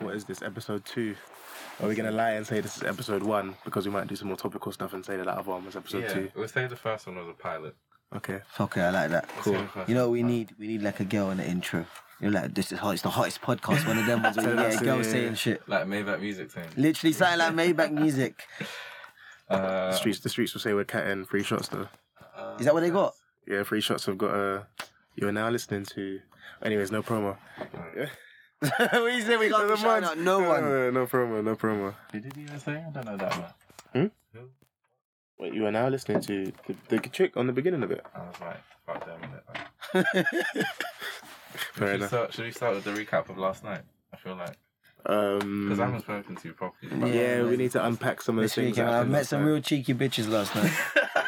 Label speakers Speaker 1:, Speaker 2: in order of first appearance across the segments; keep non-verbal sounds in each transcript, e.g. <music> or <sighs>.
Speaker 1: what is this episode two? Are we gonna lie and say this is episode one because we might do some more topical stuff and say that that other one was episode
Speaker 2: yeah,
Speaker 1: two?
Speaker 2: we'll say the first one was a pilot.
Speaker 1: Okay,
Speaker 3: Okay, I like that. Cool.
Speaker 2: the first
Speaker 3: You know what we need? We need like a girl in the intro. You're like, this is hot. It's the hottest podcast. One of them
Speaker 1: <laughs>
Speaker 3: ones where you
Speaker 1: That's
Speaker 3: get a
Speaker 1: it,
Speaker 3: girl
Speaker 1: yeah, yeah.
Speaker 3: saying shit.
Speaker 2: Like Maybach music thing.
Speaker 3: Literally, something like Maybach music.
Speaker 2: Uh,
Speaker 1: the streets. The streets will say we're catting free shots though.
Speaker 2: uh,
Speaker 3: Is that what
Speaker 1: <laughs>
Speaker 3: they got?
Speaker 1: Yeah, free shots have got a. You are now listening to. Anyways, no promo.
Speaker 3: we said we
Speaker 1: Never
Speaker 3: can't be shouting
Speaker 1: mind.
Speaker 3: out no
Speaker 1: No, <laughs>
Speaker 3: one.
Speaker 1: no, no, no promo. No promo.
Speaker 2: Who did you even say? I don't know that one.
Speaker 1: Wait, you are now listening to the, the chick on the beginning of it.
Speaker 2: I was like, fuck them. innit? Like,
Speaker 1: Fair
Speaker 2: should, we
Speaker 1: enough.
Speaker 2: start, should we start with the recap of last night? I feel like
Speaker 1: Um,
Speaker 2: because I
Speaker 3: Mm.
Speaker 2: haven't spoken to you properly.
Speaker 1: yeah,
Speaker 2: About
Speaker 1: we need to unpack some of the
Speaker 3: This
Speaker 1: things.
Speaker 3: weekend,
Speaker 1: that
Speaker 3: I
Speaker 1: happened
Speaker 3: met
Speaker 1: last
Speaker 3: some
Speaker 1: night.
Speaker 3: real cheeky bitches
Speaker 1: <laughs>
Speaker 3: last night.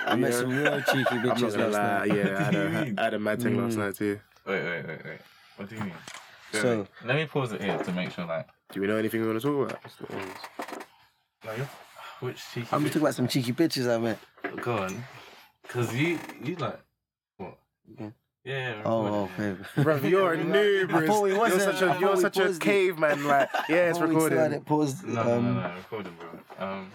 Speaker 3: I met
Speaker 1: Yeah.
Speaker 3: some real cheeky
Speaker 1: I'm not
Speaker 3: bitches
Speaker 1: gonna
Speaker 3: last
Speaker 1: lie.
Speaker 3: night. Mm.
Speaker 1: Yeah, I had,
Speaker 2: do you
Speaker 1: a,
Speaker 2: mean?
Speaker 3: <laughs>
Speaker 1: I had a mad thing last night too.
Speaker 2: Wait, wait, wait, wait. What do you mean?
Speaker 3: So-
Speaker 2: let me pause it here to make sure. Like,
Speaker 1: Do we know anything we want to talk about? It's the ones.
Speaker 2: no, you're- <sighs> which cheeky?
Speaker 3: I'm just talking about some cheeky bitches I
Speaker 1: <laughs>
Speaker 3: met.
Speaker 2: about. Go on, because you, you like what? Yeah,
Speaker 3: Yeah.
Speaker 2: yeah. we're
Speaker 3: Oh,
Speaker 2: recording,
Speaker 3: oh,
Speaker 2: yeah.
Speaker 3: babe.
Speaker 1: Bruv,
Speaker 3: <laughs>
Speaker 1: you're a noob.
Speaker 3: I thought we
Speaker 1: bruv.
Speaker 3: wasn't.
Speaker 1: You're such
Speaker 3: I
Speaker 1: a,
Speaker 3: thought
Speaker 1: you're
Speaker 3: we
Speaker 1: such a
Speaker 3: paused it.
Speaker 1: caveman. Like, yeah, it's
Speaker 3: Before we started,
Speaker 1: recorded.
Speaker 3: paused,
Speaker 2: No,
Speaker 3: um,
Speaker 2: no, no, no, recording, bro. Um,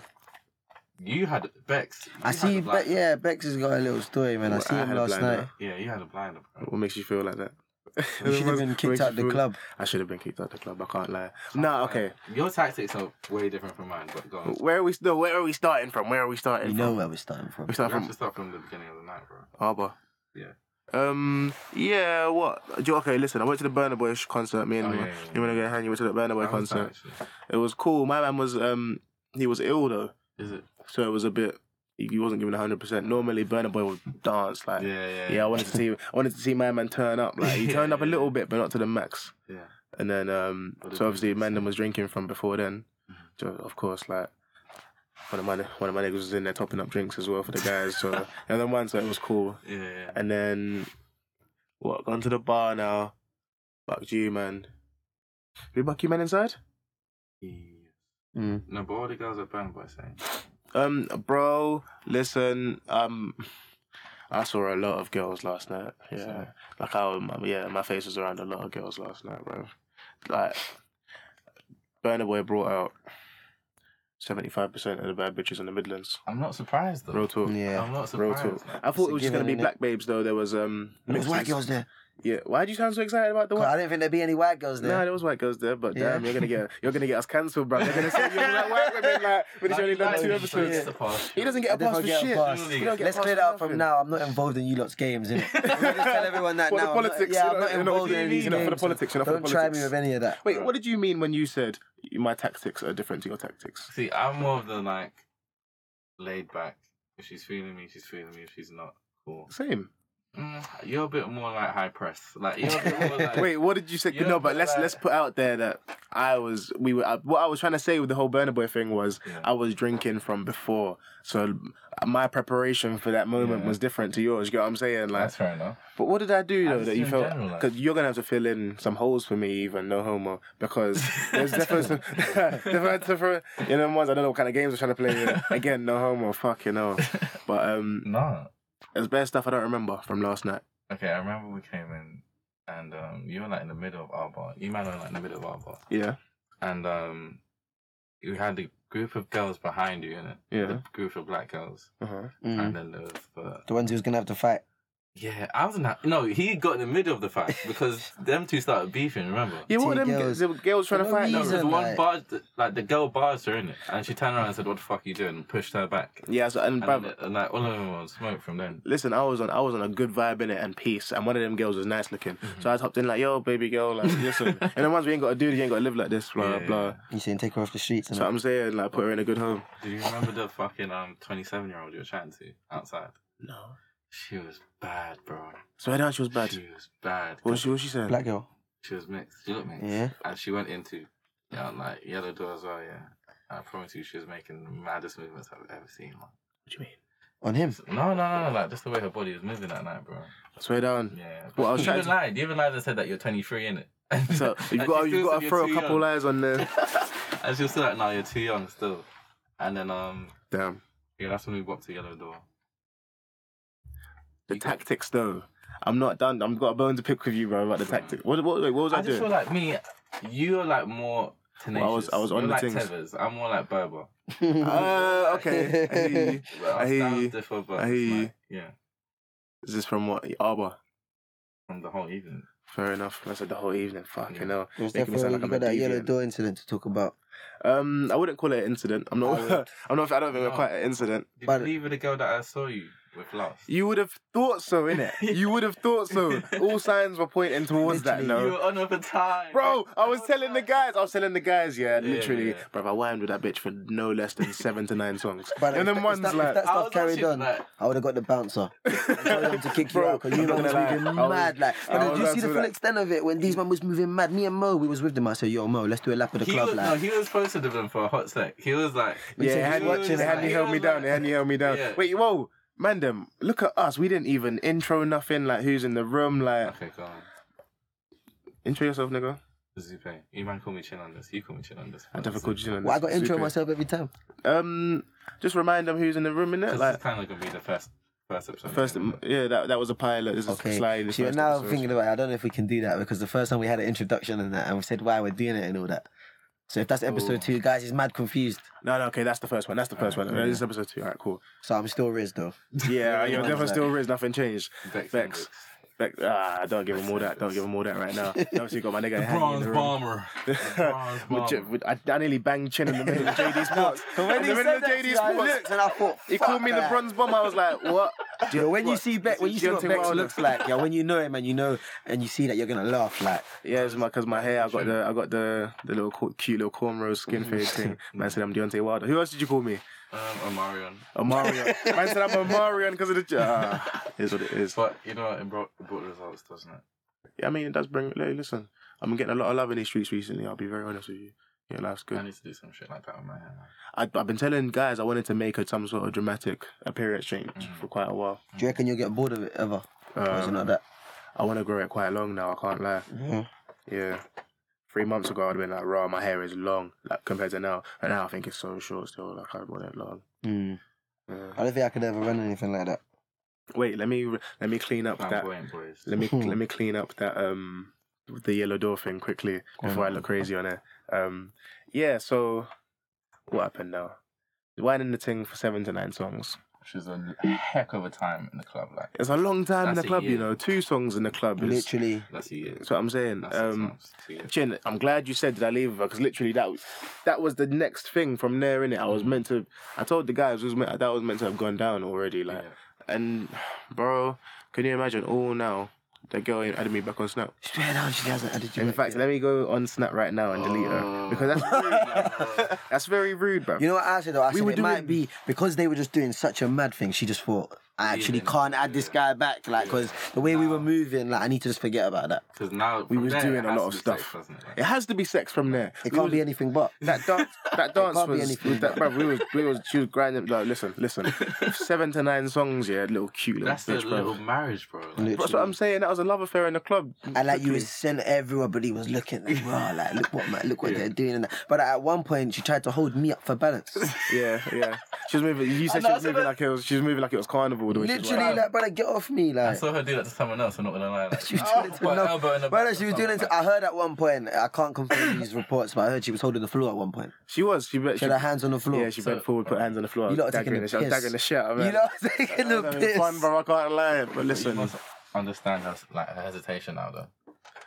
Speaker 2: you had Bex.
Speaker 3: I
Speaker 2: you had
Speaker 3: see,
Speaker 2: a blind-
Speaker 3: but yeah, Bex has got a little story, man. I
Speaker 1: Well,
Speaker 3: see
Speaker 1: I
Speaker 3: him
Speaker 1: had a
Speaker 3: last
Speaker 1: blinder.
Speaker 3: night.
Speaker 2: yeah, you had a blinder, bro.
Speaker 1: What makes you feel like that?
Speaker 3: You should
Speaker 1: <laughs>
Speaker 3: have
Speaker 1: What
Speaker 3: been
Speaker 1: makes
Speaker 3: kicked
Speaker 1: you
Speaker 3: out the
Speaker 1: feel-
Speaker 3: club.
Speaker 1: I should have been kicked out the club. I can't lie. No, okay.
Speaker 2: Your tactics are way different from mine, but go on.
Speaker 1: Where are we? No, where are we starting from? Where are we starting?
Speaker 3: You
Speaker 1: from?
Speaker 3: know where we're starting from.
Speaker 1: we
Speaker 2: You
Speaker 1: start
Speaker 2: have
Speaker 1: from
Speaker 2: to start from the beginning of the night, bro.
Speaker 1: Arbor.
Speaker 2: Yeah.
Speaker 1: Um. Yeah. What? Do you- okay. Listen, I went to the Burner Boy sh- concert. Me and
Speaker 2: Oh,
Speaker 1: my-
Speaker 2: yeah, yeah,
Speaker 1: you want to go hang? You went to the Burner Boy
Speaker 2: How was that,
Speaker 1: concert.
Speaker 2: actually?
Speaker 1: It was cool. My man was um. He was ill though,
Speaker 2: Is it?
Speaker 1: so it was a bit. He he wasn't giving hundred percent. Normally, Burner Boy would dance like.
Speaker 2: Yeah, yeah,
Speaker 1: Yeah, I wanted to see. I wanted to see my man turn up. Like he
Speaker 2: Yeah,
Speaker 1: turned up a
Speaker 2: yeah.
Speaker 1: little bit, but not to the max.
Speaker 2: Yeah.
Speaker 1: And then, um,
Speaker 2: What did
Speaker 1: so obviously,
Speaker 2: you
Speaker 1: Mandem was drinking from before then.
Speaker 2: Mhm.
Speaker 1: So of course, like one of my one of my niggas was in there topping up drinks as well for the guys. So <laughs> and then one, so it was cool.
Speaker 2: Yeah, yeah.
Speaker 1: And then what? Gone to the bar now. Bucked you, man. We buck you, man, inside.
Speaker 2: Yeah.
Speaker 3: Mm.
Speaker 2: No, but all the girls are banned by saying.
Speaker 1: Um, bro, listen, um, <laughs> I saw a lot of girls last night. Yeah,
Speaker 2: Same.
Speaker 1: like I, my, yeah, my face was around a lot of girls last night, bro. Like, Burner Boy brought out seventy five percent of the bad bitches in the Midlands.
Speaker 2: I'm not surprised though.
Speaker 1: Real talk,
Speaker 3: Yeah.
Speaker 2: I'm not
Speaker 1: real
Speaker 2: surprised.
Speaker 1: talk.
Speaker 2: like,
Speaker 1: I thought
Speaker 3: It's
Speaker 1: it
Speaker 3: a
Speaker 1: was just gonna
Speaker 3: given,
Speaker 1: be
Speaker 3: innit?
Speaker 1: black babes though. There was um,
Speaker 3: There was
Speaker 1: mixed
Speaker 3: white
Speaker 1: mix-
Speaker 3: girls there.
Speaker 1: Yeah, why do you sound so excited about the
Speaker 3: 'Cause
Speaker 1: white?
Speaker 3: I didn't think there'd be any white girls
Speaker 1: No,
Speaker 3: there.
Speaker 1: there was white girls there, but
Speaker 3: Yeah.
Speaker 1: damn, you're gonna get you're gonna get us cancelled, bro. They're gonna say you're like white women, like, but it's
Speaker 2: Like,
Speaker 1: only done
Speaker 2: like,
Speaker 1: two
Speaker 2: he
Speaker 1: episodes.
Speaker 2: breaks the pass.
Speaker 1: He doesn't get a
Speaker 3: I
Speaker 1: pass for
Speaker 3: definitely get a
Speaker 1: shit.
Speaker 3: pass.
Speaker 1: We don't get
Speaker 3: Let's
Speaker 1: a pass
Speaker 3: clear
Speaker 1: for
Speaker 3: that up from
Speaker 1: nothing.
Speaker 3: now. I'm not involved in you lot's games,
Speaker 1: <laughs>
Speaker 3: innit? I'm gonna just tell everyone that
Speaker 1: For the
Speaker 3: now. I'm not-
Speaker 1: politics,
Speaker 3: yeah,
Speaker 1: you
Speaker 3: I'm
Speaker 1: know,
Speaker 3: not
Speaker 1: you know,
Speaker 3: involved
Speaker 1: you
Speaker 3: in any of these
Speaker 1: know, for the
Speaker 3: games.
Speaker 1: politics, you know, for the
Speaker 3: Don't try me
Speaker 1: politics.
Speaker 3: with any of that.
Speaker 1: Wait,
Speaker 2: Right.
Speaker 1: what did you mean when you said my tactics are different to your tactics?
Speaker 2: See, I'm more of the like laid back. If she's feeling me, she's feeling me. If she's not, cool.
Speaker 1: Same.
Speaker 2: Mm, you're a bit more like high press. Like you're a bit
Speaker 1: <laughs>
Speaker 2: more like.
Speaker 1: Wait, what did you say?
Speaker 2: You
Speaker 1: no,
Speaker 2: don't
Speaker 1: but
Speaker 2: feel
Speaker 1: let's
Speaker 2: like-
Speaker 1: let's put out there that I was we were uh, what I was trying to say with the whole burner boy thing was
Speaker 2: Yeah.
Speaker 1: I was drinking from before, so uh, my preparation for that moment
Speaker 2: Yeah.
Speaker 1: was different to yours. You get what I'm saying? Like,
Speaker 2: That's fair enough.
Speaker 1: but what did I do
Speaker 2: I
Speaker 1: though
Speaker 2: just
Speaker 1: that you
Speaker 2: in
Speaker 1: felt?
Speaker 2: general, like-
Speaker 1: Because you're gonna have to fill in some holes for me, even no homo, because
Speaker 2: <laughs>
Speaker 1: there's different, <laughs> different, different, you know, ones I don't know what kind of games I'm trying to play. you know. Again, no homo, fuck you know.
Speaker 2: <laughs>
Speaker 1: But um,
Speaker 2: No.
Speaker 1: There's bare stuff I don't remember from last night.
Speaker 2: Okay, I remember we came in, and um, you were like in the middle of our bar. You man were like in the middle of our bar,
Speaker 1: Yeah.
Speaker 2: and um, you had the group of girls behind you in it.
Speaker 1: Yeah.
Speaker 2: The group of black girls,
Speaker 1: Uh-huh.
Speaker 3: Mm.
Speaker 2: and then there was. Uh,
Speaker 3: The ones who's gonna have to fight.
Speaker 2: yeah, I was not. No, he got in the middle of the
Speaker 1: <laughs>
Speaker 2: fight because them two started beefing. Remember?
Speaker 1: Yeah,
Speaker 3: Two
Speaker 1: what them girls,
Speaker 3: girls.
Speaker 1: the girls
Speaker 3: For
Speaker 1: trying to
Speaker 3: no
Speaker 1: fight?
Speaker 2: No,
Speaker 1: No,
Speaker 3: reason.
Speaker 2: because one
Speaker 3: like-
Speaker 2: barge, like the girl barged her in it, and she turned around and said, "What the fuck are you doing?" and pushed her back,
Speaker 1: yeah, so, and
Speaker 2: and,
Speaker 1: bruv,
Speaker 2: then- and, like all of them were on smoke from then.
Speaker 1: listen, I was on I was on a good vibe in it and peace, and one of them girls was nice looking, so I hopped in like, yo, baby girl, like, listen, and the ones we ain't got to do, you ain't got to live like this, blah
Speaker 2: Yeah.
Speaker 1: blah.
Speaker 3: You saying take her off the streets and
Speaker 1: So I'm saying, like, put her in a good home.
Speaker 2: Do you remember the fucking um twenty-seven year old you were chatting to outside?
Speaker 1: No.
Speaker 2: She was bad, bro.
Speaker 1: So I thought she was bad.
Speaker 2: She was bad.
Speaker 1: What was she? What was she saying?
Speaker 3: black girl.
Speaker 2: She was mixed. She looked mixed.
Speaker 3: Yeah.
Speaker 2: And she went into yeah, like yellow door as well. Yeah. I promise you, she was making the maddest movements I've ever seen. Like,
Speaker 1: do you mean?
Speaker 3: On
Speaker 1: <laughs>
Speaker 3: him.
Speaker 2: no, no, no, no, like just the way her body was moving that night, bro.
Speaker 1: Swear
Speaker 2: <laughs>
Speaker 1: down.
Speaker 2: Yeah.
Speaker 1: Well, I was
Speaker 2: you
Speaker 1: trying
Speaker 2: even
Speaker 1: to-
Speaker 2: lied. You even lied and said that you're 23 in it.
Speaker 1: <laughs>
Speaker 2: <laughs>
Speaker 1: So you've got you've got to throw a couple lies on there.
Speaker 2: And she was still like, no, you're too young still. And then um,
Speaker 1: Damn.
Speaker 2: yeah, that's when we walked to yellow door.
Speaker 1: The tactics though. I'm not done. I've got a bone to pick with you, bro, about the tactics. What what, wait, what was I,
Speaker 2: I just
Speaker 1: doing?
Speaker 2: feel like me, you're like more
Speaker 1: Well, I was- I was on
Speaker 2: You're
Speaker 1: the
Speaker 2: like
Speaker 1: things.
Speaker 2: Tevez. I'm more like Berber.
Speaker 3: <laughs>
Speaker 1: Uh, okay. I hear you.
Speaker 2: But our
Speaker 1: I hear
Speaker 2: styles
Speaker 1: you.
Speaker 2: differ, but
Speaker 1: I hear
Speaker 2: it's
Speaker 1: you.
Speaker 2: like, yeah,
Speaker 1: Is this from what? Arbor.
Speaker 2: from the whole evening.
Speaker 1: Fair enough. That's the whole evening. Fucking
Speaker 2: Yeah.
Speaker 1: hell.
Speaker 3: It was
Speaker 1: Making me
Speaker 3: definitely
Speaker 1: sound like
Speaker 3: you
Speaker 1: I'm
Speaker 3: got
Speaker 1: a
Speaker 3: that yellow
Speaker 1: deviant.
Speaker 3: door incident to talk about.
Speaker 1: Um, I wouldn't call it an incident. <laughs> I'm
Speaker 3: I would.
Speaker 1: not. I'm not. I don't think we're
Speaker 2: No.
Speaker 1: quite an incident.
Speaker 2: Did
Speaker 3: But-
Speaker 2: you leave with the girl that I saw you with last?
Speaker 1: You would have thought so, innit? you would have thought so. All signs were pointing towards that.
Speaker 3: Literally.
Speaker 1: No.
Speaker 2: You were on over time. <laughs>
Speaker 1: Bro, I was telling the guys, I was telling the guys, yeah,
Speaker 2: Yeah,
Speaker 1: literally,
Speaker 2: yeah.
Speaker 1: bro, I whined with that bitch for no less than seven to nine songs.
Speaker 3: But
Speaker 1: and then
Speaker 3: if that- if
Speaker 1: one's
Speaker 3: that- if
Speaker 1: like,
Speaker 3: that
Speaker 2: I
Speaker 3: stuff
Speaker 2: was
Speaker 3: carried
Speaker 2: actually
Speaker 3: on,
Speaker 2: like-
Speaker 3: I would have got the
Speaker 1: <laughs>
Speaker 3: bouncer. Tell them to kick you
Speaker 1: Bro,
Speaker 3: out because you
Speaker 1: I'm
Speaker 3: know
Speaker 1: not
Speaker 3: was
Speaker 1: gonna
Speaker 3: moving
Speaker 1: lie. I was-
Speaker 3: mad. Like,
Speaker 1: I was
Speaker 3: and did you see
Speaker 1: actually
Speaker 3: the full
Speaker 1: like-
Speaker 3: extent of it when these man was moving mad? Me and Mo, we was with them. I said, "Yo, Mo, let's do a lap of the
Speaker 2: He
Speaker 3: club."
Speaker 2: was,
Speaker 3: like,
Speaker 2: no, he was close to them for a hot sec. He was like,
Speaker 1: yeah,
Speaker 3: said
Speaker 1: it
Speaker 3: he
Speaker 1: had,
Speaker 3: was
Speaker 1: watching, it
Speaker 3: like-
Speaker 1: had me
Speaker 3: he
Speaker 1: held
Speaker 2: was
Speaker 1: me down,
Speaker 2: like-
Speaker 1: it had me held me down.
Speaker 2: Yeah.
Speaker 1: Wait, whoa, man, them, look at us, we didn't even intro nothing, like, who's in the room, like,
Speaker 2: okay, go on.
Speaker 1: intro yourself, nigga.
Speaker 2: Zupe. You might call me chin on this. You call me chin on this.
Speaker 1: I never called you on
Speaker 3: well, I got
Speaker 1: this.
Speaker 3: intro
Speaker 1: Super.
Speaker 3: myself every time.
Speaker 1: Um, just remind them who's in the room, innit?
Speaker 2: Because
Speaker 1: Like,
Speaker 2: it's kind of gonna be the first, first episode.
Speaker 1: first, yeah, that, that was a pilot, this is
Speaker 3: Okay,
Speaker 1: slide. this
Speaker 3: so you're
Speaker 1: first
Speaker 3: now
Speaker 1: episode.
Speaker 3: thinking about. It, I don't know if we can do that because the first time we had an introduction and that, and we said why we're doing it and all that. So if that's episode
Speaker 2: Ooh.
Speaker 3: two, guys, he's mad confused.
Speaker 1: No, no, okay, that's the first one, that's the first one. This is episode two, alright,
Speaker 3: <laughs>
Speaker 1: cool.
Speaker 3: So I'm still Riz
Speaker 1: <laughs>
Speaker 3: though.
Speaker 1: Yeah, uh, you're
Speaker 3: Everyone's
Speaker 1: definitely
Speaker 3: like-
Speaker 1: still Riz, nothing changed. Vex.
Speaker 2: Vex. Vex.
Speaker 1: Like, ah, don't give him all that. Don't give him all that right now.
Speaker 3: <laughs>
Speaker 1: Obviously, you got my nigga hanging in the room. <laughs>
Speaker 2: bomber.
Speaker 1: With J- with- I, I nearly banged chin in the middle of JD Sports.
Speaker 3: But
Speaker 1: in the middle of JD Sports,
Speaker 3: and I thought,
Speaker 1: he called me the bronze bomber. I was like, <laughs> what?
Speaker 3: You know, when you see Beck, when you see what
Speaker 1: Deontay
Speaker 3: Beck
Speaker 1: Wilder.
Speaker 3: looks like, yeah, when you know him and you know and you see that, you're gonna laugh. Like,
Speaker 1: Yeah, it's my because my hair. I got the I got the the little co- cute little cornrows skin fade thing. Man said I'm Deontay Wilder. Who else did you call me?
Speaker 2: Um, Omarion.
Speaker 1: Omarion. <laughs> Man said I'm Omarion because of the. j- Ah, here's what <laughs> it is.
Speaker 2: But you know, what, it brought, it brought results, doesn't it?
Speaker 1: Yeah, I mean it does bring. Hey, listen, I'm getting a lot of love in these streets recently. I'll be very honest with you. Yeah, life's good.
Speaker 2: I need to do some shit like that with my hair. man.
Speaker 1: I, I've been telling guys I wanted to make a, some sort of dramatic appearance change for quite a while.
Speaker 3: do you reckon you'll get bored of it ever? or is it not
Speaker 1: Um,
Speaker 3: that?
Speaker 1: I want to grow it quite long now. I can't lie.
Speaker 3: Mm-hmm.
Speaker 1: Yeah, three months ago I'd have been like, "Raw, my hair is long," like compared to now. And now I think it's so short still. Like I want it long.
Speaker 3: Mm.
Speaker 1: Yeah.
Speaker 3: I don't think I could ever run anything like that.
Speaker 1: Wait, let me let me clean up that.
Speaker 2: Flamboyant boys.
Speaker 1: Let me let me clean up that um the yellow door thing quickly before I look crazy on it. Um, yeah. So what happened now? Whining the thing for seven to nine songs.
Speaker 2: Which is a heck of a time in the club. Like
Speaker 1: It's a long time in
Speaker 2: That's
Speaker 1: the
Speaker 2: a
Speaker 1: club, you
Speaker 2: year.
Speaker 1: know. Two songs in the club is
Speaker 3: Literally,
Speaker 2: that's a year.
Speaker 1: That's what I'm saying.
Speaker 2: That's six
Speaker 1: Um,
Speaker 2: months, two years.
Speaker 1: Chin, I'm glad you said that I leave with her because literally that was that was the next thing from there. In it, I was
Speaker 3: Mm.
Speaker 1: meant to. I told the guys was meant, that was meant to have gone down already. Like,
Speaker 2: Yeah.
Speaker 1: and bro, can you imagine? All now, the girl ain't added me back on Snap.
Speaker 3: straight down, she hasn't added you.
Speaker 1: In
Speaker 3: back
Speaker 1: fact,
Speaker 3: yet.
Speaker 1: let me go on Snap right now and delete her because that's
Speaker 3: <laughs>
Speaker 1: rude. man. that's very rude, bro.
Speaker 3: Oh. You know what I said though? I
Speaker 1: We
Speaker 3: said
Speaker 1: were
Speaker 3: it might
Speaker 1: doing-
Speaker 3: be because they were just doing such a mad thing. She just thought I actually
Speaker 2: Yeah.
Speaker 3: can't add this guy back, like because the way we were moving, like I need to just forget about that.
Speaker 2: Because now we
Speaker 1: was doing a lot of stuff.
Speaker 2: doesn't it? Like,
Speaker 1: it has to be sex from there.
Speaker 3: It
Speaker 1: We
Speaker 3: can't
Speaker 1: was-
Speaker 3: be anything
Speaker 1: <laughs>
Speaker 3: but.
Speaker 1: That
Speaker 3: <laughs>
Speaker 1: dance, that dance
Speaker 3: can't be
Speaker 1: was,
Speaker 3: anything,
Speaker 1: was that, bro. We was, we was, she was grinding. Like, listen,
Speaker 3: <laughs>
Speaker 1: listen, seven to nine songs, yeah, little cute little
Speaker 2: That's the
Speaker 1: bitch, bro.
Speaker 2: little marriage, bro. Like,
Speaker 1: That's what I'm saying. That was a love affair in the club.
Speaker 3: And like you was sent everywhere, but he was looking
Speaker 1: <laughs>
Speaker 3: like, wow, like look what man, look what they're doing. And that. But at one point, she tried to hold me up
Speaker 1: <laughs>
Speaker 3: for balance.
Speaker 1: Yeah, yeah. She was moving. You said
Speaker 2: know,
Speaker 1: she was
Speaker 2: so
Speaker 1: moving
Speaker 2: that-
Speaker 1: like it was. She was moving like it was carnival. the way she was
Speaker 3: Literally,
Speaker 1: like-
Speaker 3: like brother, get off me,
Speaker 2: I
Speaker 3: like.
Speaker 2: saw her do that to someone else. I'm not gonna lie. Like,
Speaker 3: <laughs> She was
Speaker 2: oh,
Speaker 3: doing it to
Speaker 2: but
Speaker 3: no-
Speaker 2: elbow in the
Speaker 3: Brother,
Speaker 2: back
Speaker 3: she
Speaker 2: or
Speaker 3: was doing it.
Speaker 2: something
Speaker 3: To, I heard at one point. I can't confirm these reports, but I heard she was holding the floor at one point.
Speaker 1: she was. She bet.
Speaker 3: She had her hands on the floor.
Speaker 1: Yeah, she bent
Speaker 2: So-
Speaker 1: forward, put hands on the floor.
Speaker 3: You lot are
Speaker 1: daggering
Speaker 3: taking the
Speaker 1: the shit. I was
Speaker 3: piss.
Speaker 1: daggering the shit. I'm
Speaker 3: you
Speaker 1: like,
Speaker 3: know, taking
Speaker 1: "That was
Speaker 3: the
Speaker 1: having
Speaker 3: piss.
Speaker 1: fun, bro. I can't lie. But
Speaker 2: But You
Speaker 1: listen,
Speaker 2: must understand her like her hesitation now, though.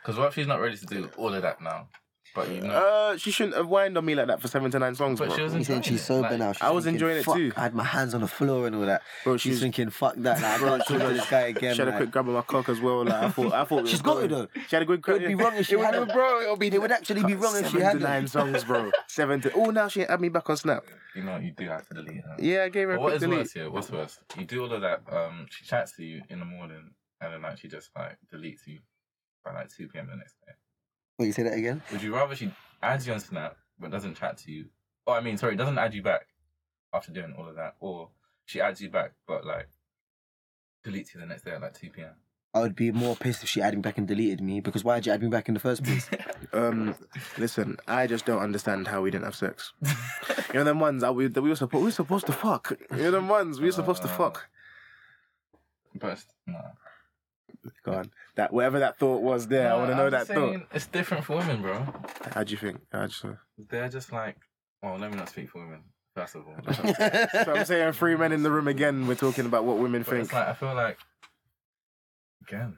Speaker 2: Because what if she's not ready to do all of that now? But you know,
Speaker 1: uh, she shouldn't have whined on me like that for seven to nine songs,
Speaker 2: but
Speaker 1: bro.
Speaker 2: she was
Speaker 3: He's saying
Speaker 2: enjoying
Speaker 3: she's
Speaker 2: it,
Speaker 3: sober
Speaker 2: like,
Speaker 3: now. She's
Speaker 1: I was
Speaker 3: thinking,
Speaker 1: enjoying it
Speaker 3: "Fuck,
Speaker 1: too."
Speaker 3: I had my hands on the floor and all that.
Speaker 1: Bro,
Speaker 3: she's,
Speaker 1: she's-
Speaker 3: thinking, fuck that. Like, I can't talk to this guy
Speaker 1: <laughs>
Speaker 3: again.
Speaker 1: She had a
Speaker 3: like.
Speaker 1: quick grab of my cock as well. Like
Speaker 3: <laughs>
Speaker 1: I thought, I thought we
Speaker 3: She's
Speaker 1: were
Speaker 3: got it,
Speaker 1: <laughs> going.
Speaker 3: though.
Speaker 1: She had a good.
Speaker 3: It would be wrong if she
Speaker 1: it would-
Speaker 3: hadn't.
Speaker 1: it would- bro. It would be.
Speaker 3: It would actually be wrong if she
Speaker 1: seven
Speaker 3: hadn't.
Speaker 1: to nine songs, bro. Seven to. Oh, now she ain't had me back on Snap.
Speaker 2: You know, you do have to delete her.
Speaker 1: Yeah, I gave her a
Speaker 2: But what
Speaker 1: quick
Speaker 2: is
Speaker 1: delete.
Speaker 2: worse here? What's worse? You do all of that. Um, she chats to you in the morning, and then like she just like deletes you by like two p.m. the next day.
Speaker 3: Wait, you say that again?
Speaker 2: Would you rather she adds you on Snap but doesn't chat to you? Or I mean, sorry, doesn't add you back after doing all of that, or she adds you back but like deletes you the next day at like two p.m.
Speaker 3: I would be more pissed if she added me back and deleted me because why did you add me back in the first place?
Speaker 1: Um, listen, I just don't understand how we didn't have
Speaker 2: <laughs>
Speaker 1: sex. you know them ones that we that we were supposed we were supposed to
Speaker 2: Ah,
Speaker 1: fuck. You know them ones we were supposed to fuck.
Speaker 2: But no,
Speaker 1: Go on. That whatever that thought was there, I want to
Speaker 2: Ah, I'm
Speaker 1: know that
Speaker 2: just saying, It's different for women, bro.
Speaker 1: thought. How do you think? How do you think?
Speaker 2: They're just like, well, let me not speak for women.
Speaker 1: <laughs>
Speaker 2: First of all, <laughs>
Speaker 1: So I'm saying three men in the room again. We're talking about what women
Speaker 2: But
Speaker 1: think.
Speaker 2: it's like I feel like again,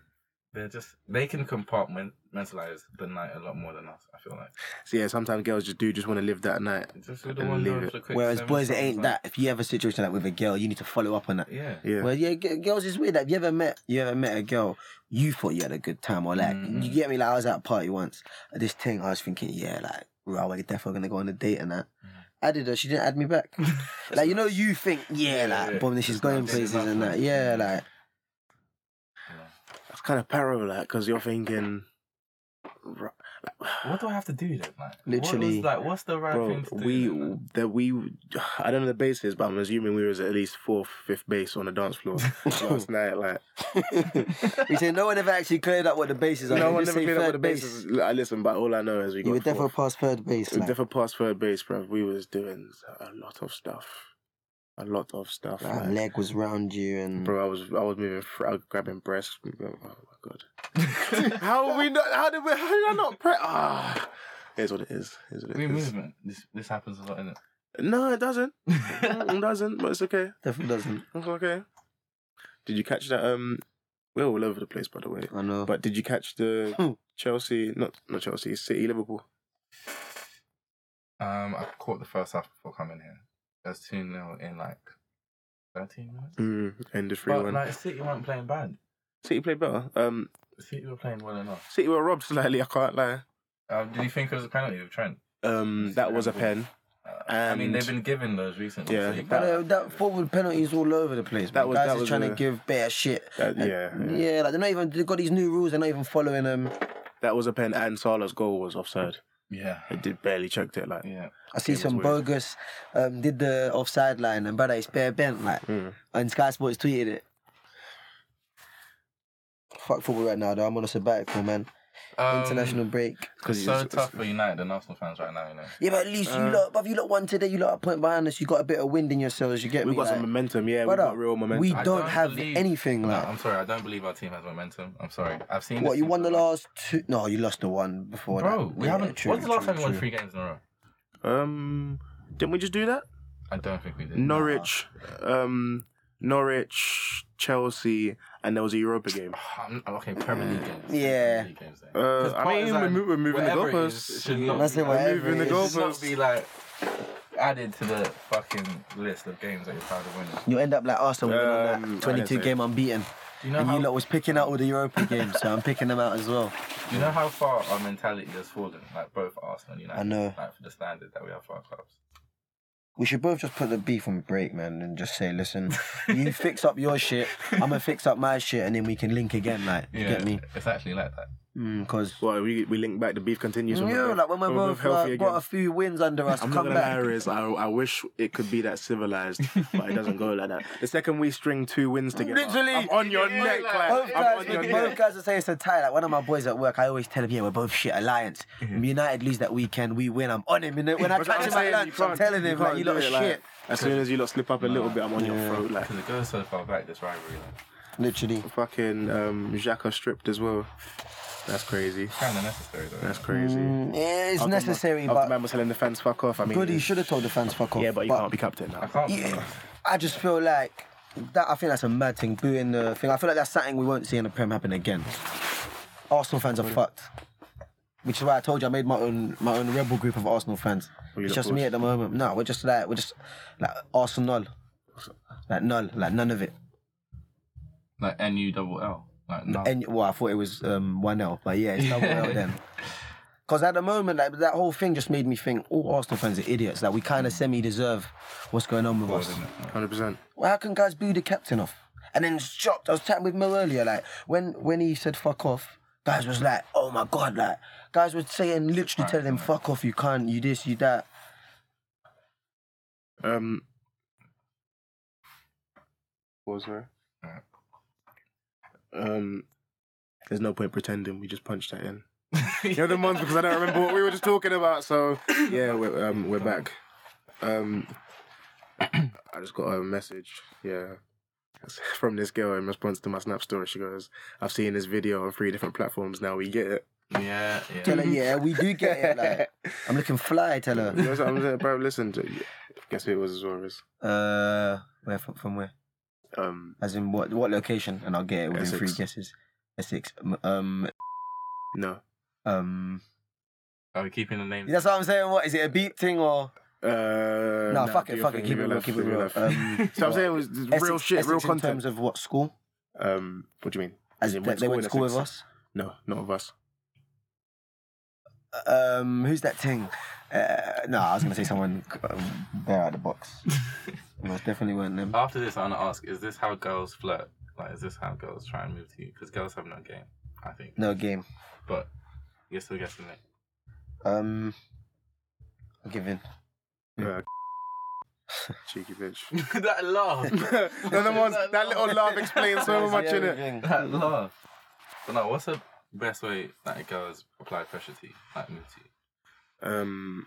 Speaker 2: they're just they can compartmentalize the night a lot more than us. I feel like
Speaker 1: So yeah, sometimes girls just do just want to live that night.
Speaker 2: just with the
Speaker 1: And
Speaker 2: one
Speaker 1: leave
Speaker 2: door
Speaker 1: it.
Speaker 2: for the <laughs> quick
Speaker 3: Whereas
Speaker 2: seven
Speaker 3: boys, it
Speaker 2: seconds,
Speaker 3: ain't
Speaker 2: like,
Speaker 3: that. If you have a situation like with a girl, you need to follow up on that.
Speaker 2: Yeah,
Speaker 1: Yeah.
Speaker 3: Well, yeah, g- girls is weird. Like, you ever met you ever met a girl you thought you had a good time or like
Speaker 2: Mm.
Speaker 3: you get me? Like I was at a party once. at This thing I was thinking, yeah, like right, we're definitely gonna go on a date and that.
Speaker 2: Mm.
Speaker 3: Added her, she didn't add me
Speaker 1: <laughs>
Speaker 3: back. like you know, you think,
Speaker 2: Yeah,
Speaker 3: yeah, like
Speaker 2: yeah.
Speaker 3: boom, this is
Speaker 2: It's not-
Speaker 3: going
Speaker 2: this is
Speaker 3: places and
Speaker 2: not
Speaker 3: that.
Speaker 2: fun.
Speaker 3: Yeah,
Speaker 1: Mm.
Speaker 3: like
Speaker 1: That's kind of parallel, like, because you're thinking, r-
Speaker 2: what do I have to do then? Like, what
Speaker 3: Literally.
Speaker 2: was, like what's the right
Speaker 1: bro,
Speaker 2: thing to do?
Speaker 1: we
Speaker 2: then, like?
Speaker 1: that we, I don't know the bases, but I'm assuming we was at least fourth, fifth base on the dance
Speaker 2: <laughs>
Speaker 1: floor last night. Like,
Speaker 3: we say no one ever actually cleared up what the bases are.
Speaker 1: no
Speaker 3: They
Speaker 1: one
Speaker 3: just
Speaker 1: never
Speaker 3: say
Speaker 1: cleared up
Speaker 3: third
Speaker 1: with the bases. I uh, listen, but all I know is we
Speaker 3: You
Speaker 1: got
Speaker 3: were
Speaker 1: fourth.
Speaker 3: definitely past third base.
Speaker 1: We
Speaker 3: Like,
Speaker 1: definitely past third base, bro. We was doing a lot of stuff, a lot of stuff.
Speaker 3: like,
Speaker 1: like,
Speaker 3: leg was round you and
Speaker 1: Bro, I was I was moving, fr- I was grabbing breasts. Oh my god! how we not? How did we? How did I not pre? Ah, here's what it is. Here's what it <laughs>
Speaker 2: we
Speaker 1: is.
Speaker 2: movement. This this happens a lot, innit?
Speaker 1: No, it doesn't. Mm, it doesn't. But it's okay.
Speaker 3: definitely doesn't.
Speaker 1: It's okay. Did you catch that? Um, we're all over the place, by the way.
Speaker 3: I know.
Speaker 1: But did you catch
Speaker 3: Hmm.
Speaker 1: the Chelsea? Not not Chelsea. City, Liverpool.
Speaker 2: um, I caught the first half before coming here. That's two 0 in like thirteen minutes.
Speaker 1: Mm, end of three
Speaker 2: But
Speaker 1: one.
Speaker 2: like City weren't playing bad.
Speaker 1: City played better. Um,
Speaker 2: City were playing well enough.
Speaker 1: City were robbed slightly. I can't lie.
Speaker 2: Um, did you think it was a penalty with Trent?
Speaker 1: Um, that was a pen.
Speaker 2: Uh, I mean,
Speaker 1: And-
Speaker 2: they've been given those recently.
Speaker 1: Yeah.
Speaker 2: so you
Speaker 3: But
Speaker 2: can't-
Speaker 3: uh, that forward penalties all over the place.
Speaker 1: That
Speaker 3: That
Speaker 1: was-
Speaker 3: guys
Speaker 1: that
Speaker 3: is
Speaker 1: was
Speaker 3: trying
Speaker 1: a-
Speaker 3: to give bare shit.
Speaker 1: That,
Speaker 3: Like,
Speaker 1: yeah, yeah.
Speaker 3: yeah, like they're not even. They got these new rules. They're not even following them.
Speaker 1: That was a pen, and Salah's goal was offside.
Speaker 2: yeah,
Speaker 1: I did barely checked it. Like,
Speaker 2: yeah.
Speaker 3: I see
Speaker 1: It was
Speaker 3: some
Speaker 1: weird.
Speaker 3: bogus. Um, did the offside line and brother, it's bare bent like.
Speaker 1: Mm.
Speaker 3: And Sky Sports tweeted it. Fuck football right now though. I'm on a sabbatical, man.
Speaker 2: Um,
Speaker 3: International break.
Speaker 2: It's
Speaker 1: because
Speaker 2: so tough for United and Arsenal fans right now, you know.
Speaker 3: Yeah, but at least you
Speaker 1: Uh,
Speaker 3: lot, bruv, you lot one today. You lot a point behind us. You got a bit of wind in yourselves. You get
Speaker 1: We've
Speaker 3: me?
Speaker 1: got some
Speaker 3: like,
Speaker 1: momentum. Yeah, we've
Speaker 3: brother,
Speaker 1: got real momentum.
Speaker 3: we
Speaker 2: I
Speaker 3: don't,
Speaker 2: don't
Speaker 3: have
Speaker 2: believe-
Speaker 3: anything
Speaker 2: No,
Speaker 3: like.
Speaker 2: I'm sorry, I don't believe our team has momentum. I'm sorry. I've seen
Speaker 3: What
Speaker 2: this
Speaker 3: you
Speaker 2: since
Speaker 3: won the
Speaker 2: like-
Speaker 3: last two? No, you lost the one before.
Speaker 2: Bro,
Speaker 3: that.
Speaker 2: we
Speaker 3: Yeah,
Speaker 2: haven't.
Speaker 3: true,
Speaker 2: when's the last
Speaker 3: true,
Speaker 2: time we won
Speaker 3: true.
Speaker 2: three games in a row?
Speaker 1: um, didn't we just do that?
Speaker 2: I don't think we did.
Speaker 1: Norwich, um, Norwich, Chelsea, and there was a Europa game.
Speaker 2: I'm- I'm- okay, Premier League games.
Speaker 3: Yeah.
Speaker 2: Premier League games then. 'Cause
Speaker 1: Uh, I mean, we're,
Speaker 2: Partizan,
Speaker 1: mo- we're moving the
Speaker 2: whatever it is, it
Speaker 1: goalposts.
Speaker 2: should not
Speaker 3: That's
Speaker 2: be-
Speaker 3: it,
Speaker 1: We're
Speaker 3: whatever
Speaker 1: moving the
Speaker 3: it
Speaker 2: it
Speaker 3: is.
Speaker 2: should not be
Speaker 1: goalposts.
Speaker 2: like added to the fucking list of games that you're proud of winning.
Speaker 3: You end up like Arsenal winning on
Speaker 1: Um,
Speaker 3: that 22
Speaker 1: I
Speaker 3: game unbeaten.
Speaker 2: Do you know
Speaker 3: And you
Speaker 2: how
Speaker 3: lot was picking out all
Speaker 1: <laughs>
Speaker 3: the Europa games, so I'm picking them out as well.
Speaker 2: You know how far our mentality has fallen, like both Arsenal and United.
Speaker 3: I know.
Speaker 2: Like for the standard that we have for our clubs.
Speaker 3: We should both just put the beef on break, man, and just say, listen,
Speaker 1: <laughs>
Speaker 3: you fix up your shit, I'm gonna fix up my shit, and then we can link again, like, you get me?
Speaker 2: It's actually like that.
Speaker 3: Because.
Speaker 1: Well, we we link back. The beef continues.
Speaker 3: Mm, you
Speaker 1: when we're
Speaker 3: know,
Speaker 1: both-
Speaker 3: like when we're both
Speaker 1: healthy
Speaker 3: like, got a
Speaker 1: again.
Speaker 3: few wins under us,
Speaker 1: I'm not
Speaker 3: come
Speaker 1: gonna
Speaker 3: back.
Speaker 1: lie, Riz, I, I wish it could be that civilized, but it doesn't go like that. The second we string two wins together,
Speaker 3: Literally.
Speaker 1: I'm on your
Speaker 2: Yeah,
Speaker 1: neck,
Speaker 2: like-
Speaker 1: like, I'm
Speaker 3: Both
Speaker 1: on
Speaker 3: guys,
Speaker 1: your
Speaker 3: both
Speaker 1: neck.
Speaker 3: guys will say it's a tie. Like one of my boys at work, I always tell him, yeah, we're both shit alliance. United lose that weekend, we win. I'm on him. And then when I
Speaker 1: But I'm
Speaker 3: catch him at
Speaker 1: saying
Speaker 3: lunch,
Speaker 1: you
Speaker 3: I'm
Speaker 1: can't-
Speaker 3: telling him, like,
Speaker 1: can't
Speaker 3: you lot
Speaker 1: do
Speaker 3: of
Speaker 1: it,
Speaker 3: shit.
Speaker 1: like, as soon as you lot slip up a little bit, I'm on your throat. Like
Speaker 2: Because it goes so far back, this rivalry. Like,
Speaker 3: Literally.
Speaker 1: fucking um, Xhaka stripped as well. That's crazy.
Speaker 2: kind of necessary though.
Speaker 1: That's crazy.
Speaker 3: Yeah, it's
Speaker 1: After
Speaker 3: necessary,
Speaker 1: man, after
Speaker 3: Mm. but
Speaker 1: man was telling the fans fuck off. I mean,
Speaker 3: good, he should have told the fans fuck off.
Speaker 1: Yeah, but you can't be captain now.
Speaker 2: I can't.
Speaker 3: Yeah, I just feel like that. I think that's a mad thing. Booing the thing. I feel like that's something we won't see in the Prem happen again. Arsenal fans are fucked. Which is why I told you I made my own my own rebel group of Arsenal fans.
Speaker 1: Were you
Speaker 3: It's
Speaker 1: the
Speaker 3: just me
Speaker 1: first?
Speaker 3: at the moment. No, we're just like we're just like Arsenal, like null, like none of it.
Speaker 2: Like N U double L. Like no.
Speaker 3: And well, I thought it was um, one L, but yeah,
Speaker 1: <laughs>
Speaker 3: it's double L then. Because at the moment, like, that whole thing just made me think all Arsenal fans are idiots. Like we kind of semi deserve what's going on with us.
Speaker 1: Hundred percent.
Speaker 3: Well, how can guys boo the captain off? And then shocked. I was chatting with Mo earlier, like when when he said fuck off, guys was like, oh my god, like guys were saying literally telling him fuck off, you can't, you this, you that.
Speaker 1: Um, what was there?
Speaker 2: Alright.
Speaker 1: Um, there's no point pretending. We just punched that in. You're the ones because I don't remember what we were just talking about. So yeah, we're um, <coughs> we're back. Um, I just got a message. Yeah, <laughs> from this girl in response to my Snap story. She goes, I've seen this video on three different platforms now, we get it.
Speaker 2: Yeah,
Speaker 3: Tell
Speaker 2: yeah.
Speaker 1: Mhm.
Speaker 3: her, yeah, we do get it.
Speaker 1: <laughs>
Speaker 3: Like, I'm looking fly, tell
Speaker 1: You
Speaker 3: her.
Speaker 1: know what I'm saying, bro? Listen, to, guess who it was as well as
Speaker 3: Uh, where from, from where?
Speaker 1: um,
Speaker 3: As in what what location? And I'll get it within three
Speaker 1: Essex.
Speaker 3: guesses. Essex. um, Um,
Speaker 1: no,
Speaker 3: um.
Speaker 2: Are we keeping the name?
Speaker 3: That's what I'm saying. What is it? A beep thing or?
Speaker 1: uh,
Speaker 3: no, fuck it,
Speaker 1: your
Speaker 3: fuck
Speaker 1: thing,
Speaker 3: it. Keep it
Speaker 1: your
Speaker 3: real.
Speaker 1: left,
Speaker 3: Keep it
Speaker 1: your
Speaker 3: real.
Speaker 1: left.
Speaker 3: Um,
Speaker 1: <laughs> so I'm
Speaker 3: what?
Speaker 1: saying it was just real
Speaker 3: Essex-
Speaker 1: shit, real
Speaker 3: Essex
Speaker 1: content.
Speaker 3: In terms of what school?
Speaker 1: um, what do you mean?
Speaker 3: As in,
Speaker 1: Went
Speaker 3: they
Speaker 1: to
Speaker 3: went to
Speaker 1: school
Speaker 3: school
Speaker 1: in
Speaker 3: with us.
Speaker 1: No, not of us.
Speaker 3: Um, who's that thing? Uh, no, I was gonna say someone um, there out the box. Most definitely weren't them.
Speaker 2: After this, I want to ask: Is this how girls flirt? Like, is this how girls try and move to you? Because girls have no game, I think.
Speaker 3: No game.
Speaker 2: But you're still guessing
Speaker 3: <laughs>
Speaker 2: it.
Speaker 3: Um, I'll give in.
Speaker 1: Uh, <laughs> cheeky bitch.
Speaker 2: that laugh.
Speaker 1: no, no, one's, that little laugh explains so much in it.
Speaker 2: <laughs>
Speaker 3: it. <laughs>
Speaker 2: that laugh. But no, what's the best way that a girl has applied pressure to you, like move to you?
Speaker 1: Um,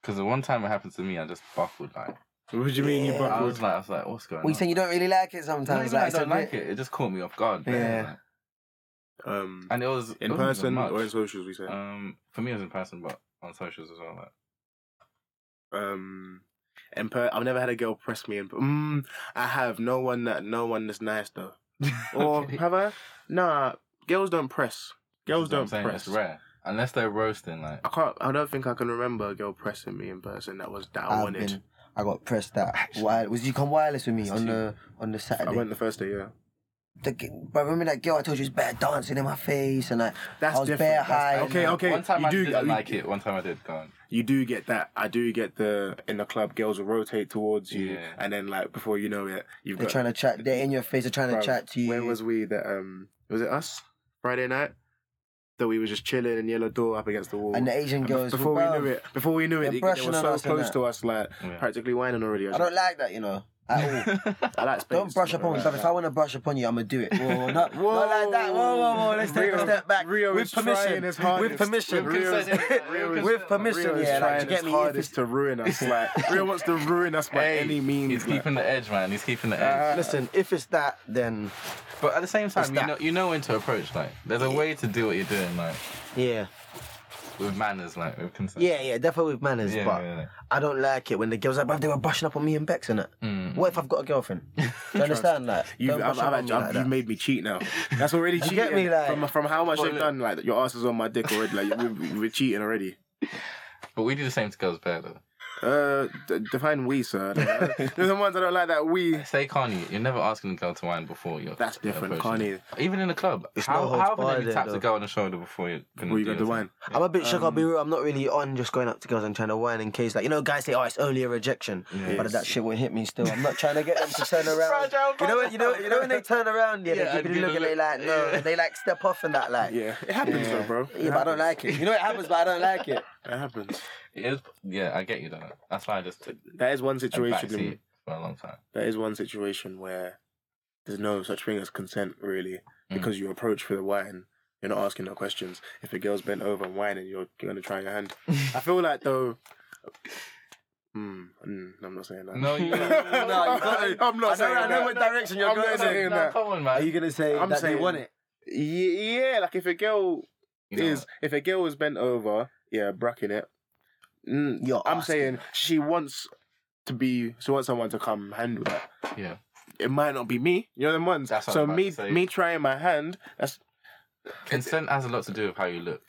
Speaker 2: Because the one time it happened to me, I just buckled. Like,
Speaker 1: what do you mean you
Speaker 2: I
Speaker 1: buckled?
Speaker 2: was like, I was like, what's going
Speaker 3: Well, you
Speaker 2: on?
Speaker 3: saying you don't really like it
Speaker 2: Not
Speaker 3: sometimes?
Speaker 2: even I
Speaker 3: it's a
Speaker 2: don't like
Speaker 3: bit-
Speaker 2: it. It just caught me off guard. man.
Speaker 3: Yeah.
Speaker 2: Like,
Speaker 1: Um,
Speaker 2: and it was it
Speaker 1: in
Speaker 2: wasn't even
Speaker 1: person
Speaker 2: much.
Speaker 1: or in socials, we say.
Speaker 2: Um, for me, it was in person, but on socials as well. Like,
Speaker 1: Um, in per- I've never had a girl press me in. Mm, I have no one that no one that's nice <laughs> though. Or
Speaker 2: Okay.
Speaker 1: have I? Nah, girls don't press. Girls
Speaker 2: That's what I'm
Speaker 1: don't
Speaker 2: saying,
Speaker 1: press.
Speaker 2: It's rare, unless they're roasting. Like,
Speaker 1: I can't. I don't think I can remember a girl pressing me in person. That was that I
Speaker 3: I've
Speaker 1: wanted.
Speaker 3: been. I got pressed that. Wire, was you come wireless with me on
Speaker 2: too-
Speaker 3: the on the
Speaker 1: I
Speaker 3: Saturday?
Speaker 1: went the first day. Yeah,
Speaker 3: The g- but remember that girl I told you was bare dancing in my face and like
Speaker 1: that's
Speaker 3: I was
Speaker 1: different.
Speaker 3: bare
Speaker 1: That's-
Speaker 3: high.
Speaker 1: okay,
Speaker 3: and,
Speaker 1: okay.
Speaker 2: One time
Speaker 1: you
Speaker 2: I
Speaker 1: do
Speaker 2: didn't
Speaker 1: you,
Speaker 2: like it. One time I did. Go on.
Speaker 1: you do get that. I do get the in the club. Girls will rotate towards you,
Speaker 2: Yeah.
Speaker 1: and then like before you know it, you've
Speaker 3: They're
Speaker 1: got
Speaker 3: trying to chat. They're in your face. They're trying
Speaker 1: Bruv,
Speaker 3: to chat to you.
Speaker 1: Where was we? That um, was it us Friday night? That we were just chilling in yellow door up against the wall.
Speaker 3: and the Asian
Speaker 1: And bef-
Speaker 3: girls
Speaker 1: before
Speaker 3: bruv,
Speaker 1: we knew it, before we knew it,
Speaker 3: they're
Speaker 1: they, they
Speaker 3: brushing
Speaker 1: were
Speaker 3: on
Speaker 1: so
Speaker 3: us and
Speaker 1: close
Speaker 3: that.
Speaker 1: to us, like
Speaker 2: Yeah.
Speaker 1: practically whining already.
Speaker 3: I don't like that, you know.
Speaker 1: <laughs>
Speaker 3: At all.
Speaker 2: <laughs>
Speaker 1: I like space.
Speaker 3: Don't brush upon me,
Speaker 1: Like
Speaker 3: bruv. If I want to brush upon you, I'm gonna do it. Whoa, whoa, not,
Speaker 1: Whoa.
Speaker 3: not like that. Whoa, whoa, whoa. Let's take
Speaker 1: Rio-
Speaker 3: a step back.
Speaker 1: Rio
Speaker 3: with
Speaker 1: is
Speaker 3: permission.
Speaker 1: trying his
Speaker 3: with
Speaker 1: hardest.
Speaker 3: permission.
Speaker 1: Rio is- Rio is-
Speaker 3: With permission,
Speaker 1: Rio is
Speaker 3: yeah. Like,
Speaker 1: trying
Speaker 3: do you get
Speaker 1: his
Speaker 3: me?
Speaker 1: hardest to ruin
Speaker 3: <laughs>
Speaker 1: us. Like Rio wants to ruin us by
Speaker 2: Hey,
Speaker 1: any means. Ah.
Speaker 2: He's
Speaker 1: like.
Speaker 2: keeping the edge, man. He's keeping the edge.
Speaker 3: Listen, if it's that, then
Speaker 2: but at the same time, you
Speaker 3: that.
Speaker 2: know, you know when to approach. Like, there's a way to do what you're doing, like
Speaker 3: yeah,
Speaker 2: with manners, like with consent.
Speaker 3: yeah, yeah. Definitely with manners,
Speaker 2: Yeah,
Speaker 3: but
Speaker 2: yeah,
Speaker 3: I don't like it when the girls are like, bruv, they were brushing up on me and Bex and that.
Speaker 2: Mm.
Speaker 3: What if I've got a girlfriend?
Speaker 1: <laughs>
Speaker 3: Do you understand that?
Speaker 1: You,
Speaker 3: Don't brush
Speaker 1: I've, I've,
Speaker 3: up on
Speaker 1: I've,
Speaker 3: me like
Speaker 1: you've
Speaker 3: that.
Speaker 1: made me cheat
Speaker 3: <laughs>
Speaker 1: now. That's already
Speaker 3: You
Speaker 1: cheating.
Speaker 3: get me, like-
Speaker 1: from, from how much
Speaker 2: Well,
Speaker 1: you've
Speaker 2: look-
Speaker 1: done, like your ass is on my dick already. Like we, we- we're cheating already.
Speaker 2: But we do the same to girls better. though.
Speaker 1: Uh, d- define we, sir.
Speaker 3: <laughs>
Speaker 1: There's the ones that don't like that we.
Speaker 2: Say Kanye, you're never asking a girl to wine before you're.
Speaker 1: That's different.
Speaker 2: approaching.
Speaker 1: Kanye,
Speaker 2: Even in a club, how,
Speaker 3: no holds
Speaker 2: how often have
Speaker 3: barred
Speaker 2: you
Speaker 3: there,
Speaker 2: tapped a
Speaker 3: though.
Speaker 2: girl on the shoulder before you're gonna
Speaker 1: before you
Speaker 2: do
Speaker 1: got the
Speaker 2: your
Speaker 1: wine.
Speaker 3: I'm a bit shook. I'll be real. I'm not really on just going up to girls and trying to whine in case, like you know, guys say, "Oh, it's only a rejection,"
Speaker 2: Yeah.
Speaker 3: but that shit will hit me still. I'm not trying to get them to turn around.
Speaker 2: Fragile
Speaker 3: you know, when, you know, you know when they turn around, yeah,
Speaker 2: Yeah,
Speaker 3: they
Speaker 2: I'd
Speaker 3: keep
Speaker 2: give
Speaker 3: you
Speaker 2: a
Speaker 3: looking. They
Speaker 2: look.
Speaker 3: like, no,
Speaker 2: Yeah.
Speaker 3: they like step off and that, like, yeah,
Speaker 1: Yeah, it happens though, bro. It
Speaker 3: but I don't
Speaker 1: happens.
Speaker 3: like it. You know, it happens, but I don't like it.
Speaker 1: It happens.
Speaker 2: It is, yeah, I get you. Though. That's why I just took
Speaker 1: That is one
Speaker 2: a back
Speaker 1: situation.
Speaker 2: seat for a long
Speaker 1: <laughs>
Speaker 2: time.
Speaker 1: that is one situation where there's no such thing as consent really
Speaker 2: Hmm.
Speaker 1: because you approach for the wine you're not asking no questions if the girl's bent over and whining you're going to try your
Speaker 2: <laughs>
Speaker 1: hand i feel like though Mm, mm, I'm not saying that. <laughs>
Speaker 2: No, <laughs> you- No, you
Speaker 3: gotta-
Speaker 1: I'm not saying that.
Speaker 3: direction
Speaker 1: I'm not
Speaker 2: No,
Speaker 1: saying
Speaker 2: no,
Speaker 1: that.
Speaker 2: come on,
Speaker 3: Are
Speaker 2: man.
Speaker 3: you gonna say
Speaker 1: I'm
Speaker 3: that they
Speaker 1: saying-
Speaker 3: want it?
Speaker 1: Yeah, yeah, like if a girl
Speaker 2: You know
Speaker 1: is, if a girl is bent over, yeah, bracking it. Mm,
Speaker 3: You're
Speaker 1: I'm
Speaker 3: asking.
Speaker 1: saying she wants to be, she wants someone to come handle that.
Speaker 2: what? yeah.
Speaker 1: It might not be me. You know them ones.
Speaker 2: That's what
Speaker 1: so
Speaker 2: I'm about
Speaker 1: me,
Speaker 2: to say.
Speaker 1: me trying my hand. That's
Speaker 2: Consent has a lot to do with how you look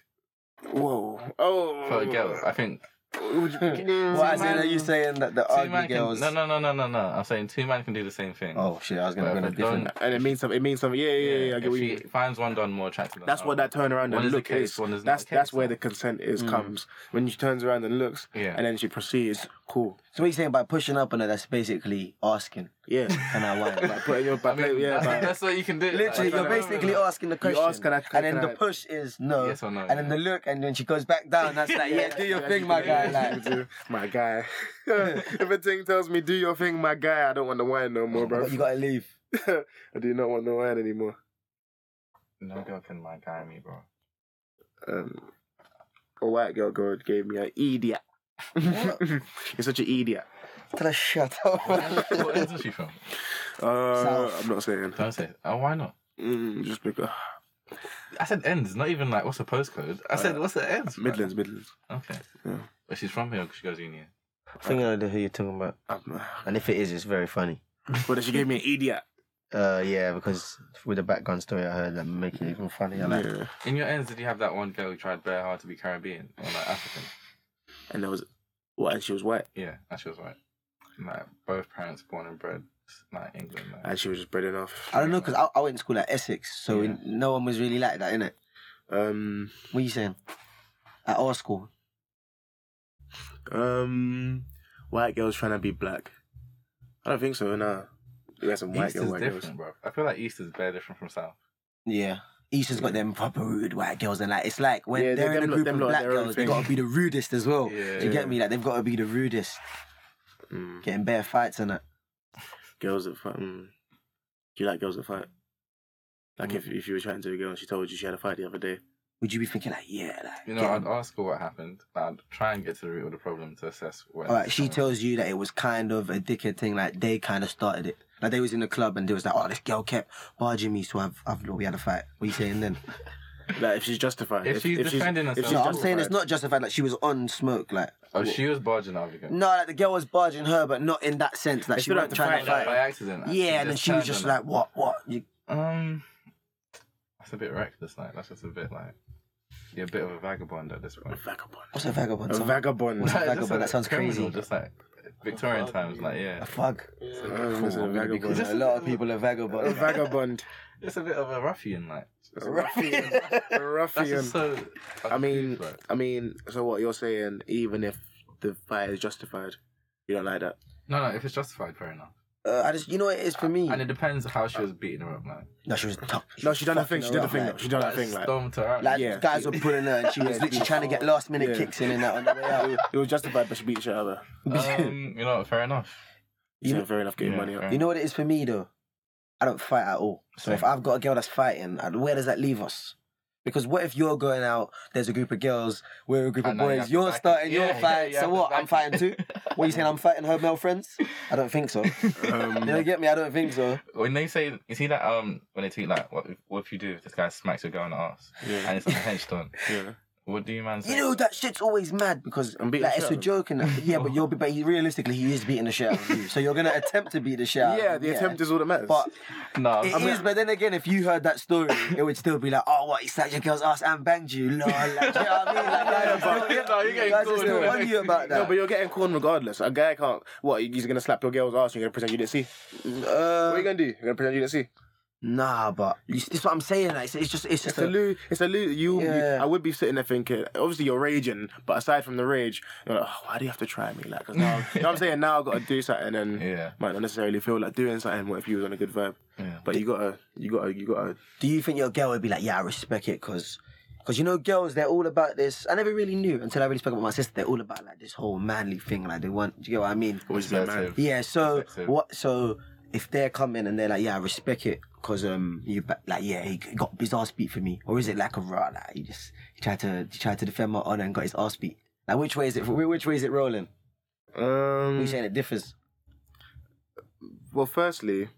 Speaker 1: whoa. Oh,
Speaker 2: for a girl. I think
Speaker 1: Would you-
Speaker 2: <laughs>
Speaker 3: Well, as in,
Speaker 1: man-
Speaker 3: are you saying that the
Speaker 2: two
Speaker 3: ugly
Speaker 2: man
Speaker 3: girls?
Speaker 2: can. No, no, no, no, no, no. I'm saying two men can do the same thing.
Speaker 3: Oh shit! I was
Speaker 2: But
Speaker 3: gonna go in a
Speaker 2: if a
Speaker 3: different.
Speaker 2: don-
Speaker 1: And it means something. It means something. Yeah, yeah, yeah. I get
Speaker 2: if
Speaker 1: what
Speaker 2: she
Speaker 1: you mean.
Speaker 2: finds one don more attractive. than
Speaker 1: That's what that
Speaker 2: another
Speaker 1: turn around
Speaker 2: One
Speaker 1: and
Speaker 2: is the
Speaker 1: look
Speaker 2: case,
Speaker 1: is.
Speaker 2: one is not
Speaker 1: that's
Speaker 2: the
Speaker 1: that's
Speaker 2: case,
Speaker 1: where
Speaker 2: though.
Speaker 1: the consent is comes when she turns around and looks,
Speaker 2: Yeah.
Speaker 1: and then she proceeds. Cool.
Speaker 3: So what you saying by pushing up on her? That's basically asking.
Speaker 2: <laughs>
Speaker 1: Yeah.
Speaker 3: Can I whine?
Speaker 1: like putting your
Speaker 2: I
Speaker 1: back.
Speaker 2: mean,
Speaker 1: yeah.
Speaker 2: that's,
Speaker 1: like-
Speaker 2: <laughs> that's what you can do.
Speaker 3: Literally,
Speaker 2: Like,
Speaker 3: you're
Speaker 2: no, no, no,
Speaker 3: basically
Speaker 2: no.
Speaker 3: asking the
Speaker 1: You
Speaker 3: question.
Speaker 1: ask, can I-
Speaker 3: and then
Speaker 1: can
Speaker 3: the
Speaker 1: I-
Speaker 3: push is no.
Speaker 2: Yes or no,
Speaker 3: And then
Speaker 2: yeah.
Speaker 3: the look, and when she goes back down, that's
Speaker 4: <laughs>
Speaker 3: like, yeah, do your
Speaker 1: Yeah,
Speaker 3: thing,
Speaker 1: you
Speaker 3: my
Speaker 1: do
Speaker 3: guy.
Speaker 1: your
Speaker 3: Like,
Speaker 1: thing, do- my guy. <laughs> if a thing tells me do your thing, my guy, I don't want the wine no more, bro.
Speaker 3: but you
Speaker 4: <laughs>
Speaker 3: gotta leave. <laughs>
Speaker 1: I do not want the wine anymore.
Speaker 2: No girl can my guy me, bro.
Speaker 1: Um, <laughs> a white girl, girl gave me an idiot. You're such an idiot.
Speaker 3: Tell her shut up.
Speaker 4: <laughs>
Speaker 2: what ends is she from?
Speaker 1: Uh,
Speaker 3: South.
Speaker 1: I'm not saying.
Speaker 2: Don't say. it. Oh, why not?
Speaker 1: Mm, just because
Speaker 2: I said ends, not even like what's the postcode. I said what's the ends.
Speaker 1: Uh, Midlands, Midlands.
Speaker 2: Okay.
Speaker 1: Yeah.
Speaker 2: But she's from here. 'cause She goes uni. here.
Speaker 4: I think I know who you're talking about.
Speaker 1: I'm not.
Speaker 4: And if it is, it's very funny.
Speaker 1: But then she gave me an idiot.
Speaker 4: Uh, yeah, because with the background story I heard, that make it even funnier. Like,
Speaker 1: Yeah.
Speaker 2: In your ends, did you have that one girl who tried very hard to be Caribbean or like African?
Speaker 1: And there was, what? And she was white,
Speaker 2: Yeah, and she was like, like both parents born and bred, like England. Like.
Speaker 1: and she was just breading off.
Speaker 3: I don't know because I, I went to school at Essex, so
Speaker 2: Yeah.
Speaker 3: no one was really like that, innit?
Speaker 1: Um,
Speaker 3: What you saying? At our school,
Speaker 1: um, white girls trying to be black. I don't think so. Nah. You got some white
Speaker 2: East
Speaker 1: girl,
Speaker 2: is
Speaker 1: white girls.
Speaker 2: different, bro. I feel like East is very different from South.
Speaker 3: yeah. Easton's got them proper rude white girls, and like it's like when
Speaker 1: Yeah,
Speaker 3: they're
Speaker 1: them
Speaker 3: in a
Speaker 1: lot-
Speaker 3: group
Speaker 1: them
Speaker 3: of
Speaker 1: lot are
Speaker 3: black
Speaker 1: their own
Speaker 3: girls, they
Speaker 1: thing.
Speaker 3: gotta be the rudest as well.
Speaker 2: Yeah.
Speaker 3: Do you Oh, get me? Like they've gotta be the rudest,
Speaker 1: Mm.
Speaker 3: getting bare fights and that.
Speaker 1: Girls that fight. Mm. Do you like girls that fight? Like
Speaker 2: Mm.
Speaker 1: if if you were chatting to a girl and she told you she had a fight the other day.
Speaker 3: Would you be thinking like, yeah, like
Speaker 2: You know,
Speaker 3: getting-
Speaker 2: I'd ask her what happened. and I'd try and get to the root of the problem to assess what.
Speaker 3: All right, she tells you that it was kind of a dickhead thing. Like they kind of started it. Like they was in the club and they was like, "Oh, this girl kept barging me, so I've, I've we had a fight." What are you saying then?
Speaker 1: Like if she's justified.
Speaker 2: If she's defending herself.
Speaker 3: no,
Speaker 2: She's
Speaker 3: I'm saying it's
Speaker 1: justified.
Speaker 3: not justified. Like she was on smoke. Like
Speaker 2: Oh, she was barging the other girl.
Speaker 3: no, like the girl was barging her, but not in that sense. Like
Speaker 1: They
Speaker 3: she
Speaker 1: still
Speaker 3: wasn't
Speaker 1: had to
Speaker 3: trying to
Speaker 2: Like,
Speaker 3: fight.
Speaker 2: by accident. like,
Speaker 3: yeah, and then she was
Speaker 2: turned
Speaker 3: just
Speaker 2: on her.
Speaker 3: like, "What? What?" You,
Speaker 2: Um, that's a bit reckless. Like that's just a bit like you're a bit of a vagabond at this
Speaker 3: <laughs>
Speaker 2: point.
Speaker 1: Vagabond.
Speaker 3: what's a vagabond?
Speaker 1: A
Speaker 3: song?
Speaker 1: vagabond.
Speaker 3: Like,
Speaker 2: Just
Speaker 3: vagabond, that sounds
Speaker 2: criminal,
Speaker 3: crazy.
Speaker 2: Just like Victorian times, like yeah,
Speaker 3: a fug.
Speaker 1: Oh, it's a
Speaker 3: Because
Speaker 1: vagabond.
Speaker 3: <laughs> a lot of people are
Speaker 1: A
Speaker 3: vagabonds. <laughs>
Speaker 1: vagabond.
Speaker 2: it's a bit of a ruffian, like It's a
Speaker 1: Ruffian. A
Speaker 2: That's
Speaker 1: Ruffian.
Speaker 2: just so.
Speaker 1: I mean,
Speaker 2: Right.
Speaker 1: I mean. So what you're saying? Even if the fight is justified, you don't like that.
Speaker 2: no, no. If it's justified, fair enough.
Speaker 3: Uh, I just, you know, what it is for me.
Speaker 2: And it depends how she was beating her up, like.
Speaker 3: No, she was tough.
Speaker 1: No, she done her thing. She did
Speaker 3: the
Speaker 1: her thing. Though. She done her thing. Like
Speaker 2: Stormed her out.
Speaker 3: Like
Speaker 1: Yeah.
Speaker 3: guys were pulling her, and she was literally trying to get last minute
Speaker 1: Yeah.
Speaker 3: kicks in and out on the way <laughs> out.
Speaker 1: it was justified, but she beat each other.
Speaker 2: <laughs>
Speaker 1: <laughs>
Speaker 2: um, you know, fair enough.
Speaker 1: You
Speaker 3: You-
Speaker 1: know, fair enough. Getting
Speaker 2: Yeah,
Speaker 1: money
Speaker 2: fair
Speaker 1: up.
Speaker 3: You know what it is for me though? I don't fight at all. So if
Speaker 2: Same.
Speaker 3: I've got a girl that's fighting, I- where does that leave us? Because what if you're going out, there's a group of girls, we're a group
Speaker 2: And
Speaker 3: of
Speaker 2: now you have
Speaker 3: boys,
Speaker 2: to
Speaker 3: you're
Speaker 2: back it.
Speaker 3: starting
Speaker 2: Yeah,
Speaker 3: your
Speaker 2: yeah,
Speaker 3: fight,
Speaker 2: you have
Speaker 3: so
Speaker 2: to
Speaker 3: what?
Speaker 2: back
Speaker 3: I'm fighting too? What are you saying, I'm fighting her male friends? I don't
Speaker 2: <laughs>
Speaker 3: think so.
Speaker 1: <laughs> Um,
Speaker 3: you get me? I don't think so.
Speaker 2: When they say, you see that um, when they tweet like, what, if- what if you do if this guy smacks your girl in the ass,
Speaker 1: yeah,
Speaker 2: and it's like a hedge done?
Speaker 1: yeah.
Speaker 2: What do you man say?
Speaker 3: You know, that shit's always mad because
Speaker 1: I'm beating
Speaker 3: like,
Speaker 1: the
Speaker 3: it's
Speaker 1: shit
Speaker 3: a
Speaker 1: out
Speaker 3: joke and that.
Speaker 1: <laughs>
Speaker 3: But yeah, but you're, but he, realistically, he is beating the shit out of you. So you're going to attempt to beat the shit out
Speaker 1: Yeah,
Speaker 3: of
Speaker 1: the
Speaker 3: him,
Speaker 1: attempt is all that matters.
Speaker 3: But
Speaker 2: no,
Speaker 3: It is,
Speaker 2: I'm-
Speaker 3: but then again, if you heard that story, it would still be like, oh, what, he slapped your girl's ass and banged you. Lol. Like, do you know what I mean? Like,
Speaker 2: Yeah,
Speaker 3: guys, are
Speaker 2: but-
Speaker 3: still-
Speaker 2: No, you're getting
Speaker 3: guys are
Speaker 2: caught
Speaker 3: still
Speaker 2: anyway.
Speaker 3: on you about
Speaker 1: no,
Speaker 3: that.
Speaker 1: but you're getting corn regardless. A guy can't. What? He's gonna slap your girl's ass. and You're gonna pretend you didn't see. What are
Speaker 3: Uh,
Speaker 1: you gonna do? You're gonna pretend you didn't see.
Speaker 3: nah, but you, this is what I'm saying. Like, it's, it's just, it's
Speaker 1: It's
Speaker 3: just
Speaker 1: a loo. It's a loo. You, you-
Speaker 3: Yeah.
Speaker 1: I would be sitting there thinking. Obviously, you're raging, but aside from the rage, you're like, oh, why do you have to try me? Like, 'cause now, you know what I'm saying? Now I've got to do something, and
Speaker 2: <laughs> Yeah.
Speaker 1: might not necessarily feel like doing something. What if you was on a good vibe?
Speaker 2: Yeah.
Speaker 1: But you gotta, you gotta, you gotta.
Speaker 3: do you think your girl would be like, yeah, I respect it because. Because you know, girls, they're all about this. I never really knew until I really spoke about my sister. They're all about like this whole manly thing. Like they want, do you get what I mean?
Speaker 1: Always be a man.
Speaker 2: Assertive.
Speaker 3: Yeah. So
Speaker 2: Perspective.
Speaker 3: what? So if they're coming and they're like, yeah, I respect it, cause um, you ba- like, yeah, he g- got his ass beat for me, or is it like a raw? Like he just he tried to he tried to defend my honor and got his ass beat. Like which way is it? wh- Which way is it rolling?
Speaker 1: Um.
Speaker 3: We're saying it differs.
Speaker 1: Well, firstly,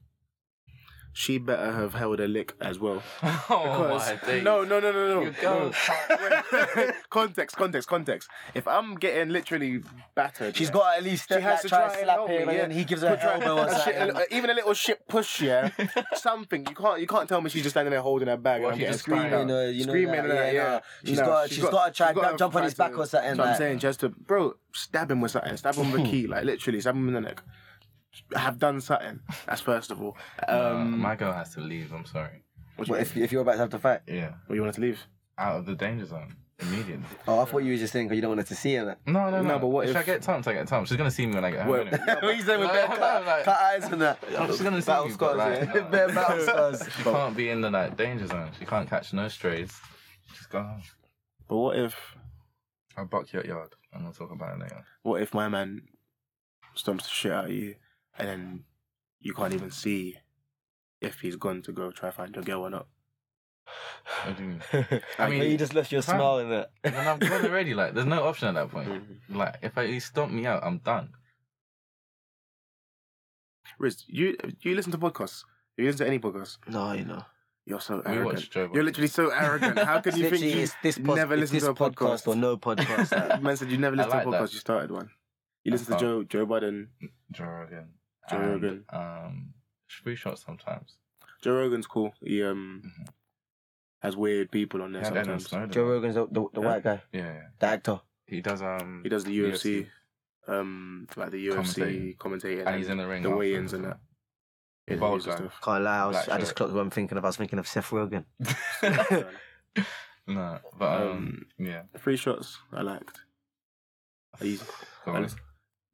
Speaker 1: she better have held her lick as well.
Speaker 2: <laughs> Oh
Speaker 1: Because-
Speaker 2: my days.
Speaker 1: no, no, no, no,
Speaker 2: Your
Speaker 1: no.
Speaker 2: girl.
Speaker 1: <laughs> no. context, context, context. If I'm getting literally battered,
Speaker 3: She's
Speaker 1: yeah,
Speaker 3: got to at least
Speaker 1: She has
Speaker 3: like,
Speaker 1: to
Speaker 3: try
Speaker 1: try
Speaker 3: and
Speaker 1: and
Speaker 3: slap
Speaker 1: help
Speaker 3: him,
Speaker 1: me,
Speaker 3: and then
Speaker 1: yeah.
Speaker 3: he gives her an elbow or
Speaker 1: a shit-
Speaker 3: something.
Speaker 1: a- even a little shit push,
Speaker 3: <laughs>
Speaker 1: yeah, something. You can't, you can't tell me she's just standing there holding her bag
Speaker 2: What
Speaker 1: and I'm
Speaker 2: if you
Speaker 1: getting
Speaker 2: just cry
Speaker 1: screamed
Speaker 2: out?
Speaker 1: out.
Speaker 3: You know, you know
Speaker 1: screaming
Speaker 3: that,
Speaker 1: and that,
Speaker 3: yeah,
Speaker 1: yeah.
Speaker 3: nah. She's gotta- she's gotta try- grab- jump on his back or something,
Speaker 1: That's what I'm
Speaker 3: like-
Speaker 1: saying, just to, bro, stab him with something, stab him with a key, like literally, stab him in the neck. Have done something. That's first
Speaker 3: <laughs>
Speaker 1: of all.
Speaker 2: Um,
Speaker 1: Um,
Speaker 2: my girl has to leave. I'm sorry.
Speaker 1: what, do
Speaker 3: What
Speaker 1: you,
Speaker 3: if, if you're about to have to fight?
Speaker 2: Yeah,
Speaker 1: what you want us to leave?
Speaker 2: out of the danger zone immediately.
Speaker 3: Oh, I thought you were just saying because you don't want her to see her.
Speaker 2: No, no, no.
Speaker 1: No, but what
Speaker 2: if, I
Speaker 1: if-
Speaker 2: get time? I get time. She's gonna see me when I get
Speaker 1: <laughs>
Speaker 2: home.
Speaker 1: Well,
Speaker 2: innit? <laughs>
Speaker 3: <laughs> What you saying
Speaker 2: with bare cut- cut
Speaker 3: eyes and uh, that?
Speaker 2: She's gonna see
Speaker 3: Battle
Speaker 2: me, but
Speaker 3: scars,
Speaker 2: like,
Speaker 3: yeah. <laughs>
Speaker 2: no.
Speaker 1: <laughs>
Speaker 3: Bare battle scars.
Speaker 2: She can't be in the like danger zone. She can't catch no strays. Just go home.
Speaker 1: But what if
Speaker 2: I'll buck you at yard, and we'll talk about it later.
Speaker 1: what if my man stomps the shit out of you and then you can't even see if he's gone to go try find your girl or not?
Speaker 2: What do you mean?
Speaker 4: I
Speaker 2: I
Speaker 4: mean,
Speaker 2: mean-
Speaker 4: you just left your
Speaker 2: Fam.
Speaker 4: smile in it.
Speaker 2: And then
Speaker 1: Mm.
Speaker 2: Mm-hmm. I'm gone already. Like, there's no option at that point. Like, if I, he stomped me out, I'm done.
Speaker 1: Riz, you you listen to podcasts. You listen to any podcasts.
Speaker 4: No, you know.
Speaker 1: You're so
Speaker 2: We
Speaker 1: arrogant.
Speaker 2: watched Joe
Speaker 1: You're
Speaker 2: Rogan.
Speaker 1: literally so arrogant. How can
Speaker 2: <laughs>
Speaker 3: It's
Speaker 1: you think
Speaker 3: literally-
Speaker 1: you
Speaker 3: it's this pod-
Speaker 1: never
Speaker 3: it's
Speaker 1: listen
Speaker 3: this
Speaker 1: to a podcast?
Speaker 4: or no
Speaker 1: <laughs>
Speaker 4: podcast.
Speaker 1: Like, Man said you never
Speaker 2: I
Speaker 1: listened to a
Speaker 2: like
Speaker 1: podcast.
Speaker 2: that.
Speaker 1: You started one. You listen to
Speaker 2: Oh.
Speaker 1: Joe Joe Biden.
Speaker 2: Joe Rogan.
Speaker 1: Joe
Speaker 2: and,
Speaker 1: Rogan.
Speaker 2: Um, free shots sometimes.
Speaker 1: Joe Rogan's cool. He um
Speaker 2: Mhm.
Speaker 1: has weird people on there
Speaker 2: Yeah, Edward
Speaker 1: sometimes.
Speaker 2: Snowden.
Speaker 3: Joe Rogan's the, the, the
Speaker 1: Yeah.
Speaker 3: white guy,
Speaker 2: Yeah, yeah.
Speaker 3: the actor.
Speaker 2: He does. Um,
Speaker 1: He does the UFC, um like the UFC commentating.
Speaker 2: and he's in the ring.
Speaker 1: the
Speaker 2: after
Speaker 1: weigh-ins
Speaker 2: as
Speaker 1: and
Speaker 2: well.
Speaker 1: that. the
Speaker 2: Bald guy. <laughs>
Speaker 1: stuff.
Speaker 4: Can't lie, I, was,
Speaker 2: Black
Speaker 4: I just
Speaker 2: shirt.
Speaker 4: clocked what I'm thinking of. I was thinking of Seth Rogen.
Speaker 2: <laughs> no, but um,
Speaker 1: Um,
Speaker 2: yeah.
Speaker 1: Three shots I liked. He's-
Speaker 2: Go on.
Speaker 1: and-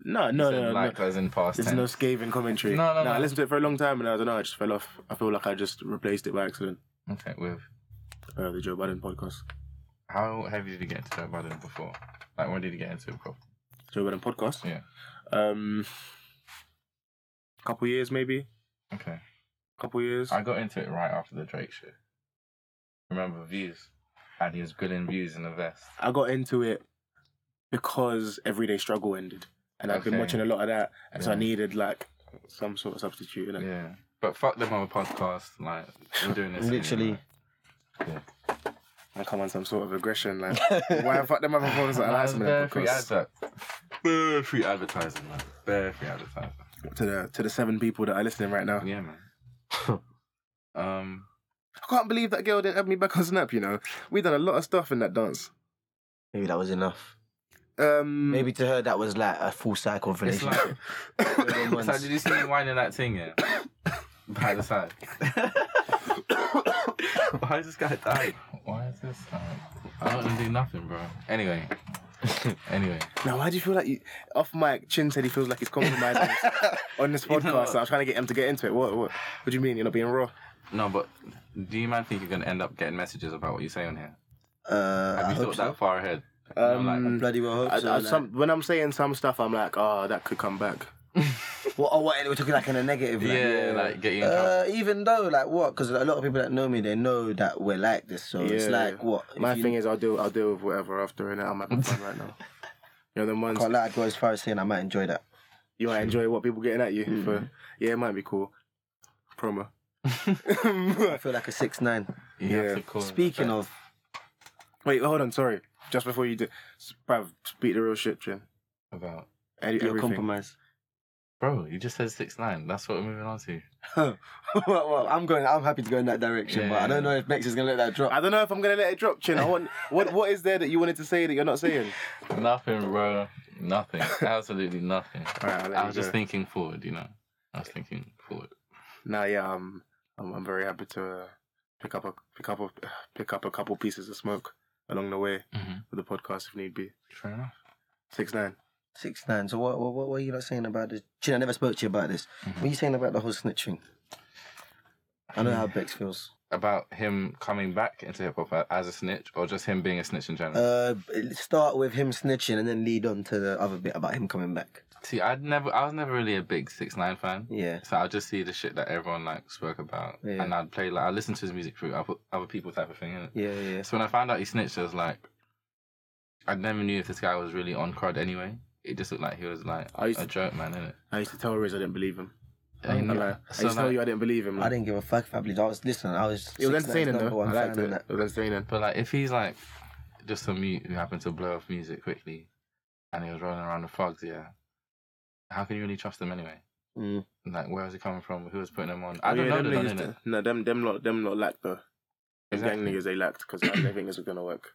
Speaker 1: No, no,
Speaker 2: Said
Speaker 1: no, no.
Speaker 2: like as in past
Speaker 1: There's
Speaker 2: tense.
Speaker 1: no scathing commentary.
Speaker 2: No, no,
Speaker 1: Nah, I
Speaker 2: no.
Speaker 1: listened to it for a long time and I don't know. I just fell off. I feel like I just replaced it by accident.
Speaker 2: Okay, with
Speaker 1: Uh, the Joe Biden podcast.
Speaker 2: how heavy did you get into Joe Biden before? Like when did you get into it? Bro?
Speaker 1: Joe Biden podcast.
Speaker 2: Yeah.
Speaker 1: Um, couple years maybe.
Speaker 2: Okay,
Speaker 1: Couple years.
Speaker 2: I got into it right after the Drake show. Remember views, and he was grilling views in the vest.
Speaker 1: I got into it because Everyday Struggle ended, and I've been
Speaker 2: Okay.
Speaker 1: watching a lot of that, and so I
Speaker 2: Yeah.
Speaker 1: needed like some sort of substitute. innit?
Speaker 2: Yeah, but fuck them other podcasts. Like we're doing this
Speaker 4: Literally.
Speaker 2: anyway.
Speaker 1: I come on some sort of aggression,
Speaker 2: <laughs>
Speaker 1: like why fuck them other phones that I like
Speaker 2: That's
Speaker 1: some of
Speaker 2: bare
Speaker 1: their
Speaker 2: free
Speaker 1: podcasts?
Speaker 2: advert. Bare free advertising, man. Bare free advertising.
Speaker 1: to the to the seven people that are listening right now.
Speaker 2: Yeah, man. <laughs> um,
Speaker 1: I can't believe that girl didn't have me back on Snap. You know, we done a lot of stuff in that dance.
Speaker 4: Maybe that was enough.
Speaker 1: Um,
Speaker 4: Maybe to her that was like a full cycle of
Speaker 2: it's <laughs>
Speaker 4: relationship.
Speaker 2: like. so did you see me winding that thing? Yeah. <coughs> By the side. <coughs> Why is this guy dying? Why is this? Um, I don't wanna do nothing, bro. <laughs> Anyway. anyway.
Speaker 1: now why do you feel like you, off mic? Chin said he feels like he's compromising himself on this
Speaker 2: You know
Speaker 1: podcast.
Speaker 2: what?
Speaker 1: I was trying to get him to get into it. What what? What do you mean you're not being raw?
Speaker 2: No, but do you man think you're gonna end up getting messages about what you say on here?
Speaker 3: Uh,
Speaker 2: Have
Speaker 3: I
Speaker 2: you
Speaker 3: hope
Speaker 2: thought that far ahead?
Speaker 1: Um,
Speaker 2: like,
Speaker 3: so. Bloody well hope
Speaker 1: I,
Speaker 3: so.
Speaker 1: I,
Speaker 3: like-
Speaker 1: some, when I'm saying some stuff, I'm like, oh, that could come back.
Speaker 3: Well, oh, what, we're talking like in a negative. Like,
Speaker 2: Yeah, like, get you in
Speaker 3: Uh, even though, like, what? Because a lot of people that know me, they know that we're like this. So it's
Speaker 1: Yeah.
Speaker 3: like, what?
Speaker 1: My thing is, I'll deal, I'll deal with whatever after, and I'm having fun right now. You know, the ones
Speaker 3: can't lie, I'd go as far as saying I might
Speaker 1: <laughs>
Speaker 3: enjoy that.
Speaker 1: you might enjoy what people getting at you for. Yeah, it might be cool. Promo.
Speaker 3: I feel like a six nine.
Speaker 2: You
Speaker 1: Yeah.
Speaker 2: Have to call
Speaker 3: Speaking of,
Speaker 1: Wait, hold on. Sorry, just before you do, s- bruv, speak the real shit, Jim.
Speaker 2: about
Speaker 1: Any-
Speaker 3: your
Speaker 1: Everything.
Speaker 3: compromise.
Speaker 2: bro, you just said six nine. That's what we're moving on to.
Speaker 3: <laughs> well, well, I'm going. I'm happy to go in that direction, but I don't know if Mex is gonna let that drop.
Speaker 1: I don't know if I'm gonna let it drop, Chin. I want what what is there that you wanted to say that you're not saying?
Speaker 2: Nothing, bro. <laughs> Nothing. Absolutely nothing.
Speaker 1: Alright, I'll let
Speaker 2: I
Speaker 1: you
Speaker 2: was just
Speaker 1: go.
Speaker 2: thinking forward, you know. I was thinking forward.
Speaker 1: Nah, yeah, um, I'm I'm very happy to uh, pick up a pick up a pick up a couple pieces of smoke along the way
Speaker 2: Mm-hmm.
Speaker 1: with the podcast if need be.
Speaker 2: Fair enough.
Speaker 1: Six nine.
Speaker 3: Six nine. So what? What, what were you not saying about this? Chin, I never spoke to you about this.
Speaker 1: Mm-hmm.
Speaker 3: What are you saying about the whole snitching? I know how Bex feels.
Speaker 2: About him coming back into hip hop as a snitch, or just him being a snitch in
Speaker 1: Mm-hmm.
Speaker 2: general.
Speaker 3: Uh, start with him snitching and then lead on to the other bit about him coming back.
Speaker 2: see, I'd never, I was never really a big Six Nine fan,
Speaker 3: Yeah.
Speaker 2: so I'd just see the shit that everyone like spoke about,
Speaker 3: Yeah.
Speaker 2: and I'd play like I listen to his music through other, other people type of thing. Innit?
Speaker 3: Yeah, yeah.
Speaker 2: So when I found out he snitched, I was like, I never knew if this guy was really on crud anyway. It just looked like he was like
Speaker 1: I used
Speaker 2: a
Speaker 1: to-
Speaker 2: joke man, innit?
Speaker 1: I used to tell Riz I didn't believe him. I,
Speaker 2: And,
Speaker 1: like, I
Speaker 2: so,
Speaker 1: used to tell
Speaker 2: like-
Speaker 1: you I didn't believe him.
Speaker 3: I didn't give a fuck if I believed. I was listening. I was.
Speaker 1: It was
Speaker 3: 6ix9ine's
Speaker 1: entertaining
Speaker 3: number
Speaker 1: though.
Speaker 3: one
Speaker 1: I liked
Speaker 3: fan
Speaker 1: it.
Speaker 3: and that.
Speaker 1: It was entertaining.
Speaker 2: But like, if he's like just some mute who happened to blow off music quickly, and he was rolling around the fogs, yeah. How can you really trust him anyway?
Speaker 3: Mm.
Speaker 2: Like, where is he coming from? Who was putting him on? I don't know. the
Speaker 1: Them
Speaker 2: done,
Speaker 1: niggas, no, them them lot them lot lacked though. The
Speaker 2: Exactly.
Speaker 1: gang niggas they lacked because I don't think this was gonna work.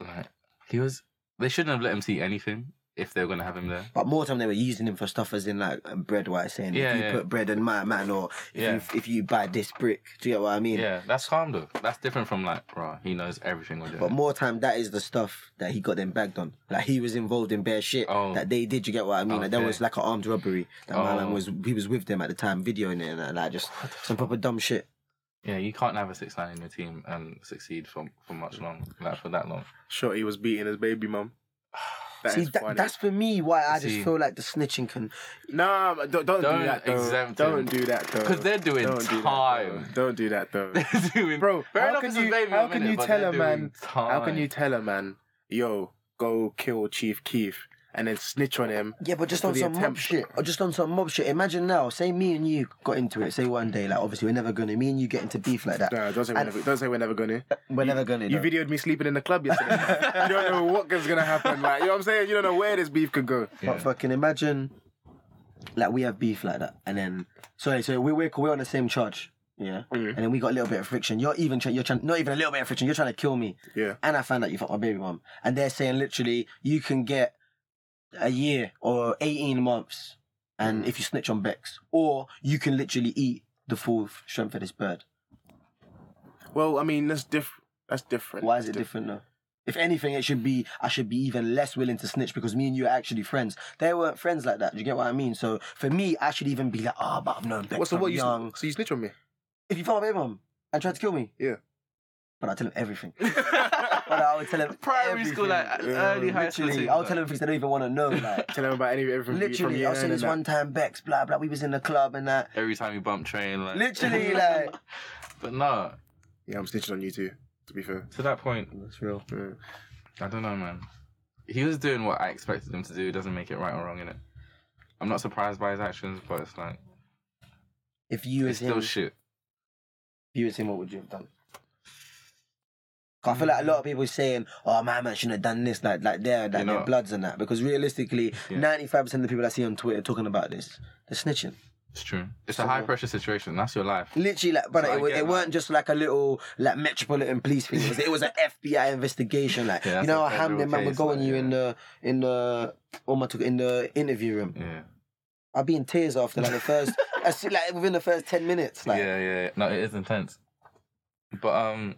Speaker 2: innit? Like, he was. They shouldn't have let him see anything if they were gonna have him there.
Speaker 3: But more time they were using him for stuff as in like um, bread. Why saying
Speaker 2: Yeah,
Speaker 3: if you
Speaker 2: yeah.
Speaker 3: put bread in my man or if
Speaker 2: Yeah.
Speaker 3: you if you buy this brick, do you get what I mean?
Speaker 2: Yeah, that's calm though. That's different from like, rah, he knows everything we're doing.
Speaker 3: But more time, that is the stuff that he got them bagged on. Like he was involved in bare shit
Speaker 2: Oh.
Speaker 3: that they did. You get what I mean? Like there
Speaker 2: Okay.
Speaker 3: was like an armed robbery that my
Speaker 2: Oh.
Speaker 3: man was. He was with them at the time, videoing it and that, like just some proper dumb shit.
Speaker 2: yeah, you can't have a six nine in your team and succeed for for much long, like for that long. <laughs>
Speaker 1: Shorty was beating his baby mum. <sighs> That
Speaker 3: See,
Speaker 1: is
Speaker 3: that,
Speaker 1: funny.
Speaker 3: that's for me why I just
Speaker 2: See.
Speaker 3: feel like the snitching can.
Speaker 1: Nah, but don't, don't,
Speaker 2: Don't
Speaker 1: do that though.
Speaker 2: exempt him.
Speaker 1: don't do that though.
Speaker 2: 'Cause they're doing
Speaker 1: Don't do that,
Speaker 2: time.
Speaker 1: though. don't do that
Speaker 2: <laughs>
Speaker 1: though.
Speaker 2: Doing-
Speaker 1: <laughs> Bro,
Speaker 2: fair
Speaker 1: how
Speaker 2: enough,
Speaker 1: can
Speaker 2: it's his
Speaker 1: you-
Speaker 2: baby in
Speaker 1: how can
Speaker 2: minute,
Speaker 1: you
Speaker 2: but
Speaker 1: tell
Speaker 2: they're
Speaker 1: a man-
Speaker 2: doing
Speaker 1: How can
Speaker 2: time.
Speaker 1: you tell a man, yo, go kill Chief Keef? and then snitch on him.
Speaker 3: Yeah, but just
Speaker 1: For
Speaker 3: on
Speaker 1: the
Speaker 3: some mob
Speaker 1: attempt.
Speaker 3: shit. Or just on some mob shit. Imagine now, say me and you got into it. Say one day, like obviously we're never gonna. Me and you get into beef like that.
Speaker 1: No, don't say we're
Speaker 3: And-
Speaker 1: never, don't say we're never gonna.
Speaker 3: <laughs> We're never gonna.
Speaker 1: You
Speaker 3: no.
Speaker 1: videoed me sleeping in the club yesterday. you don't know what is gonna happen. Like you know what I'm saying? You don't know where this beef could go.
Speaker 3: But fucking imagine, like we have beef like that, and then sorry, so we we're we're on the same charge, yeah, and then we got a little bit of friction. You're even try, you're trying not even a little bit of friction. You're trying to kill me,
Speaker 1: Yeah.
Speaker 3: and I found out you fucked my baby mom, and they're saying literally you can get a year or eighteen months, and if you snitch on Bex, or you can literally eat the full strength of this bird.
Speaker 1: Well, I mean that's diff. That's different.
Speaker 3: Why is it different though? If anything, it should be I should be even less willing to snitch because me and you are actually friends. They weren't friends like that. Do you get what I mean? So for me, I should even be like, oh, but I've known Beck
Speaker 1: What's the
Speaker 3: from
Speaker 1: what? You,
Speaker 3: young.
Speaker 1: sn- so you snitch on me?
Speaker 3: if you found my baby mum and tried to kill me,
Speaker 1: Yeah.
Speaker 3: But I tell him everything. But I would tell him
Speaker 2: Primary school, like
Speaker 3: everything.
Speaker 2: early high school.
Speaker 3: literally,
Speaker 2: too,
Speaker 3: I'll
Speaker 2: like-
Speaker 3: tell him things they don't even want to
Speaker 1: <laughs>
Speaker 3: know. Like
Speaker 1: Tell him about any everything. from
Speaker 3: literally,
Speaker 1: you
Speaker 3: I'll say
Speaker 1: and
Speaker 3: this
Speaker 1: that.
Speaker 3: one time, Bex, blah blah. We was in the club and that.
Speaker 2: every time you bump train, like
Speaker 3: Literally,
Speaker 1: <laughs>
Speaker 2: <laughs>
Speaker 3: like
Speaker 2: But nah,
Speaker 1: Yeah, I'm snitching on you too. To be fair.
Speaker 2: to that point,
Speaker 4: That's real.
Speaker 1: Yeah.
Speaker 2: I don't know, man. He was doing what I expected him to do. It doesn't make it right or wrong, innit? I'm not surprised by his actions, but it's like
Speaker 3: if you
Speaker 2: it's
Speaker 3: was
Speaker 2: still
Speaker 3: him,
Speaker 2: shit.
Speaker 3: If you were him, what would you have done? 'Cause I feel like a lot of people saying, "Oh, my man shouldn't have done this," like like they're like
Speaker 2: You
Speaker 3: their
Speaker 2: know-
Speaker 3: bloods and that. Because realistically,
Speaker 2: Yeah.
Speaker 3: ninety-five percent of the people I see on Twitter talking about this, they're snitching.
Speaker 2: It's true. It's a high pressure situation. That's your life.
Speaker 3: Literally, like, brother,
Speaker 2: So I
Speaker 3: it, wa-
Speaker 2: get
Speaker 3: it
Speaker 2: that.
Speaker 3: weren't just like a little like metropolitan police thing. It was,
Speaker 2: <laughs>
Speaker 3: it was an FBI investigation. Like,
Speaker 2: Yeah, that's
Speaker 3: you know
Speaker 2: a
Speaker 3: how ham
Speaker 2: federal
Speaker 3: them man were
Speaker 2: case,
Speaker 3: going
Speaker 2: like,
Speaker 3: you in
Speaker 2: yeah.
Speaker 3: the in the oh my, took in the interview room.
Speaker 2: Yeah.
Speaker 3: I'd be in tears after like
Speaker 2: <laughs>
Speaker 3: the first, I see, like within the first ten minutes. Like,
Speaker 2: yeah, yeah, yeah. No, it is intense. But um,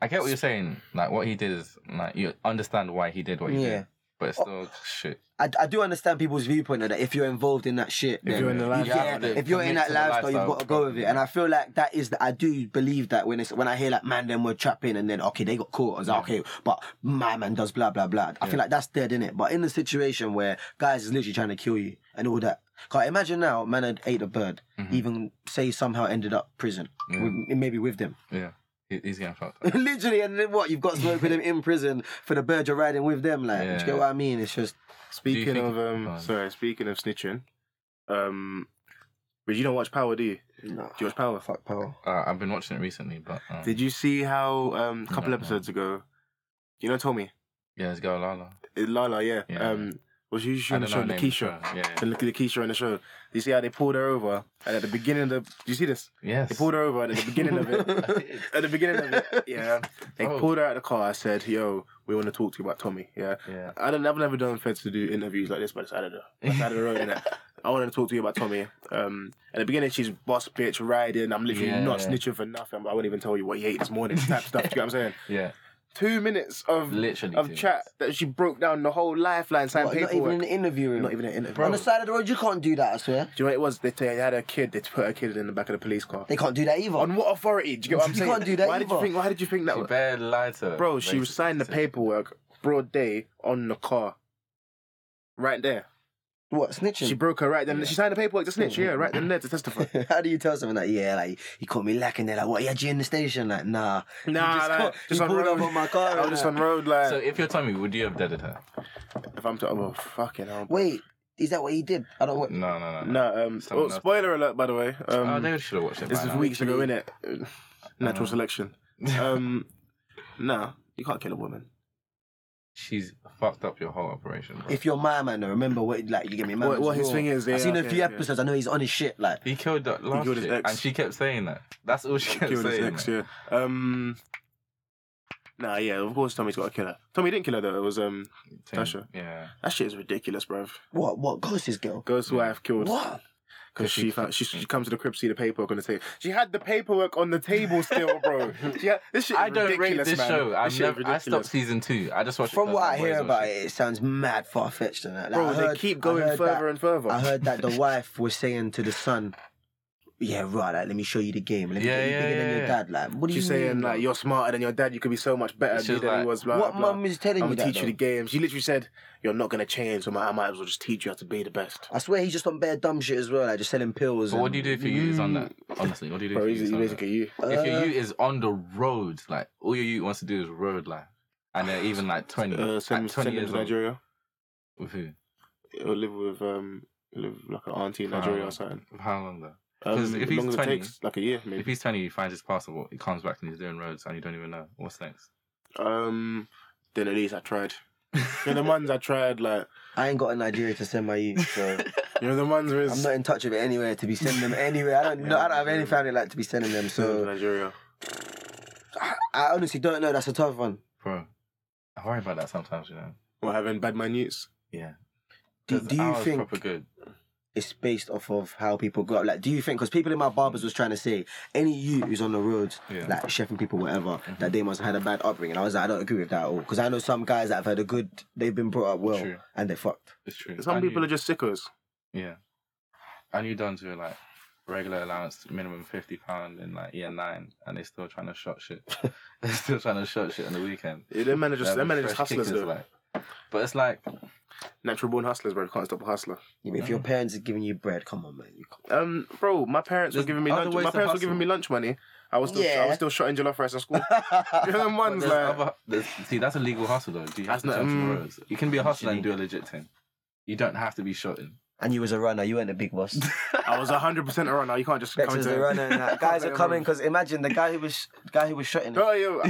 Speaker 2: I get what you're saying. Like what he did is like you understand why he did what he
Speaker 3: Yeah. Oh.
Speaker 2: did, but it's still shit.
Speaker 3: I, I do understand people's viewpoint of that. If you're involved in that shit, then
Speaker 1: you're in the
Speaker 2: You
Speaker 1: lifestyle,
Speaker 2: have
Speaker 3: yeah,
Speaker 2: to
Speaker 3: if you're in
Speaker 2: commit
Speaker 3: that
Speaker 2: to the
Speaker 3: lifestyle, you've got to go with it. And I feel like that is the, I do believe that when it's when I hear like man them were trapping and then okay they got caught I was like, okay but my man does blah blah blah. I feel like that's dead in it. But in the situation where guys is literally trying to kill you and all that. Cause imagine now man had ate a bird, even say somehow ended up prison. With, maybe with them. <laughs>
Speaker 2: yeah, he, he's getting fucked. Up.
Speaker 3: literally and then what, you've got smoke with them in prison for the bird you're riding with them, like do you
Speaker 2: Yeah.
Speaker 3: get what I mean? It's just
Speaker 1: Speaking
Speaker 2: think-
Speaker 1: of um,
Speaker 2: Go on.
Speaker 1: sorry. Speaking of snitching, um, but you don't watch Power, do you?
Speaker 3: no.
Speaker 1: Do you watch Power?
Speaker 3: Fuck power.
Speaker 2: Uh, I've been watching it recently, but um,
Speaker 1: Did you see how um, a couple
Speaker 2: No, no.
Speaker 1: episodes ago, you know Tommy
Speaker 2: yeah, let's go, Lala.
Speaker 1: Uh, Lala, yeah,
Speaker 2: Yeah.
Speaker 1: um, was usually
Speaker 2: I
Speaker 1: on the
Speaker 2: don't
Speaker 1: show
Speaker 2: know her name,
Speaker 1: Lakeisha.
Speaker 2: but Yeah,
Speaker 1: The, the Keisha on the show. You see how they pulled her over, and at the beginning of the, do you see this?
Speaker 2: yeah.
Speaker 1: They pulled her over, and at the beginning of
Speaker 2: <laughs>
Speaker 1: it,
Speaker 2: yes.
Speaker 1: at the beginning of it, yeah,
Speaker 2: <laughs>
Speaker 1: they
Speaker 2: Oh.
Speaker 1: pulled her out of the car. I said, "Yo, we want to talk to you about Tommy." Yeah,
Speaker 2: yeah.
Speaker 1: I don't, I've never done feds to do interviews like this by the side of the, by the, side of the road.
Speaker 3: <laughs>
Speaker 1: innit? I wanted to talk to you about Tommy. Um, at the beginning, she's boss bitch riding. I'm literally
Speaker 2: Yeah.
Speaker 1: not snitching for nothing. But I wouldn't even tell you what he ate this morning. Type stuff. Do you know what I'm
Speaker 3: <laughs>
Speaker 1: saying?
Speaker 2: Yeah,
Speaker 1: Two minutes of
Speaker 2: literally.
Speaker 1: of
Speaker 2: too.
Speaker 1: chat that she broke down the whole lifeline, signed
Speaker 3: What, not even
Speaker 1: paperwork.
Speaker 3: in the interview room.
Speaker 1: Not even an interview.
Speaker 3: On the side of the road, you can't do that, I swear.
Speaker 1: Do you know what it was? They, they had a kid. They put a kid in the back of the police car.
Speaker 3: They can't do that either.
Speaker 1: On what authority? Do you get what I'm
Speaker 3: <laughs> You
Speaker 1: saying?
Speaker 3: can't do that
Speaker 1: Why did you
Speaker 3: either.
Speaker 1: think? Why did you think that?
Speaker 2: She
Speaker 1: was-
Speaker 2: bare lied to her,
Speaker 1: Bro, she
Speaker 2: basically.
Speaker 1: was signing the paperwork broad day on the car. Right there.
Speaker 3: what, snitching?
Speaker 1: She broke her right then. She signed the paperwork to snitch. Yeah, right then there to
Speaker 3: <laughs>
Speaker 1: testify.
Speaker 3: How do you tell someone that? Yeah, like he caught me lacking. They're like, "What? He had you in the station?" Like, nah, He
Speaker 1: Nah,
Speaker 3: just,
Speaker 1: like,
Speaker 3: caught-
Speaker 1: just
Speaker 3: he
Speaker 1: on
Speaker 3: pulled up
Speaker 1: road.
Speaker 3: on my
Speaker 1: <laughs>
Speaker 3: car.
Speaker 1: I
Speaker 3: and
Speaker 1: was just
Speaker 3: that.
Speaker 1: on road like
Speaker 2: So if you're Tommy, would you have deaded her?
Speaker 1: if I'm talking about fucking hell.
Speaker 3: Wait, is that what he did? I don't. What,
Speaker 2: No, no, no.
Speaker 1: No, um
Speaker 2: Someone
Speaker 1: oh,
Speaker 2: else.
Speaker 1: spoiler alert by the way. Um
Speaker 2: oh, they should have watched it.
Speaker 1: this
Speaker 2: by
Speaker 1: is
Speaker 2: now.
Speaker 1: weeks ago, innit? Uh, Natural
Speaker 3: <laughs>
Speaker 1: selection. Um nah, you can't kill a woman.
Speaker 2: She's fucked up your whole operation. Bro.
Speaker 3: if you're my man, though, remember what? Like, you get me, man.
Speaker 1: What-
Speaker 3: was
Speaker 1: what his
Speaker 3: raw.
Speaker 1: thing is, yeah,
Speaker 3: I've seen a
Speaker 1: okay,
Speaker 3: few
Speaker 1: yeah.
Speaker 3: episodes. I know he's on his shit. Like,
Speaker 2: He killed that last
Speaker 1: killed his
Speaker 2: chick,
Speaker 1: ex.
Speaker 2: and she kept saying that. That's all she kept
Speaker 1: Kill his
Speaker 2: saying.
Speaker 1: ex,
Speaker 2: man.
Speaker 1: yeah. Um Nah, yeah, of course Tommy's got to kill her. Tommy didn't kill her though, it was um Tasha.
Speaker 2: Yeah.
Speaker 1: that shit is ridiculous, bruv.
Speaker 3: what? What? Ghost this girl?
Speaker 1: Ghost wife killed
Speaker 3: What?
Speaker 1: Because she, found, she
Speaker 2: Mm.
Speaker 1: she comes to the crib, see the paperwork on the table. She had the paperwork on the table still,
Speaker 2: <laughs>
Speaker 1: bro. She had, this shit.
Speaker 2: I
Speaker 1: is
Speaker 2: don't rate
Speaker 1: ridiculous,
Speaker 2: this
Speaker 1: man.
Speaker 2: show. I
Speaker 1: This shit is
Speaker 2: never. I stopped
Speaker 1: ridiculous.
Speaker 2: season two. I just watched. it
Speaker 3: From
Speaker 2: 'cause
Speaker 3: what
Speaker 2: my
Speaker 3: I
Speaker 2: boys
Speaker 3: hear
Speaker 2: watched
Speaker 3: about
Speaker 2: it.
Speaker 3: it, it sounds mad far fetched. Like,
Speaker 1: Bro,
Speaker 3: I
Speaker 1: they
Speaker 3: heard-
Speaker 1: keep
Speaker 3: I
Speaker 1: going
Speaker 3: heard
Speaker 1: further
Speaker 3: that-
Speaker 1: and further.
Speaker 3: I heard that the wife was saying to the son, "Yeah, right. Like, let me show you the game. Let me
Speaker 2: Yeah,
Speaker 3: get you
Speaker 2: yeah,
Speaker 3: bigger
Speaker 2: yeah,
Speaker 3: than
Speaker 2: yeah.
Speaker 3: your dad. Like, what do
Speaker 1: She's
Speaker 3: you
Speaker 1: saying
Speaker 3: mean?
Speaker 1: like you're smarter than your dad. You could be so much better at
Speaker 2: She's
Speaker 1: me than
Speaker 2: like,
Speaker 1: he was. Blah,
Speaker 3: what
Speaker 1: blah.
Speaker 3: mum is telling
Speaker 1: I'm
Speaker 3: you
Speaker 1: gonna
Speaker 3: that,
Speaker 1: teach you the
Speaker 3: though?
Speaker 1: game. She literally said, "You're not gonna change, so I I might as well just teach you how to be the best."
Speaker 3: I swear he's just on bare dumb shit as well, like just selling pills.
Speaker 2: But what
Speaker 3: and-
Speaker 2: do you do if your youth is on that? Honestly, what do you do?
Speaker 1: Mm. Bro,
Speaker 2: if,
Speaker 1: he's, he's
Speaker 2: your youth is on
Speaker 1: basically you.
Speaker 2: that? if your
Speaker 1: Uh,
Speaker 3: Uh,
Speaker 2: youth is on the road, like all your youth wants to do is road life, and they're even like twenty.
Speaker 1: <sighs> Uh,
Speaker 2: at
Speaker 1: send, send
Speaker 2: twenty
Speaker 1: him
Speaker 2: years
Speaker 1: to
Speaker 2: old.
Speaker 1: Nigeria.
Speaker 2: With who?
Speaker 1: He'll live with um live with, like an auntie in Nigeria
Speaker 2: Ah.
Speaker 1: or something.
Speaker 2: For How long though? 'Cause
Speaker 1: Um,
Speaker 2: if
Speaker 1: if
Speaker 2: he's
Speaker 1: long as it
Speaker 2: 20
Speaker 1: takes, like a year
Speaker 2: If
Speaker 1: maybe.
Speaker 2: he's 20, he finds his passport, he comes back and he's doing roads and you don't even know.
Speaker 1: <laughs>
Speaker 2: What's next?
Speaker 1: Um, then at least I tried. You know
Speaker 2: <laughs>
Speaker 1: the ones I tried, like
Speaker 3: I ain't got a Nigeria to send my youth, so
Speaker 1: <laughs> you know the ones where it's
Speaker 3: I'm not in touch with it anywhere to be sending them anywhere. I don't know. I don't have any family like to be sending them.
Speaker 1: so
Speaker 3: So
Speaker 1: Nigeria.
Speaker 3: I, I honestly don't know. That's a tough one.
Speaker 2: Bro, I worry about that sometimes, you know?
Speaker 1: Or having bad man news.
Speaker 2: Yeah.
Speaker 3: Do,
Speaker 2: 'Cause
Speaker 3: do you
Speaker 2: ours
Speaker 3: think
Speaker 2: proper good.
Speaker 3: it's based off of how people grow up? Like, do you think because people in my barbers was trying to say any you who's on the roads,
Speaker 2: Yeah.
Speaker 3: like chefing people, whatever, that they must have had a bad upbringing. I was like, I don't agree with that at all because I know some guys that have had a good, they've been brought up well
Speaker 2: True.
Speaker 3: and they fucked.
Speaker 2: It's true.
Speaker 1: Some
Speaker 2: I
Speaker 1: people
Speaker 2: knew-
Speaker 1: are just sickos.
Speaker 2: Yeah. I knew dons who were like regular allowance minimum fifty pound in like year nine and they still trying to shot
Speaker 1: <laughs>
Speaker 2: shit. <laughs> They're still trying to shot shit on the weekend.
Speaker 1: Yeah, Their managers,
Speaker 2: They're
Speaker 1: their
Speaker 2: having
Speaker 1: managers
Speaker 2: fresh
Speaker 1: hustlers
Speaker 2: kickers,
Speaker 1: though.
Speaker 2: like. But it's like
Speaker 1: Natural born hustlers, bro. Can't stop a hustler.
Speaker 3: If your parents are giving you bread, come on, man. You can't.
Speaker 1: Um, bro, my parents
Speaker 2: There's
Speaker 1: were giving me
Speaker 2: other
Speaker 1: lunch.
Speaker 2: ways
Speaker 1: My
Speaker 2: to
Speaker 1: parents were
Speaker 2: hustle.
Speaker 1: giving me lunch money. I was still, I
Speaker 3: Yeah.
Speaker 1: was still shot in jollof
Speaker 3: <laughs>
Speaker 1: rice at school. you know them
Speaker 2: but
Speaker 1: ones
Speaker 2: there's
Speaker 1: like
Speaker 2: other, there's, see that's a legal hustle though. Do you
Speaker 1: That's
Speaker 2: have to
Speaker 1: not-
Speaker 2: jump
Speaker 1: mm.
Speaker 2: the roads? You can be a hustler and do a legit thing. You don't have to be shotting.
Speaker 3: And you was a runner. You weren't a big boss.
Speaker 1: I was hundred percent a runner. You can't just
Speaker 3: Bex
Speaker 1: come
Speaker 3: was
Speaker 1: into
Speaker 3: the runner.
Speaker 1: <laughs>
Speaker 3: and that. Guys are
Speaker 1: Yeah,
Speaker 3: coming
Speaker 1: bro.
Speaker 3: because imagine the guy who was guy who was shooting.
Speaker 1: Oh, yo,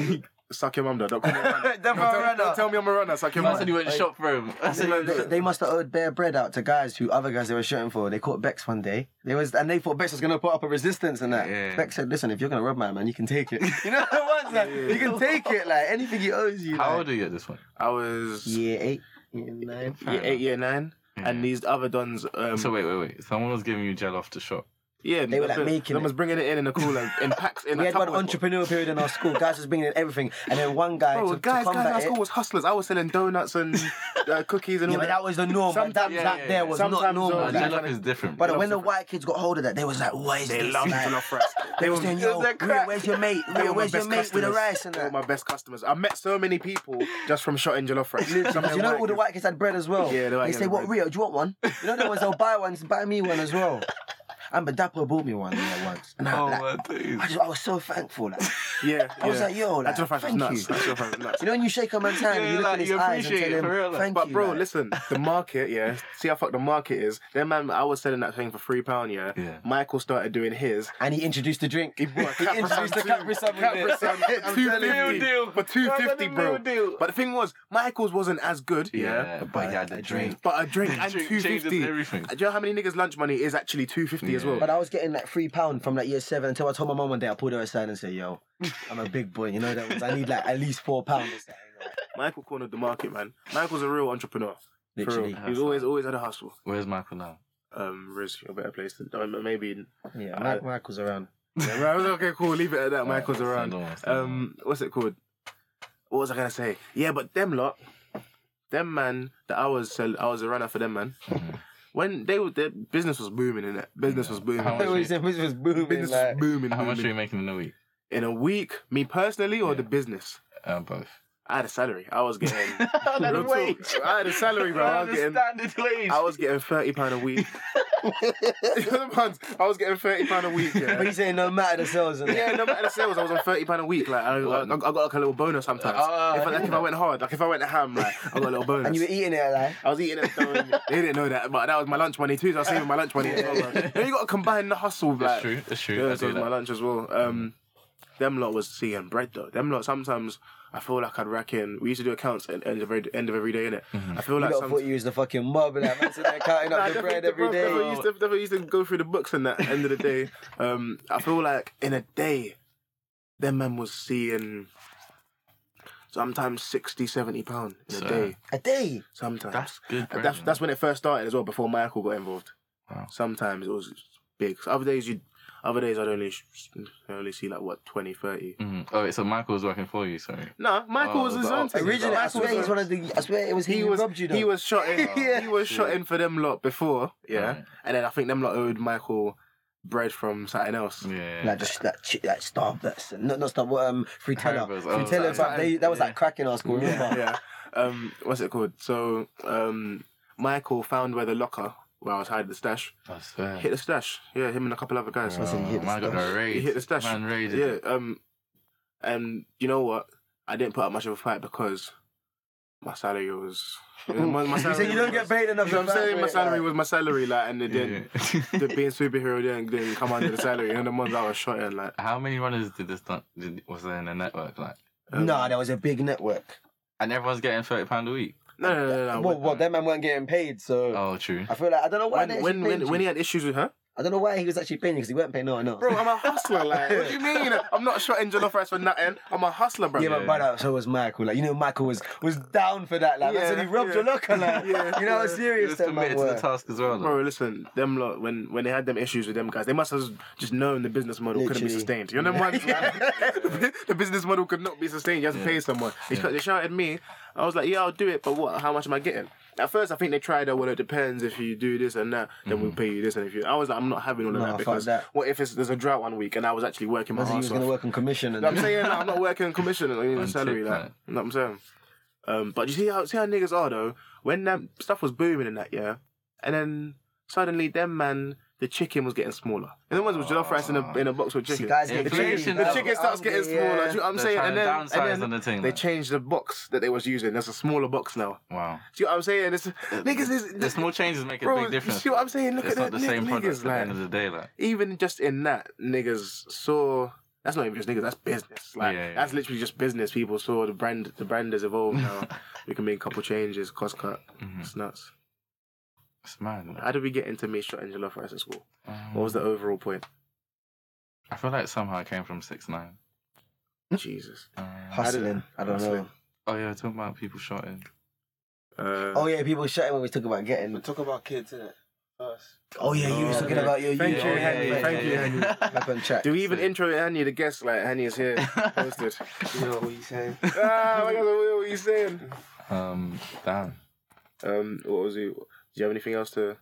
Speaker 1: suck your mum, though. Don't call me a
Speaker 3: <laughs>
Speaker 1: runner.
Speaker 3: Don't call me a
Speaker 1: tell-
Speaker 3: runner.
Speaker 1: Don't tell me I'm a runner. Suck your
Speaker 2: I
Speaker 1: mum.
Speaker 2: said you went shop for <laughs> him. I said you
Speaker 3: They,
Speaker 2: went
Speaker 3: they must have owed bare bread out to guys who other guys they were shooting for. They caught Bex one day. They was and they thought Bex was gonna put up a resistance and that.
Speaker 2: Yeah.
Speaker 3: Bex said, "Listen, if you're gonna rob my man, you can take it. <laughs> You know what I'm saying? You can take it. Like anything he owes you.
Speaker 2: How
Speaker 3: like,
Speaker 2: old are you at this one?
Speaker 1: I was
Speaker 3: Year eight, year nine.
Speaker 1: year eight, year nine, and these other dons. Um,
Speaker 2: So wait, wait, wait. Someone was giving you gel off to shop.
Speaker 1: yeah,
Speaker 3: They were, like,
Speaker 1: them-
Speaker 3: making
Speaker 1: them
Speaker 3: it.
Speaker 1: was bringing it in in a cooler in packs. In
Speaker 3: We
Speaker 1: a
Speaker 3: had one
Speaker 1: Tupperware.
Speaker 3: entrepreneur period in our
Speaker 1: <laughs>
Speaker 3: school. Guys was bringing in everything, and then one guy.
Speaker 1: Bro,
Speaker 3: to,
Speaker 1: guys,
Speaker 3: to
Speaker 1: guys,
Speaker 3: combat
Speaker 1: our
Speaker 3: it-
Speaker 1: school was hustlers. I was selling donuts and uh, cookies and
Speaker 3: Yeah,
Speaker 1: all
Speaker 3: but
Speaker 1: that.
Speaker 3: that was the norm. man. That,
Speaker 1: Sometimes-
Speaker 3: that
Speaker 2: yeah, yeah,
Speaker 3: there
Speaker 2: yeah.
Speaker 3: was not
Speaker 1: Sometimes,
Speaker 3: normal.
Speaker 1: uh,
Speaker 2: Uh,
Speaker 1: Like,
Speaker 2: gel
Speaker 1: trying
Speaker 2: off
Speaker 1: to-
Speaker 2: is different.
Speaker 3: Oh, But
Speaker 1: They
Speaker 3: when the
Speaker 1: love
Speaker 3: white kids got hold of that, they was like, "What is
Speaker 1: They
Speaker 3: this?"
Speaker 1: loved
Speaker 3: man?"
Speaker 1: jollof rice.
Speaker 3: They
Speaker 1: were
Speaker 3: was saying, "Yo,
Speaker 2: that
Speaker 3: Greer,
Speaker 2: crack?
Speaker 3: where's your
Speaker 1: <laughs>
Speaker 3: mate?
Speaker 1: They
Speaker 3: Greer,
Speaker 1: were my
Speaker 3: where's your
Speaker 1: best
Speaker 3: mate
Speaker 1: customers.
Speaker 3: with the rice and
Speaker 1: They were
Speaker 3: that?"
Speaker 1: my best customers. I met so many people just from shot in jollof rice. Some
Speaker 3: Because you know all the white kids had bread as well.
Speaker 1: Yeah, the white
Speaker 3: they
Speaker 1: kids
Speaker 3: say,
Speaker 1: had
Speaker 3: "What
Speaker 1: bread.
Speaker 3: Rio? Do you want
Speaker 1: <laughs>
Speaker 3: one?" You know the ones they'll buy ones, buy me one as well. And but Dapper bought me one yeah, once, and
Speaker 2: <laughs>
Speaker 3: I,
Speaker 2: Oh
Speaker 3: like,
Speaker 2: my days.
Speaker 3: I, just, I was so thankful. Like,
Speaker 1: Yeah, yeah.
Speaker 3: I was like, "Yo,
Speaker 1: that
Speaker 3: like,
Speaker 1: jollof rice was
Speaker 3: thank
Speaker 1: nuts.
Speaker 3: you."
Speaker 1: That jollof rice was nuts.
Speaker 3: You know when you shake a man's hand, and
Speaker 2: Yeah,
Speaker 3: you look
Speaker 2: like,
Speaker 3: in his
Speaker 2: you
Speaker 3: eyes and
Speaker 2: appreciate
Speaker 3: tell
Speaker 2: it,
Speaker 3: him,
Speaker 2: for real, like.
Speaker 3: "Thank
Speaker 1: But
Speaker 3: you."
Speaker 1: bro,
Speaker 3: like.
Speaker 1: listen, the market, yeah. See how fucked the market is. Then man, I was selling that thing for three pound, yeah.
Speaker 2: Yeah.
Speaker 1: Michael started doing his.
Speaker 3: And he introduced the drink.
Speaker 1: He bought a
Speaker 3: introduced the Capri Sun with it.
Speaker 1: <laughs>
Speaker 3: I'm
Speaker 1: two
Speaker 3: telling you.
Speaker 2: Real deal.
Speaker 1: fifty for two fifty,
Speaker 2: Real
Speaker 1: bro.
Speaker 2: deal.
Speaker 1: But the thing was, Michael's wasn't as good, yeah.
Speaker 2: yeah, but he had a drink.
Speaker 1: But a drink
Speaker 2: <laughs>
Speaker 1: and
Speaker 2: Drink
Speaker 1: two
Speaker 2: changes
Speaker 1: fifty. Do
Speaker 2: everything.
Speaker 1: you know how many niggas' lunch money is actually two fifty as well?
Speaker 3: But I was getting like three pound from like year seven until I told my mum one day I pulled her aside and said, "Yo, I'm a big boy. You know that was. I need like at least four pounds." or something, like,
Speaker 1: Michael cornered the market, man. Michael's a real entrepreneur. For real.
Speaker 3: Literally,
Speaker 1: He's always always had a hustle.
Speaker 2: Where's Michael now?
Speaker 1: Um, Riz, you're a better place than um, maybe.
Speaker 3: yeah. Mike, Michael's around.
Speaker 1: Yeah, right, okay, cool. Leave it at that. Uh, Michael's around.
Speaker 2: Alright, send on, send on.
Speaker 1: um, what's it called? What was I gonna say? Yeah, but them lot, them man that I was sell, I was a runner for them
Speaker 2: <laughs>
Speaker 1: man. When they were, their business was booming in it. Business was booming.
Speaker 2: How much-
Speaker 3: Always it was booming.
Speaker 1: <laughs> business
Speaker 3: Like,
Speaker 1: was <laughs> booming.
Speaker 2: How much
Speaker 1: booming.
Speaker 2: are you making in a week?
Speaker 1: in a week? Me personally or the business?
Speaker 2: Um, both.
Speaker 1: I had a salary. I was getting.
Speaker 2: <laughs> had a
Speaker 1: Real talk.
Speaker 2: wage.
Speaker 1: I had a salary, bro. I was getting.
Speaker 2: standard wage.
Speaker 1: I was getting thirty pound a
Speaker 2: <laughs>
Speaker 1: week. <laughs> You know the ones? I was getting thirty pound a week.
Speaker 3: but
Speaker 1: Yeah.
Speaker 2: <laughs>
Speaker 3: he's saying no matter the sales. And
Speaker 1: <laughs> Yeah, no matter the sales, I was on thirty pound a week. Like I, I, I got like a little bonus sometimes.
Speaker 2: Ah,
Speaker 1: if I, like if I went hard, like if I went ham, like I got a little bonus.
Speaker 3: <laughs> And you were eating it like.
Speaker 1: I was eating it. so
Speaker 3: <laughs>
Speaker 1: they didn't know that, but that was my lunch money too. So I was saving my lunch money. As well, bro. You know, you got to combine the hustle. with,
Speaker 2: It's
Speaker 1: Like,
Speaker 2: true. It's true.
Speaker 1: Yeah,
Speaker 2: I
Speaker 1: so
Speaker 2: do
Speaker 1: was my
Speaker 2: that.
Speaker 1: lunch as well. Um, them lot was seeing bread though. Them lot sometimes I feel like I'd rack in. We used to do accounts at end of every, end of every day, innit? I feel
Speaker 3: Mm-hmm. You
Speaker 1: like
Speaker 3: lot
Speaker 1: some.
Speaker 3: thought you was the fucking mob, like man, so they're counting
Speaker 1: Nah,
Speaker 3: up the
Speaker 1: definitely-
Speaker 3: bread every
Speaker 1: bro, Definitely
Speaker 3: day.
Speaker 1: used, to, definitely used to go through the books and that at the end of the day. Um, I feel like in a day, them man was seeing sometimes 60, 70 pounds in a
Speaker 2: So-
Speaker 1: day.
Speaker 3: A day.
Speaker 1: Sometimes.
Speaker 2: That's good. bread,
Speaker 1: that's
Speaker 2: you know.
Speaker 1: that's when it first started as well. Before Michael got involved.
Speaker 2: Wow.
Speaker 1: Sometimes it was big. Other days you, other days I'd only sh- I only see like what 20, 30.
Speaker 2: Mhm. Oh, wait, so Michael was working for you. Sorry.
Speaker 1: No, Michael
Speaker 2: Oh,
Speaker 1: was his
Speaker 2: but-
Speaker 1: own. thing.
Speaker 3: Originally, I
Speaker 1: Michael
Speaker 3: swear he's
Speaker 1: was-
Speaker 3: one of the. I swear it was he,
Speaker 1: He
Speaker 3: who
Speaker 1: was
Speaker 3: robbed you though.
Speaker 1: he was shot in.
Speaker 3: <laughs> Yeah.
Speaker 1: He was shot in for them lot before. Yeah,
Speaker 2: Right.
Speaker 1: and then I think them lot owed Michael bread from something else.
Speaker 2: Yeah.
Speaker 3: Like just that chi- that Starbucks, not not Starbucks, but um, Frutella,
Speaker 2: Haribo's, oh,
Speaker 3: Frutella.
Speaker 2: that's
Speaker 3: fam, they, that was
Speaker 2: right.
Speaker 3: like cracking our school. Remember?
Speaker 1: yeah. Um, what's it called? So um, Michael found where the locker where I was hiding the stash.
Speaker 2: I swear.
Speaker 1: Hit the stash. Yeah, him and a couple other guys.
Speaker 2: Bro,
Speaker 3: he hit the
Speaker 2: man got
Speaker 3: stash.
Speaker 2: a raid.
Speaker 1: He hit the stash.
Speaker 2: Man raided.
Speaker 1: Yeah, um, and you know what? I didn't put up much of a fight because my salary was. My, <laughs> my <laughs>
Speaker 3: You
Speaker 1: salary
Speaker 3: said you
Speaker 1: was-
Speaker 3: don't get paid enough.
Speaker 1: You know what I'm saying my salary was my salary, like, and they
Speaker 2: Yeah. <laughs>
Speaker 1: didn't. <laughs> The being superhero didn't, didn't come under the salary. And the ones that was shot at, like,
Speaker 2: How many runners did this done, did, was there in the network like?
Speaker 1: um,
Speaker 3: Nah, there was a big network.
Speaker 2: And everyone's getting thirty pound a week.
Speaker 1: no, no, no, no.
Speaker 3: well,
Speaker 1: Oh, when,
Speaker 3: well, them man weren't getting paid, so
Speaker 2: Oh, true.
Speaker 3: I feel like I don't know why. they
Speaker 1: when,
Speaker 3: actually
Speaker 1: when,
Speaker 3: paid
Speaker 1: when, when
Speaker 3: you.
Speaker 1: he had issues with her,
Speaker 3: I don't know why he was actually paying you because he weren't paying no one else.
Speaker 1: bro, I'm a hustler. Like, what <laughs> do you mean? I'm not shot in jollof rice for nothing. I'm a hustler, bro.
Speaker 3: Yeah, but brother, so was Michael. Like you know, Michael was was down for that. Like I
Speaker 1: Yeah,
Speaker 3: said, he rubbed
Speaker 1: yeah.
Speaker 3: your locker. Like
Speaker 1: <laughs> Yeah,
Speaker 3: you know how
Speaker 1: yeah.
Speaker 2: He
Speaker 3: serious
Speaker 2: was
Speaker 3: that man
Speaker 2: committed to the
Speaker 3: were.
Speaker 2: task as well. though.
Speaker 1: Bro, listen, them lot when when they had them issues with them guys, they must have just known the business model couldn't be
Speaker 3: Literally.
Speaker 1: sustained. You know what <laughs> The business model could not be sustained. You have to pay someone. They, sh- they shouted at me. I was like, yeah, I'll do it, but what? How much am I getting? At first, I think they tried that. Well, it depends if you do this and that, then we'll pay you this and if you. I was like, I'm not having all of
Speaker 3: Nah,
Speaker 1: that
Speaker 3: fuck
Speaker 1: because
Speaker 3: that.
Speaker 1: what if it's, there's a drought one week and I was actually working my
Speaker 3: Because he was
Speaker 1: ass
Speaker 3: going to
Speaker 1: off?
Speaker 3: work on commission and
Speaker 1: I'm saying like, I'm not working on commission and
Speaker 2: On
Speaker 1: like, salary.
Speaker 2: tip,
Speaker 1: Like,
Speaker 2: like.
Speaker 1: you know what I'm saying? Um, but you see how see how niggas are though. When that stuff was booming in that year, and then suddenly them man, the chicken was getting smaller. And the ones with jollof rice in
Speaker 2: Ah.
Speaker 1: a in a box with
Speaker 3: See,
Speaker 1: chicken.
Speaker 3: guys,
Speaker 1: the
Speaker 3: get
Speaker 1: chicken,
Speaker 2: Inflation
Speaker 1: the
Speaker 2: levels.
Speaker 1: chicken starts getting
Speaker 3: Yeah.
Speaker 1: smaller. Do you know what I'm
Speaker 2: They're
Speaker 1: saying?
Speaker 2: trying
Speaker 1: And
Speaker 2: to
Speaker 1: then,
Speaker 2: downsize
Speaker 1: and then
Speaker 2: on the thing,
Speaker 1: they
Speaker 2: like.
Speaker 1: changed the box that they was using. There's a smaller box now.
Speaker 2: Wow.
Speaker 1: Do you know what I'm saying? It's, niggas is
Speaker 2: The small changes make a
Speaker 1: Bro,
Speaker 2: big difference.
Speaker 1: see what I'm saying? Look
Speaker 2: it's
Speaker 1: at
Speaker 2: not
Speaker 1: the
Speaker 2: the same
Speaker 1: nigg-
Speaker 2: product
Speaker 1: niggas,
Speaker 2: at the
Speaker 1: like-
Speaker 2: end of the day, like.
Speaker 1: even just in that, niggas saw. That's not even just niggas. That's business. Like
Speaker 2: Yeah, yeah,
Speaker 1: that's
Speaker 2: yeah.
Speaker 1: literally just business. People saw the brand. The brand has evolved
Speaker 2: <laughs>
Speaker 1: now. we can make a couple changes, cost cut.
Speaker 2: Mhm.
Speaker 1: It's nuts.
Speaker 2: It's mad. like.
Speaker 1: How did we get into me shot Angela Rice at school?
Speaker 2: Um,
Speaker 1: What was the overall point?
Speaker 2: I feel like somehow it came from six nine. Hmm? Um,
Speaker 1: Jesus.
Speaker 3: hustling. I don't know.
Speaker 1: Hustling.
Speaker 2: oh yeah, talking about people shouting.
Speaker 1: Uh,
Speaker 3: Oh yeah, people shouting when we talk about getting.
Speaker 4: talk about kids, innit? First.
Speaker 3: Oh yeah, you was
Speaker 1: Oh,
Speaker 3: talking
Speaker 1: yeah.
Speaker 3: about your.
Speaker 1: Thank
Speaker 3: yeah,
Speaker 1: you,
Speaker 3: yeah,
Speaker 1: Henry.
Speaker 3: yeah,
Speaker 1: Thank
Speaker 3: yeah,
Speaker 1: you,
Speaker 3: yeah.
Speaker 1: Henry.
Speaker 3: Back on track.
Speaker 1: do we even intro Annie the guest? Like Annie is
Speaker 2: <laughs>
Speaker 1: here, posted.
Speaker 4: You know what you saying?
Speaker 1: ah, my God, what were you saying?
Speaker 2: <laughs> Um, damn.
Speaker 1: Um, what was it? Do you have anything else to?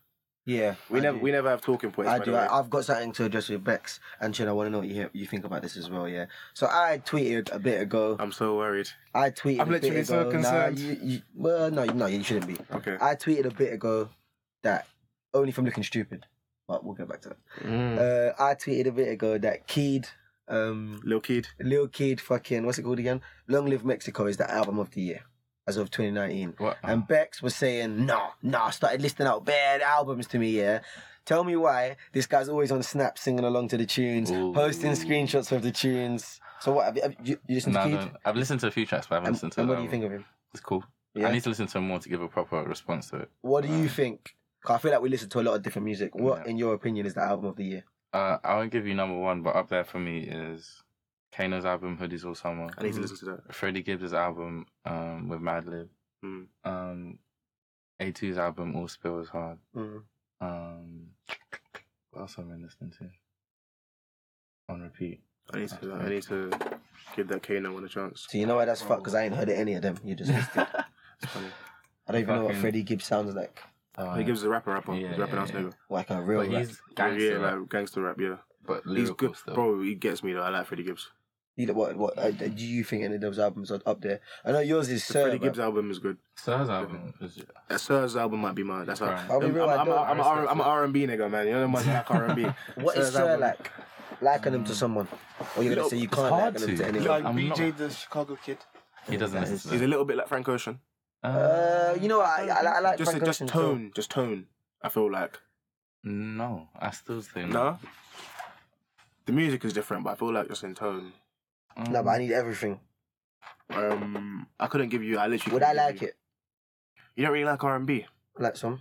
Speaker 3: Yeah,
Speaker 1: We
Speaker 3: I
Speaker 1: never,
Speaker 3: do.
Speaker 1: we never have talking points.
Speaker 3: I
Speaker 1: by
Speaker 3: do.
Speaker 1: The way.
Speaker 3: I, I've got something to address with Bex and Chin. I want to know what you, you think about this as well. Yeah. So I tweeted a bit ago.
Speaker 1: I'm so worried.
Speaker 3: I tweeted.
Speaker 1: I'm
Speaker 3: a bit
Speaker 1: literally so
Speaker 3: ago-
Speaker 1: concerned.
Speaker 3: Nah, you, you, well, no, you- no, you shouldn't be.
Speaker 1: Okay.
Speaker 3: I tweeted a bit ago that only from looking stupid, but we'll get back to that.
Speaker 1: Mm. Hmm.
Speaker 3: Uh, I tweeted a bit ago that Keed, um,
Speaker 1: Lil Kid.
Speaker 3: Lil Keed, fucking what's it called again? Long Live Mexico is the album of the year as of 2019.
Speaker 2: What?
Speaker 3: And Bex was saying, nah, nah, started listing out bad albums to me, yeah. Tell me why this guy's always on Snap singing along to the tunes,
Speaker 2: Ooh.
Speaker 3: posting screenshots of the tunes. So what? Have you, have you, you listen
Speaker 2: No,
Speaker 3: to
Speaker 2: I
Speaker 3: Keed?
Speaker 2: don't- I've listened to a few tracks, but I haven't
Speaker 3: And,
Speaker 2: listened to.
Speaker 3: and what do
Speaker 2: um,
Speaker 3: you think of him?
Speaker 2: It's cool.
Speaker 3: Yeah?
Speaker 2: I need to listen to him more to give a proper response to it.
Speaker 3: What do you think? 'Cause I feel like we listen to a lot of different music. What,
Speaker 2: Yeah.
Speaker 3: in your opinion, is the album of the year?
Speaker 2: Uh, I won't give you number one, but up there for me is Kano's album "Hoodies All Summer."
Speaker 1: I need
Speaker 3: mm-hmm.
Speaker 1: to listen to that.
Speaker 2: Freddie Gibbs' album um, with Madlib.
Speaker 3: Hmm.
Speaker 1: Mm.
Speaker 2: Um, A2's album "All Spill Is Hard."
Speaker 3: Mm.
Speaker 2: Um, what else am I listening to? On repeat.
Speaker 1: I need to. I need to give that Kano one a chance.
Speaker 3: So you know why that's fucked? Because I ain't heard of any of them.
Speaker 2: <laughs>
Speaker 3: You just listed.
Speaker 1: It's funny.
Speaker 3: I don't even know what
Speaker 2: Fucking-
Speaker 3: Freddie Gibbs sounds like.
Speaker 1: he gives us a rapper, rapper.
Speaker 2: Yeah,
Speaker 1: he's rapping
Speaker 2: yeah,
Speaker 1: out
Speaker 2: yeah.
Speaker 1: nigga.
Speaker 3: Like a real
Speaker 2: Uh, but
Speaker 3: rap.
Speaker 2: he's gangster,
Speaker 1: yeah,
Speaker 2: like,
Speaker 1: like gangster rap. Yeah,
Speaker 2: but
Speaker 1: he's
Speaker 2: lyrical
Speaker 1: good,
Speaker 2: stuff.
Speaker 1: bro. He gets me though. I like Freddie Gibbs.
Speaker 3: You know, what, what, uh, do you think any of those albums are up there? I know yours is
Speaker 1: The
Speaker 3: Sir.
Speaker 1: Freddie
Speaker 3: but-
Speaker 1: Gibbs album is good.
Speaker 2: Sir's album is
Speaker 1: Uh, Sir's album might be mine. That's how.
Speaker 2: Right.
Speaker 3: I'll be
Speaker 1: I'm,
Speaker 3: real, oh, I
Speaker 1: I'm,
Speaker 3: don't-
Speaker 1: I'm, I'm, I'm an R&B nigga, man. You know the ones that like
Speaker 3: <laughs>
Speaker 1: R&B.
Speaker 3: What is
Speaker 1: Sir's
Speaker 3: Sir
Speaker 1: album- Mm.
Speaker 3: like? Liken him to someone. Or you're
Speaker 1: know,
Speaker 3: going to say you
Speaker 2: it's
Speaker 3: can't
Speaker 2: hard
Speaker 3: liken him
Speaker 2: to.
Speaker 3: to anyone.
Speaker 4: Like
Speaker 2: I'm not-
Speaker 4: BJ, the Chicago kid.
Speaker 2: <laughs> he doesn't
Speaker 3: that
Speaker 2: listen
Speaker 3: is-
Speaker 2: to
Speaker 1: He's
Speaker 2: that.
Speaker 1: a little bit like Frank Ocean.
Speaker 3: Uh, you know, what, I, I, I like
Speaker 1: Just,
Speaker 3: Frank
Speaker 1: just
Speaker 3: Ocean, so-
Speaker 1: tone, just tone. I feel like
Speaker 2: No, I still say
Speaker 1: no. The music is different, but I feel like just in tone.
Speaker 2: Um,
Speaker 3: No, but I need everything.
Speaker 1: Um, I couldn't give you. I literally.
Speaker 3: Would I
Speaker 1: couldn't give
Speaker 3: like
Speaker 1: you.
Speaker 3: it?
Speaker 1: You don't really like R&B,
Speaker 3: I Like some?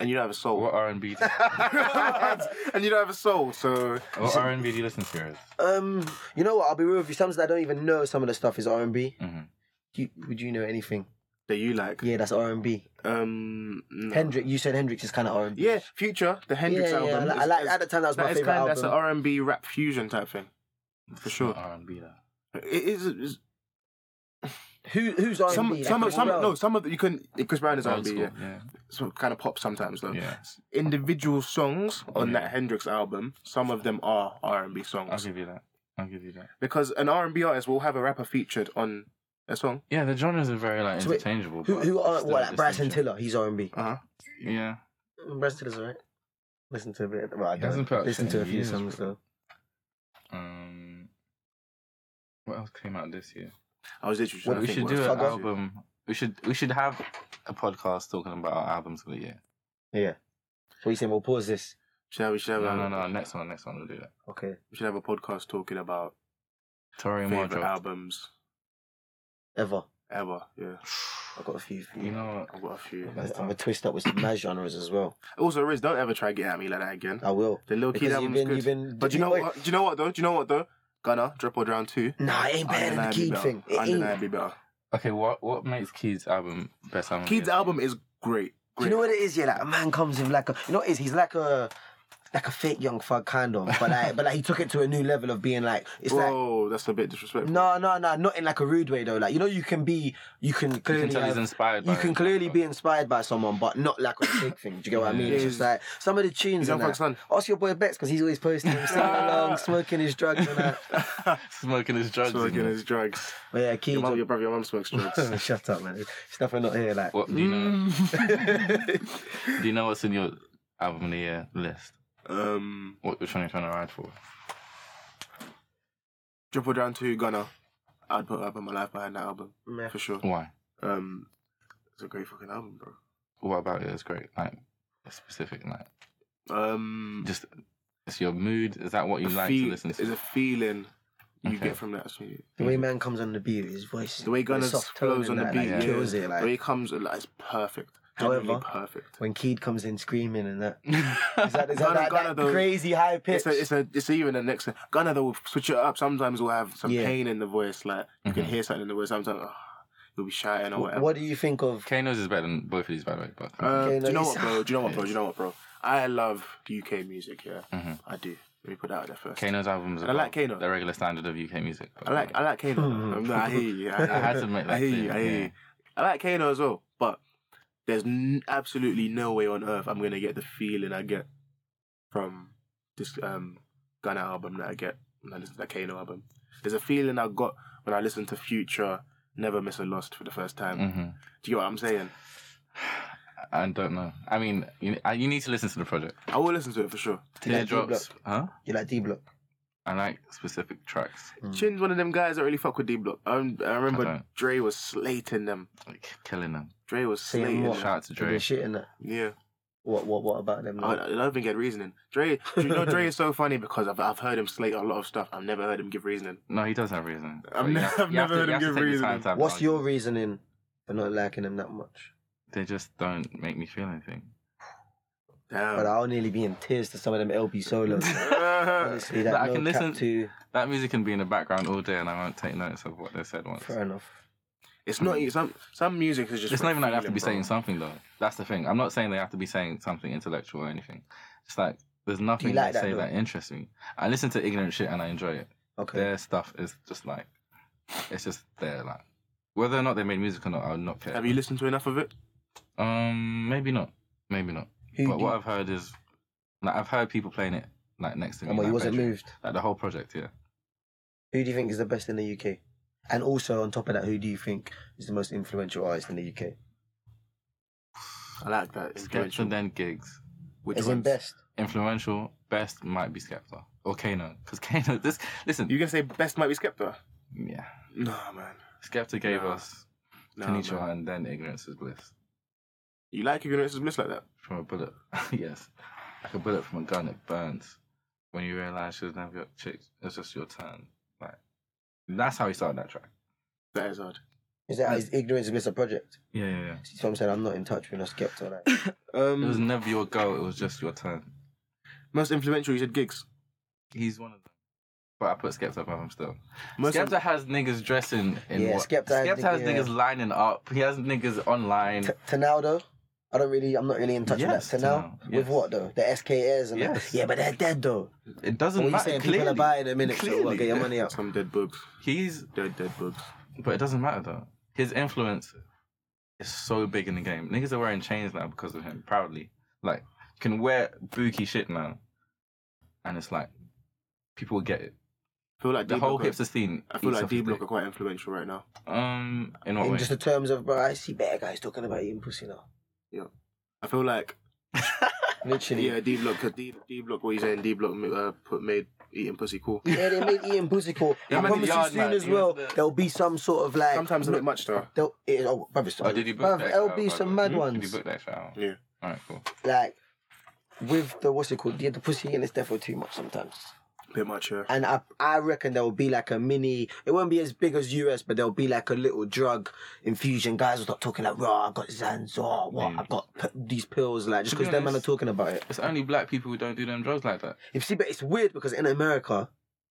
Speaker 1: and you don't have a soul. <laughs>
Speaker 2: what R and
Speaker 3: <laughs>
Speaker 2: B?
Speaker 1: and you don't have a soul, so
Speaker 2: What R and B do you listen to? Riz?
Speaker 3: Um, you know what? I'll be real with you. Sometimes I don't even know some of the stuff is R and B.
Speaker 2: Mhm.
Speaker 3: Would you know anything?
Speaker 1: that you like.
Speaker 3: Yeah, that's R and B.
Speaker 1: Um, no.
Speaker 3: Hendrix, you said Hendrix is kind of R and B.
Speaker 1: Yeah, Future, the Hendrix
Speaker 3: yeah, yeah.
Speaker 1: album.
Speaker 3: I like, I
Speaker 1: is-
Speaker 3: like-
Speaker 1: is-
Speaker 3: at the time that was my
Speaker 1: that is
Speaker 3: favorite
Speaker 1: kind.
Speaker 3: album.
Speaker 1: That's an R and B rap fusion type thing. For sure.
Speaker 2: R and B though.
Speaker 1: It is it's-
Speaker 3: Who who's R and
Speaker 1: some
Speaker 3: B?
Speaker 1: some of- some no some of the, you can Chris Brown is R
Speaker 2: Old
Speaker 1: and B.
Speaker 2: school,
Speaker 1: Yeah,
Speaker 2: yeah.
Speaker 1: so kind of pop sometimes
Speaker 3: Oh.
Speaker 1: though.
Speaker 2: Yeah.
Speaker 1: Individual songs on
Speaker 2: Yeah.
Speaker 1: that Hendrix album, some of them are R and B
Speaker 2: I'll
Speaker 1: songs
Speaker 2: give you that. I'll give you that.
Speaker 1: because an R and B artist will have a rapper featured on a song.
Speaker 2: Yeah, the genres are very like
Speaker 3: So wait,
Speaker 2: interchangeable.
Speaker 3: who
Speaker 2: but
Speaker 3: who are
Speaker 2: there's still
Speaker 3: what?
Speaker 2: a
Speaker 3: Like Bryson
Speaker 2: distinction.
Speaker 3: Tiller, he's R and B.
Speaker 2: Uh-huh.
Speaker 1: Uh huh.
Speaker 2: Yeah,
Speaker 3: Bryson Tiller's alright. Listen to a bit. Well, I
Speaker 2: He hasn't
Speaker 3: don't
Speaker 2: put out
Speaker 3: listen
Speaker 2: shit
Speaker 3: to
Speaker 2: in
Speaker 3: a few
Speaker 2: years,
Speaker 3: songs though.
Speaker 2: Um, what else came out this year?
Speaker 1: I was literally. trying
Speaker 3: Well,
Speaker 1: to
Speaker 2: we
Speaker 1: think
Speaker 2: should
Speaker 1: what
Speaker 2: do an
Speaker 1: else.
Speaker 2: album We should we should have a podcast talking about our albums of the year.
Speaker 4: Yeah.
Speaker 3: So you saying we'll pause this?
Speaker 1: Should have, we should have
Speaker 2: No,
Speaker 1: a,
Speaker 2: no, no. Next one, next one. We'll do that.
Speaker 4: Okay.
Speaker 1: We should have a podcast talking about
Speaker 2: Tori and
Speaker 1: favorite
Speaker 2: Wardrobe.
Speaker 1: albums
Speaker 3: Ever.
Speaker 1: ever. Yeah,
Speaker 3: I've got a few. few.
Speaker 2: You know what?
Speaker 1: I've got a few.
Speaker 3: I'm gonna twist up with some mad genres as well.
Speaker 1: Also, Riz, don't ever try to get at me like that again.
Speaker 3: I will.
Speaker 1: The little kid
Speaker 3: Because you've
Speaker 1: album's
Speaker 3: been,
Speaker 1: good.
Speaker 3: you've been.
Speaker 1: But do you know
Speaker 3: wait.
Speaker 1: what? Do you know what though? Do you know what though? Gunna, Drip or Drown two.
Speaker 3: Nah, it ain't better than the
Speaker 1: Undeniably
Speaker 3: kid
Speaker 1: better.
Speaker 3: thing. It ain't.
Speaker 1: Undeniably better.
Speaker 2: Okay, what what makes Kid's album best album? of the
Speaker 1: Kid's
Speaker 2: year?
Speaker 1: album is great.
Speaker 3: Do you
Speaker 1: Great.
Speaker 3: know what it is? Yeah, like a man comes in like a, you know what it is? He's like a, like a fake young thug kind of, but like, but like he took it to a new level of being like, it's like.
Speaker 1: Whoa, that's a bit disrespectful.
Speaker 3: No, no, no, not in like a rude way though. Like you know, you can be, you can um,
Speaker 2: You
Speaker 3: clearly,
Speaker 2: can tell he's
Speaker 3: have-
Speaker 2: inspired.
Speaker 3: you
Speaker 2: by
Speaker 3: can
Speaker 2: it.
Speaker 3: clearly be inspired by someone, but not like a fake thing. Do you get what I mean? It's just like some of the tunes.
Speaker 1: He's
Speaker 3: And
Speaker 1: Young
Speaker 3: that.
Speaker 1: Thug's son.
Speaker 3: Ask your boy Bex because he's always posting
Speaker 1: <laughs>
Speaker 3: him singing along, smoking his drugs and that.
Speaker 2: smoking his drugs.
Speaker 1: Smoking
Speaker 2: in it.
Speaker 1: his drugs.
Speaker 3: But yeah, Keith.
Speaker 1: Your mum, your brother, your mum smokes drugs.
Speaker 3: <laughs> Shut up, man. It's definitely not here. Like,
Speaker 2: What do you know?
Speaker 1: Mm. <laughs>
Speaker 2: <laughs> do you know what's in your album of the year list?
Speaker 1: um,
Speaker 2: What which one are you trying to ride for?
Speaker 1: Drip or Drown two, Gunna. I'd put up on my life behind that album
Speaker 3: meh.
Speaker 1: for sure.
Speaker 2: Why?
Speaker 1: Um, it's a great fucking album, bro.
Speaker 2: What about it is great? Like specific, like
Speaker 1: Um,
Speaker 2: just it's your mood. Is that what you
Speaker 1: the
Speaker 2: like
Speaker 1: feel-
Speaker 2: to listen
Speaker 1: It's
Speaker 2: to?
Speaker 1: a feeling you
Speaker 2: Okay.
Speaker 1: get from that. so you-
Speaker 3: the way man comes on the beat, his voice,
Speaker 1: The way Gunna
Speaker 3: his soft tone
Speaker 1: flows on
Speaker 3: and
Speaker 1: the
Speaker 3: that,
Speaker 1: beat,
Speaker 3: like,
Speaker 1: yeah.
Speaker 3: kills it.
Speaker 1: the way
Speaker 3: Like
Speaker 1: he comes, like, it's perfect. Genuinely
Speaker 3: However-
Speaker 1: perfect.
Speaker 3: when Keed comes in screaming and that. Is that, is that,
Speaker 1: Gunna-
Speaker 3: that,
Speaker 1: Gunna
Speaker 3: that
Speaker 1: though,
Speaker 3: crazy high
Speaker 1: It's
Speaker 3: pitch?
Speaker 1: a, it's a, it's even the next. Gunna though will switch it up. Sometimes we'll have some
Speaker 3: Yeah.
Speaker 1: pain in the voice, like you can
Speaker 2: Mhm.
Speaker 1: hear something in the voice. Sometimes oh, you'll be shouting or
Speaker 3: Wh-
Speaker 1: whatever.
Speaker 3: what do you think
Speaker 2: <laughs>
Speaker 3: of?
Speaker 2: Kano's is better than both of these, by the way. But
Speaker 1: Uh,
Speaker 3: Okay,
Speaker 1: do you
Speaker 3: no,
Speaker 1: know
Speaker 3: it's-
Speaker 1: what, bro? Do you know what, bro? Do you know what, bro? I love UK music. Yeah,
Speaker 2: Mhm.
Speaker 1: I do. Let me put that out there first.
Speaker 2: Kano's albums. Are
Speaker 1: I like
Speaker 2: above
Speaker 1: Kano.
Speaker 2: The regular standard of UK music. by
Speaker 1: I
Speaker 2: the
Speaker 1: like
Speaker 2: way.
Speaker 1: I like Kano. <laughs> Um,
Speaker 3: <laughs>
Speaker 1: no, I hear you. I,
Speaker 2: I had to make that.
Speaker 1: <laughs> I hear you.
Speaker 2: clear,
Speaker 1: I hear
Speaker 2: yeah.
Speaker 1: you. Um, I like Kano as well, but there's n- absolutely no way on earth I'm gonna get the feeling I get from this um, Gunna album that I get when I listen to that Kano album. There's a feeling I got when I listened to Future "Never Miss a Lost" for the first time.
Speaker 2: Mhm.
Speaker 1: Do you get what I'm saying?
Speaker 2: I don't know. I mean, you, I- you need to listen to the project.
Speaker 1: I will listen to it for sure.
Speaker 2: Teardrops, huh?
Speaker 3: You like D Block? Hmm.
Speaker 2: I like specific tracks.
Speaker 3: Mm.
Speaker 1: Chin's one of them guys that really fuck with D Block. I, rem- I remember
Speaker 2: I don't.
Speaker 1: Dre was slating them.
Speaker 2: Like killing them.
Speaker 1: Dre was
Speaker 3: Saying
Speaker 1: slating
Speaker 3: what?
Speaker 1: them.
Speaker 2: Shout out to Dre.
Speaker 3: Shit in that.
Speaker 1: Yeah.
Speaker 3: What? What? What about them?
Speaker 1: I, I don't think he had reasoning. Dre, you know, Dre is so funny because I've, I've heard him slate a lot of stuff. I've never heard him give reasoning.
Speaker 2: No, he does have reason.
Speaker 1: I've
Speaker 2: But you
Speaker 1: ne-
Speaker 2: have-
Speaker 1: I've
Speaker 2: you have
Speaker 1: never heard
Speaker 2: you
Speaker 1: him
Speaker 2: have
Speaker 1: give
Speaker 2: take the
Speaker 1: reason.
Speaker 2: time to have
Speaker 3: What's
Speaker 2: an
Speaker 3: your
Speaker 2: argument.
Speaker 3: reasoning for not liking them that much?
Speaker 2: They just don't make me feel anything. Um,
Speaker 1: Damn.
Speaker 3: But I'll nearly be in tears to some of them
Speaker 2: <laughs>
Speaker 3: LB solos. Honestly, that
Speaker 2: But I
Speaker 3: no
Speaker 2: can
Speaker 3: cap
Speaker 2: listen-
Speaker 3: to.
Speaker 2: That music can be in the background all day, and I won't take notice of what they said once.
Speaker 3: Fair enough.
Speaker 1: <laughs> it's not e- some some music is just.
Speaker 2: It's not even like they have to be
Speaker 1: feeling,
Speaker 2: saying something though. That's the thing. I'm not saying they have to be saying something intellectual or anything. It's like there's nothing they
Speaker 3: like that
Speaker 2: say
Speaker 3: though?
Speaker 2: that interests me. I listen to ignorant shit and I enjoy it.
Speaker 3: Okay.
Speaker 2: Their stuff is just like it's just there. Like whether or not they made music or not, I would not
Speaker 1: bro.
Speaker 2: care.
Speaker 1: Have you listened to enough of it?
Speaker 2: Um, maybe not. Maybe not.
Speaker 3: Who
Speaker 2: but
Speaker 3: do
Speaker 2: what
Speaker 3: you-
Speaker 2: I've heard is like I've heard people playing it like next to me.
Speaker 3: and what, he
Speaker 2: like,
Speaker 3: wasn't
Speaker 2: bedroom.
Speaker 3: moved.
Speaker 2: Like the whole project, yeah.
Speaker 3: Who do you think is the best in the UK? And also on top of that, who do you think is the most influential artist in the UK?
Speaker 1: I like that.
Speaker 2: Skepta
Speaker 1: Influential.
Speaker 2: then gigs. Which
Speaker 3: As in
Speaker 2: ones?
Speaker 3: best.
Speaker 2: Influential, best might be Skepta. Or Kano. Because Kano <laughs> this listen
Speaker 1: You gonna say best might be Skepta?
Speaker 2: Yeah.
Speaker 1: No man.
Speaker 2: Skepta gave
Speaker 1: No.
Speaker 2: us
Speaker 1: No,
Speaker 2: Konnichiwa
Speaker 1: man.
Speaker 2: and then Ignorance is Bliss.
Speaker 1: You like ignorance is bliss like that?
Speaker 2: From a bullet. <laughs> yes. Like a bullet from a gun, it burns. When you realise she doesn't have your chicks, it's just your turn. Like that's how he started that track.
Speaker 1: That is odd.
Speaker 3: Is that is ignorance is bliss a project?
Speaker 2: Yeah, yeah, yeah.
Speaker 3: See what I'm saying? I'm not in touch with no skeptic.
Speaker 2: <laughs>
Speaker 3: Like.
Speaker 2: It was
Speaker 1: Um,
Speaker 2: never your goal, it was just your turn.
Speaker 1: most influential. You said gigs.
Speaker 2: He's one of them. But I put Skepta above him still.
Speaker 1: Most
Speaker 2: Skepta has niggas dressing in
Speaker 3: Yeah,
Speaker 2: what?
Speaker 3: Skepta has
Speaker 2: Skepta
Speaker 3: nigg-
Speaker 2: has
Speaker 3: yeah.
Speaker 2: niggas lining up. He has niggas online.
Speaker 3: T- to now though, I don't really, I'm not really in touch
Speaker 2: Yes, to
Speaker 3: with that. To now,
Speaker 2: now,
Speaker 3: with
Speaker 2: yes.
Speaker 3: what though? The SKS and
Speaker 2: Yes.
Speaker 3: that. yeah, but they're dead though.
Speaker 2: It doesn't
Speaker 3: What are you
Speaker 2: matter.
Speaker 3: saying? People
Speaker 2: clearly.
Speaker 3: are buying them in it. So what,
Speaker 2: Clearly,
Speaker 3: get your
Speaker 2: yeah.
Speaker 3: money up.
Speaker 1: Some dead bugs.
Speaker 2: He's
Speaker 1: Dead dead bugs.
Speaker 2: But it doesn't matter though. His influence is so big in the game. Niggas are wearing chains now because of him, proudly. Like, you can wear bookie shit now. And it's like, people get it.
Speaker 1: I feel like
Speaker 2: The
Speaker 1: D-Block
Speaker 2: whole
Speaker 1: are-
Speaker 2: hipster scene.
Speaker 1: I feel
Speaker 2: eats
Speaker 1: like
Speaker 2: off his
Speaker 1: D Block are
Speaker 2: dick.
Speaker 1: quite influential right now.
Speaker 2: Um, in what
Speaker 3: in
Speaker 2: way?
Speaker 3: just the terms of, bro, I see better guys talking about eating pussy now.
Speaker 1: I feel like
Speaker 3: Literally.
Speaker 1: Yeah, D Block. D D Block. What you saying? D Block uh, put made eating pussy cool.
Speaker 3: Yeah, they made eating pussy cool.
Speaker 2: <laughs> Yeah,
Speaker 3: I
Speaker 2: man,
Speaker 3: promise you
Speaker 2: yard
Speaker 3: soon
Speaker 2: man,
Speaker 3: as
Speaker 2: he
Speaker 3: well,
Speaker 2: was the-
Speaker 3: there'll be some sort of like.
Speaker 1: Sometimes a bit much though.
Speaker 3: They'll, it, oh, brother,
Speaker 2: Oh, did you book
Speaker 3: bruv,
Speaker 2: that?
Speaker 3: There'll
Speaker 2: shout,
Speaker 3: be
Speaker 2: by the
Speaker 3: some
Speaker 2: way?
Speaker 3: mad
Speaker 2: Did you
Speaker 3: ones.
Speaker 2: book that shout?
Speaker 1: Yeah.
Speaker 2: All right, cool.
Speaker 3: Like, with the, what's it called? Yeah, the pussy in is therefore too much sometimes.
Speaker 1: Bit much, yeah.
Speaker 3: And I, I reckon there'll be like a mini, it won't be as big as US, but there'll be like a little drug infusion. Guys will start talking like, raw, I got Zans, oh, what, I got p- these pills, like, just
Speaker 2: Mm. To be
Speaker 3: because them men are
Speaker 2: honest-
Speaker 3: talking about it.
Speaker 2: It's only black people who don't do them drugs like that.
Speaker 3: You see, but it's weird because in America,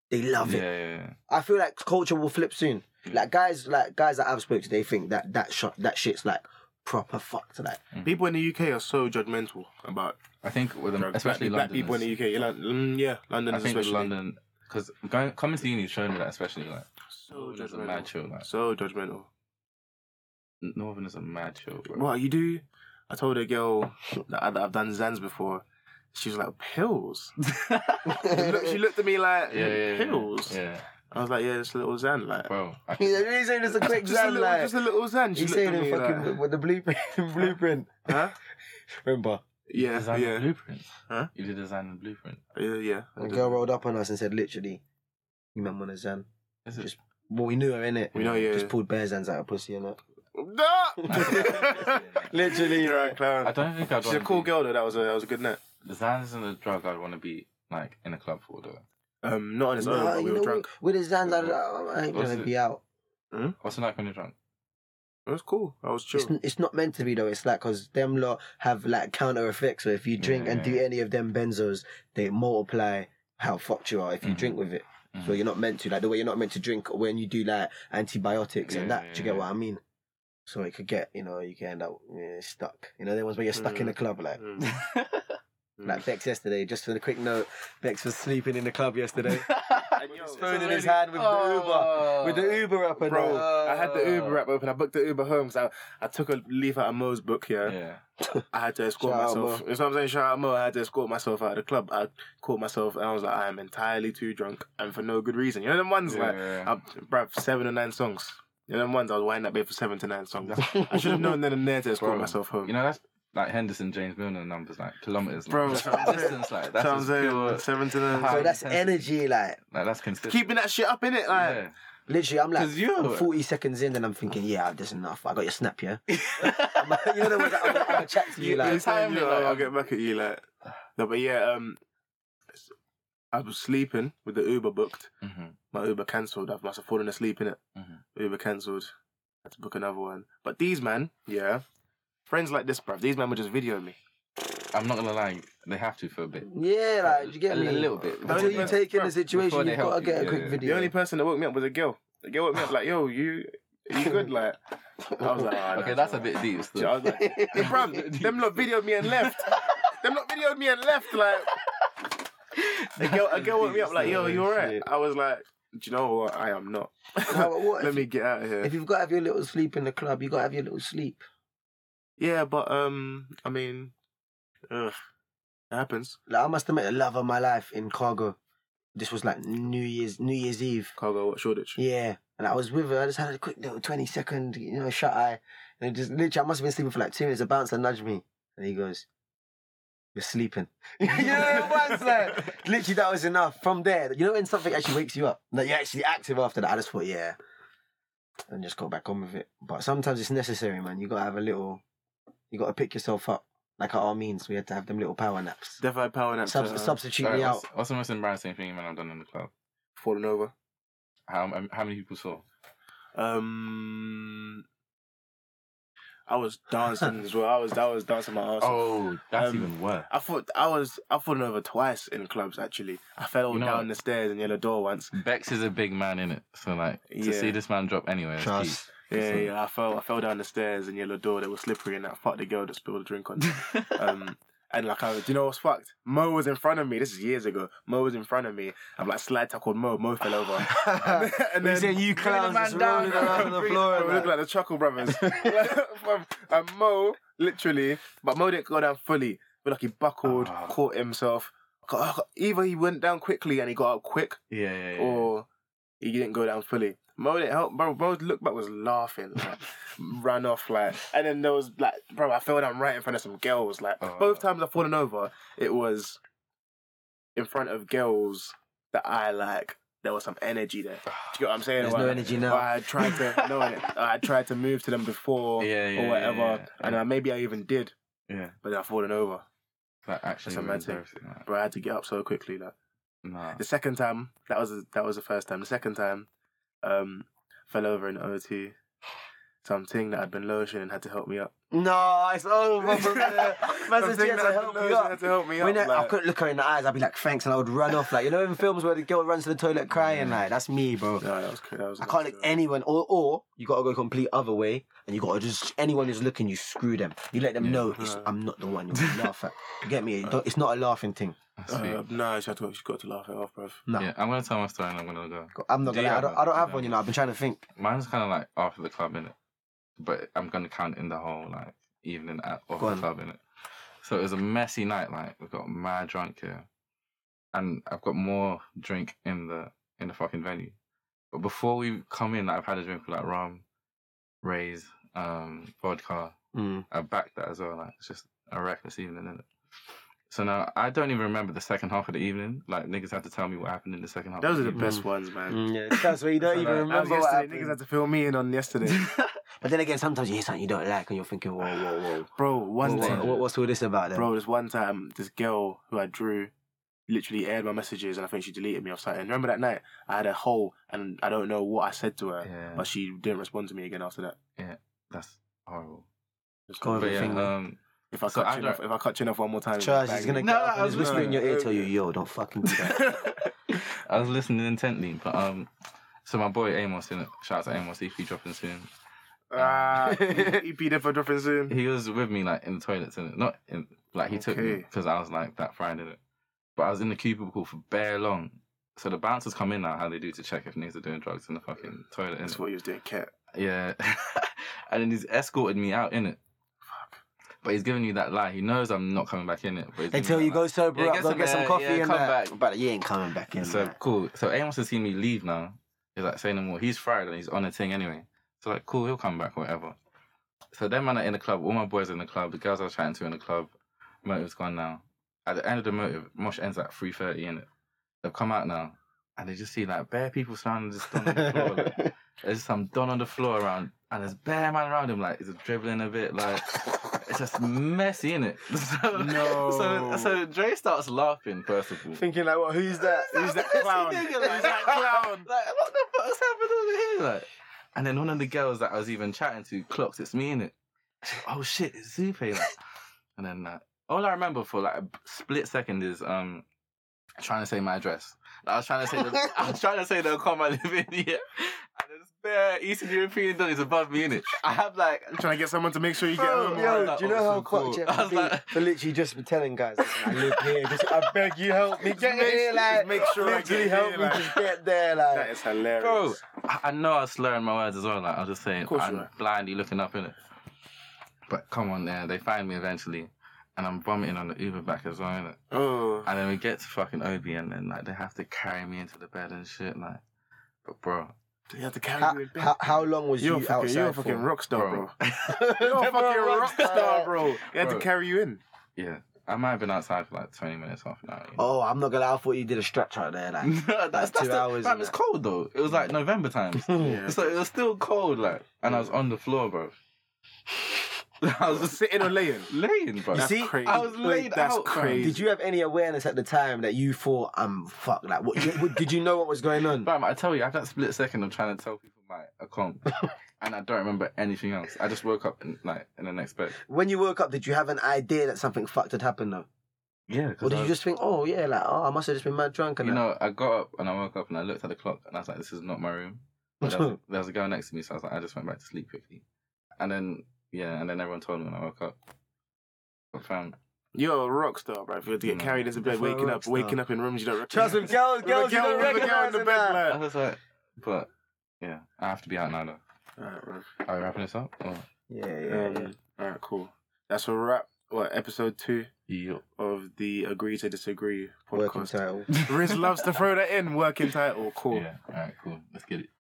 Speaker 3: they love
Speaker 2: Yeah,
Speaker 3: it.
Speaker 2: yeah, yeah.
Speaker 3: I feel like culture will flip soon. Like guys, like guys that I've spoke to, they think that that shot, that shit's like proper fucked.
Speaker 1: <laughs>
Speaker 3: Like
Speaker 1: People in the UK are so judgmental about
Speaker 2: I think with them,
Speaker 1: drugs.
Speaker 2: especially
Speaker 1: black, black
Speaker 2: Londoners.
Speaker 1: people in the UK. Yeah, Lon- mm, yeah
Speaker 2: I
Speaker 1: Londoners
Speaker 2: think with
Speaker 1: especially.
Speaker 2: London, because going coming to uni showed me that especially like
Speaker 1: so
Speaker 2: Northerners are mad
Speaker 1: judgmental.
Speaker 2: chill. Like
Speaker 1: So judgmental.
Speaker 2: Northerners are mad chill. Bro.
Speaker 1: What you do? I told a girl that, I, that I've done Zans before. She was like
Speaker 2: <laughs>
Speaker 1: pills. she, looked,
Speaker 3: <laughs>
Speaker 1: she looked at me like
Speaker 2: Yeah, yeah, yeah.
Speaker 1: pills.
Speaker 2: Yeah,
Speaker 1: I was like, yeah, it's a little Zan, like
Speaker 2: bro. I
Speaker 3: he's
Speaker 2: can,
Speaker 3: saying it's a quick
Speaker 1: just, a
Speaker 3: exam.
Speaker 1: little,
Speaker 3: Like
Speaker 1: just a little Zan. She
Speaker 3: he's
Speaker 1: looked at
Speaker 3: saying in
Speaker 1: me
Speaker 3: fucking
Speaker 1: like,
Speaker 3: with the blueprint. <laughs> blueprint. <laughs>
Speaker 1: huh?
Speaker 3: Remember,
Speaker 1: Yeah,
Speaker 2: design the
Speaker 1: yeah,
Speaker 2: blueprint.
Speaker 1: Huh?
Speaker 2: You did design the blueprint.
Speaker 1: yeah, yeah.
Speaker 3: a girl rolled up on us and said, literally, "You man want a Zan?"
Speaker 2: Is it?
Speaker 3: Just- Well, we knew her in it.
Speaker 1: We know, yeah.
Speaker 3: Just pulled bear Zans out of pussy in it.
Speaker 1: <laughs>
Speaker 2: <laughs>
Speaker 1: No.
Speaker 3: Literally,
Speaker 1: You're <laughs> right,
Speaker 2: I
Speaker 1: Clara.
Speaker 2: don't think I'd
Speaker 1: She's a
Speaker 2: wanna
Speaker 1: cool
Speaker 2: be-
Speaker 1: girl though. That was a that was a good net.
Speaker 2: Design isn't a drug I'd want to be like in a club for though.
Speaker 1: Um, not on his own.
Speaker 3: Nah,
Speaker 1: but we
Speaker 3: you
Speaker 1: were
Speaker 3: know,
Speaker 1: drunk.
Speaker 3: with his Zans, I, "Oh, I ain't
Speaker 2: What's
Speaker 3: gonna
Speaker 2: it?
Speaker 3: be out.
Speaker 2: What's it like when you're drunk?
Speaker 1: It was cool. I was chill.
Speaker 3: It's, it's not meant to be though. It's like because them lot have like counter effects. So if you drink and do
Speaker 2: Yeah.
Speaker 3: any of them benzos, they multiply how fucked you are if you
Speaker 2: Mhm.
Speaker 3: drink with it. So
Speaker 2: Mhm.
Speaker 3: you're not meant to like the way you're not meant to drink when you do like antibiotics and
Speaker 2: Yeah,
Speaker 3: that. Do you get
Speaker 2: yeah,
Speaker 3: what I mean? So it could get you know you can end up yeah, stuck. You know the ones where you're stuck in the
Speaker 2: Mm-hmm.
Speaker 3: club like. <laughs>
Speaker 1: Mm. Mm.
Speaker 3: Like Bex yesterday, just for a quick note, Bex was sleeping in the
Speaker 2: <laughs>
Speaker 3: club yesterday.
Speaker 1: <laughs>
Speaker 3: <laughs>
Speaker 1: And yo,
Speaker 3: phone in his hand with the Uber, with the
Speaker 2: Uh,
Speaker 3: Uber up and
Speaker 1: Bro,
Speaker 3: down.
Speaker 1: I had the
Speaker 2: Oh.
Speaker 1: Uber app open. I booked the Uber home. So I, I took a leaf out of Mo's book. Yeah,
Speaker 2: Yeah.
Speaker 1: I had to escort
Speaker 3: Shout out,
Speaker 1: myself. That's what I'm saying. Shout out Mo. I had to escort myself out of the club. I caught myself, and I was like, I am entirely too drunk, and for no good reason. You know them ones like,
Speaker 2: Yeah.
Speaker 1: I, bruv, seven or nine songs. You know them ones I was winding up there for seven to nine songs. I should have known then and there to escort
Speaker 2: Bro,
Speaker 1: myself home.
Speaker 2: You know that's like Henderson, James Milner numbers, like kilometers, like,
Speaker 1: Bro,
Speaker 2: that's
Speaker 1: that's what I'm saying.
Speaker 2: distance, like
Speaker 1: that's
Speaker 2: that's
Speaker 1: what I'm
Speaker 2: just
Speaker 1: saying.
Speaker 2: pure,
Speaker 1: Seven to nine.
Speaker 2: How
Speaker 3: So
Speaker 1: songs.
Speaker 2: you
Speaker 3: that's
Speaker 2: sense it?
Speaker 3: energy, like
Speaker 2: like that's consistent.
Speaker 1: Keeping that shit up in it, like.
Speaker 2: yeah.
Speaker 3: Literally, I'm like
Speaker 2: 'Cause you-
Speaker 3: I'm 40 seconds in, and I'm thinking, yeah, that's enough. I got your snap, yeah. you know, the ones that I'm, gonna- I'm gonna chat to you
Speaker 1: Yeah,
Speaker 3: like,
Speaker 1: it's time,
Speaker 2: timely,
Speaker 1: yeah,
Speaker 2: like,
Speaker 1: I'll
Speaker 2: um,
Speaker 1: get back at you like. No, but yeah, um, I was sleeping with the Uber booked.
Speaker 2: Mhm.
Speaker 1: My Uber cancelled. I must have fallen asleep in it.
Speaker 2: Mhm.
Speaker 1: Uber cancelled. Had to book another one. But these man, yeah, friends like this, bruv. These man would just video me.
Speaker 2: I'm not gonna lie, they have to for a bit.
Speaker 3: yeah, like, you get
Speaker 2: a,
Speaker 3: me?
Speaker 2: A little bit.
Speaker 3: Until you
Speaker 1: Yeah.
Speaker 3: take in
Speaker 1: Before
Speaker 3: the situation,
Speaker 2: they
Speaker 3: you've got to
Speaker 2: help you,
Speaker 3: get a
Speaker 2: yeah,
Speaker 3: quick
Speaker 2: yeah.
Speaker 1: The
Speaker 3: video.
Speaker 1: only person that woke me up was a girl. The girl woke me up like, "Yo, you, you
Speaker 3: <laughs>
Speaker 1: good?" Like, I was like, "Ah, nah,
Speaker 2: Okay,
Speaker 1: it's
Speaker 2: that's a
Speaker 1: alright."
Speaker 2: bit deep.
Speaker 1: I
Speaker 2: Still.
Speaker 1: was like, "Bruv, them lot videoed me and left. them lot videoed me and left." Like, a girl, a girl woke me up like, "Yo, you alright?" I was like, "Do you know what? I am not."
Speaker 3: No, but
Speaker 1: <laughs>
Speaker 3: what
Speaker 1: Let
Speaker 3: if,
Speaker 1: me get out of here.
Speaker 3: if you've got to have your little sleep in the club, you got to have your little sleep.
Speaker 1: Yeah, but um, I mean, ugh, it happens.
Speaker 3: Like, I must admit, the love of my life in cargo. This was like New Year's New Year's Eve.
Speaker 1: Cargo what Shoreditch.
Speaker 3: Yeah. And I was with her. I just had a quick little 20 second, you know, shut eye. And it just literally, I must have been sleeping for like two minutes. A bouncer nudged me. And he goes, You're sleeping. <laughs> you know what
Speaker 1: <laughs>
Speaker 3: I'm saying? Literally, that was enough. From there, you know, when something actually wakes you up, like you're actually active after that. I just thought, yeah. And just go back on with it. But sometimes it's necessary, man. You got to have a little, you got to pick yourself up. Like at our means, we had to have them little power naps.
Speaker 1: Defy power nap.
Speaker 3: Subs-
Speaker 1: uh,
Speaker 3: substitute
Speaker 2: Sorry,
Speaker 3: me out.
Speaker 2: what's, what's the most embarrassing thing man I've done in the club?
Speaker 1: falling over.
Speaker 2: How um, how many people saw?
Speaker 1: Um, I was dancing as well. I was I was dancing my ass. off.
Speaker 2: <laughs> Oh, that's
Speaker 1: Um,
Speaker 2: even worse.
Speaker 1: I thought I was I've fallen over twice in clubs actually. I fell
Speaker 2: You know
Speaker 1: down
Speaker 2: what?
Speaker 1: the stairs and yellow door once.
Speaker 2: Bex is a big man in it, so like
Speaker 1: Yeah.
Speaker 2: to see this man drop anyway. is
Speaker 3: Trust.
Speaker 1: Yeah,
Speaker 2: Listen.
Speaker 1: yeah. I fell I fell down the stairs and yellow door. They were slippery and that fucked the girl that spilled a drink on. me.
Speaker 3: <laughs>
Speaker 2: deep.
Speaker 1: Um, and like, I, do you know what's fucked? Mo was in front of me. This is years ago. Mo was in front of me. I'm like slide tackled Mo. Mo fell over.
Speaker 3: <laughs>
Speaker 1: <laughs> and
Speaker 3: We said, "You
Speaker 1: <laughs> Bring the
Speaker 3: clowns
Speaker 1: man
Speaker 3: just
Speaker 1: down,
Speaker 3: rolling around on the
Speaker 1: bring- <laughs> bro,
Speaker 3: floor and
Speaker 1: We look
Speaker 3: that."
Speaker 1: like the Chuckle Brothers.
Speaker 3: <laughs>
Speaker 1: <laughs> and Mo literally, but Mo didn't go down fully. But like he buckled,
Speaker 2: Ah.
Speaker 1: caught himself. Got- Either he went down quickly and he got up quick,
Speaker 2: yeah, yeah, yeah.
Speaker 1: or he didn't go down fully. Mo didn't help, bro. Mo looked back, was laughing,
Speaker 2: <laughs>
Speaker 1: like, ran off, like, and then there was like, bro, I fell down right in front of some girls. Like,
Speaker 2: Oh.
Speaker 1: both times I've fallen over, it was in front of girls that I like, there was some energy there. Do you get what I'm saying?
Speaker 3: There's
Speaker 1: Or
Speaker 3: no
Speaker 1: I-
Speaker 3: energy now.
Speaker 1: or I tried
Speaker 2: <laughs>
Speaker 1: to no, I I tried to move to them before
Speaker 2: Yeah, yeah,
Speaker 1: or
Speaker 2: yeah,
Speaker 1: whatever,
Speaker 2: yeah, yeah.
Speaker 1: and I, maybe I even did,
Speaker 2: Yeah,
Speaker 1: but I've fallen over.
Speaker 2: like actually,
Speaker 1: That's a mad
Speaker 2: wins
Speaker 1: thing.
Speaker 2: everything, like,
Speaker 1: But I had to get up so quickly. Like
Speaker 2: nah.
Speaker 1: the second time, that was that was the first time. The second time, um, fell over in OT. Something that had been lotioning had to help
Speaker 3: <laughs>
Speaker 1: me up.
Speaker 3: No, it's over.
Speaker 1: <laughs>
Speaker 3: from there. Man says
Speaker 1: Something
Speaker 3: she had
Speaker 1: that
Speaker 3: to
Speaker 1: had
Speaker 3: help
Speaker 1: been
Speaker 3: you
Speaker 1: lotioning
Speaker 3: up.
Speaker 1: had to help me up.
Speaker 3: When I, I
Speaker 1: like-
Speaker 3: couldn't look her in the eyes, I'd be like, thanks, and I would run off. Like, you know, in films where the girl runs to the toilet crying, like, that's me,
Speaker 1: No,
Speaker 3: bro.
Speaker 1: that was cra- that was.
Speaker 3: I can't look anyone, or, or you gotta go complete other way, and you gotta just, anyone who's looking, you screw them. You let them know, it's,
Speaker 1: Yeah.
Speaker 3: I'm not the one you laugh at. You get me? Don't- It's not a laughing thing.
Speaker 2: That's sweet.
Speaker 1: Uh, no, she had to. She got to laugh it off, bruv.
Speaker 3: No.
Speaker 2: yeah, I'm gonna tell my story and I'm gonna go.
Speaker 3: I'm not
Speaker 2: Do
Speaker 3: gonna,
Speaker 2: you
Speaker 3: I
Speaker 2: have
Speaker 3: don't,
Speaker 2: one?
Speaker 3: I don't have
Speaker 2: No.
Speaker 3: one, you know, I've been trying to think.
Speaker 2: Mine's kind of like after the club, innit? But I'm going to count in the whole like evening at of
Speaker 3: Go
Speaker 2: the
Speaker 3: on.
Speaker 2: club, innit? So it was a messy night. Like we got mad drunk here, and I've got more drink in the in the fucking venue. But before we come in, I've had a drink with like rum, rays, um, vodka. <laughs>
Speaker 3: Mm.
Speaker 2: I backed that as well. Like it's just a reckless evening, innit? So now I don't even remember the second half of the evening. Like niggas had to tell me what happened in the second half.
Speaker 1: Those
Speaker 2: of
Speaker 1: are
Speaker 2: the
Speaker 1: the
Speaker 2: evening.
Speaker 1: best ones, man.
Speaker 3: Mm, yeah, that's where you don't
Speaker 2: So like,
Speaker 3: even
Speaker 1: That was
Speaker 3: remember what
Speaker 1: yesterday. Niggas
Speaker 3: happened.
Speaker 1: had to fill me in on yesterday,
Speaker 3: <laughs> But then again, sometimes you hear something you don't like, and you're thinking, whoa, whoa, whoa.
Speaker 1: bro. One
Speaker 3: Whoa,
Speaker 1: day,
Speaker 3: whoa, what- what's all this about then?
Speaker 1: bro. This one time, this girl who I drew literally aired my messages, and I think she deleted me off site. And remember that night, I had a hole, and I don't know what I said to her,
Speaker 2: Yeah.
Speaker 1: but she didn't respond to me again after that.
Speaker 2: That's horrible.
Speaker 1: It's
Speaker 3: Go on,
Speaker 2: But
Speaker 1: cool.
Speaker 3: the
Speaker 2: yeah,
Speaker 3: thing-
Speaker 2: um,
Speaker 1: If I
Speaker 2: So
Speaker 1: cut
Speaker 2: I
Speaker 1: you
Speaker 2: don't-
Speaker 1: enough, if I cut you enough one more time,
Speaker 3: Charles,
Speaker 1: bang
Speaker 3: he's gonna
Speaker 1: <laughs> you.
Speaker 3: get
Speaker 2: No,
Speaker 3: up
Speaker 2: I
Speaker 3: and
Speaker 2: was
Speaker 3: he's whispering in your ear, tell you, yo, don't fucking do <laughs> that.
Speaker 2: <laughs> I was listening intently, but um, so my boy Amos, in shout out to Amos, EP dropping soon.
Speaker 1: Ah, EP there for dropping soon.
Speaker 2: He was with me like in the toilets and not in like he took me
Speaker 1: Okay.
Speaker 2: because I was like that fried in it, but I was in the cubicle for bare long. So the bouncers come in now, how they do to check if niggas are doing drugs in the fucking toilet.
Speaker 1: That's
Speaker 2: innit?
Speaker 1: what he was doing, cat.
Speaker 2: Yeah, <laughs> and then he's escorted me out in it. But he's giving you that lie. He knows I'm not coming back in it. But he's
Speaker 3: They
Speaker 2: giving
Speaker 3: tell
Speaker 2: that
Speaker 3: you
Speaker 2: lie.
Speaker 3: go sober
Speaker 2: Yeah,
Speaker 3: up,
Speaker 2: get
Speaker 3: go
Speaker 2: some,
Speaker 3: get some
Speaker 2: uh,
Speaker 3: coffee
Speaker 2: yeah,
Speaker 3: and
Speaker 2: come
Speaker 3: that.
Speaker 2: back.
Speaker 3: But you ain't coming back in.
Speaker 2: So
Speaker 3: man.
Speaker 2: cool. So Aiden wants to see me leave now. He's like saying no more. He's fried and he's on a thing anyway. So like, cool, he'll come back, whatever. So them man are in the club. All my boys are in the club. The girls I was chatting to in the club. Motive's gone now. At the end of the motive, Mosh ends at three thirty in it. They've come out now, and they just see like bare people surrounding this don on
Speaker 3: <laughs>
Speaker 2: the floor. like, there's some don on the floor around, and there's bare man around him. Like he's dribbling a bit. Like it's just messy in it. <laughs> So,
Speaker 1: No.
Speaker 2: So so Dre starts laughing first of all.
Speaker 1: Thinking like, what? Who's that? Who's that
Speaker 2: That's
Speaker 1: clown?
Speaker 2: the
Speaker 1: Who's
Speaker 2: nigga, like-
Speaker 1: that clown?
Speaker 2: Like, what the fuck's happened over here? Like, and then one of the girls that I was even chatting to clocks, it's me in it. Oh shit, it's Zupe.
Speaker 1: <laughs>
Speaker 2: Like, and then like, all I remember for like a b- split second is um trying to say my address. Like, I was trying to say
Speaker 1: <laughs>
Speaker 2: the, I was trying to say the com I live in <laughs> here. And there's bare Eastern European dudes above me in it. I have like
Speaker 1: Trying to get someone to make sure you
Speaker 3: <laughs>
Speaker 1: get
Speaker 2: Bro,
Speaker 1: home.
Speaker 2: yo,
Speaker 1: right?
Speaker 2: do you know how cool.
Speaker 3: clutch you
Speaker 2: I was like-
Speaker 3: for literally just for telling guys, "Listen, I live here. Just, <laughs> I beg you, help me get
Speaker 1: make-
Speaker 3: here.
Speaker 1: just
Speaker 3: Like,
Speaker 1: make sure I
Speaker 3: literally
Speaker 1: get
Speaker 3: help
Speaker 1: here,
Speaker 3: me
Speaker 1: like-
Speaker 3: just get there.
Speaker 1: That
Speaker 3: Like,
Speaker 1: is hilarious.
Speaker 2: Bro, I, I know I was slurring my words as well. Like I was just saying,
Speaker 1: course you
Speaker 2: I'm
Speaker 1: are.
Speaker 2: blindly looking up in it. But come on, there, they find me eventually, and I'm vomiting on the Uber back as well. Innit?
Speaker 1: Oh,
Speaker 2: And then we get to fucking Obi, and then like they have to carry me into the bed and shit. Like, but bro,
Speaker 1: you had to carry
Speaker 3: how,
Speaker 1: me in bed.
Speaker 3: how, how long was
Speaker 1: you're
Speaker 3: you
Speaker 1: fucking,
Speaker 3: outside
Speaker 1: you're a
Speaker 3: for?
Speaker 1: fucking rock star, bro.
Speaker 2: Bro.
Speaker 1: you're a fucking rock star, bro. They had to
Speaker 2: Bro.
Speaker 1: carry you in.
Speaker 2: yeah, I might have been outside for like 20 minutes, half an hour. you know?
Speaker 3: Oh, I'm not gonna. lie, I thought you did a stretch out there. <laughs> Like,
Speaker 2: No, <laughs> that's,
Speaker 3: Oh, Like
Speaker 2: that's
Speaker 3: two
Speaker 2: the,
Speaker 3: hours
Speaker 2: Fam,
Speaker 3: and
Speaker 2: it's
Speaker 3: that.
Speaker 2: cold though. It was like November times.
Speaker 3: <laughs>
Speaker 1: Yeah.
Speaker 2: So it was still cold, like, and I was on the floor, bro. <laughs> I was just
Speaker 1: Sitting or laying.
Speaker 2: laying, bro.
Speaker 3: You
Speaker 1: That's
Speaker 3: see,
Speaker 1: crazy.
Speaker 2: I was laid
Speaker 1: That's
Speaker 2: out, fam.
Speaker 1: crazy.
Speaker 3: did you have any awareness at the time that you thought, "I'm fucked"? Like, what, you, what? Did you know what was going on?
Speaker 2: Bam, I tell you, I had that split second of trying to tell people my account, and I don't remember anything else. I just woke up in, like in the next bed.
Speaker 3: When you woke up, did you have an idea that something fucked had happened though?
Speaker 2: Yeah,
Speaker 3: Or did you just think, oh yeah, like oh, I must have just been mad drunk and
Speaker 2: you
Speaker 3: that?
Speaker 2: know, I got up and I woke up and I looked at the clock and I was like, "This is not my room." But There was, there was a girl next to me, so I was like, "I just went back to sleep quickly," and then yeah, and then everyone told me when I woke up. But fam,
Speaker 1: You're a rock star, bro. If you had to get
Speaker 2: No.
Speaker 1: carried into bed,
Speaker 3: You're a
Speaker 1: waking
Speaker 3: rock
Speaker 1: up,
Speaker 3: star.
Speaker 1: waking up in rooms you don't recognize. <laughs>
Speaker 3: Trust with girls,
Speaker 1: With a
Speaker 3: girls, you
Speaker 1: girl-
Speaker 3: don't
Speaker 1: with a girl in
Speaker 3: recognize
Speaker 1: the
Speaker 3: in
Speaker 1: bed,
Speaker 3: that.
Speaker 2: I
Speaker 1: man.
Speaker 2: was like, but yeah, I have to be out now though.
Speaker 1: Alright, bro.
Speaker 2: Are we wrapping this up? Or?
Speaker 3: Yeah, yeah, yeah.
Speaker 1: Um, all right, cool. That's a wrap. What episode two
Speaker 2: Yeah.
Speaker 1: of the Agree to Disagree
Speaker 3: Working
Speaker 1: podcast?
Speaker 2: <laughs>
Speaker 3: title.
Speaker 1: Riz loves to throw that in. Working title, cool.
Speaker 2: Yeah. All right. Cool. Let's get it.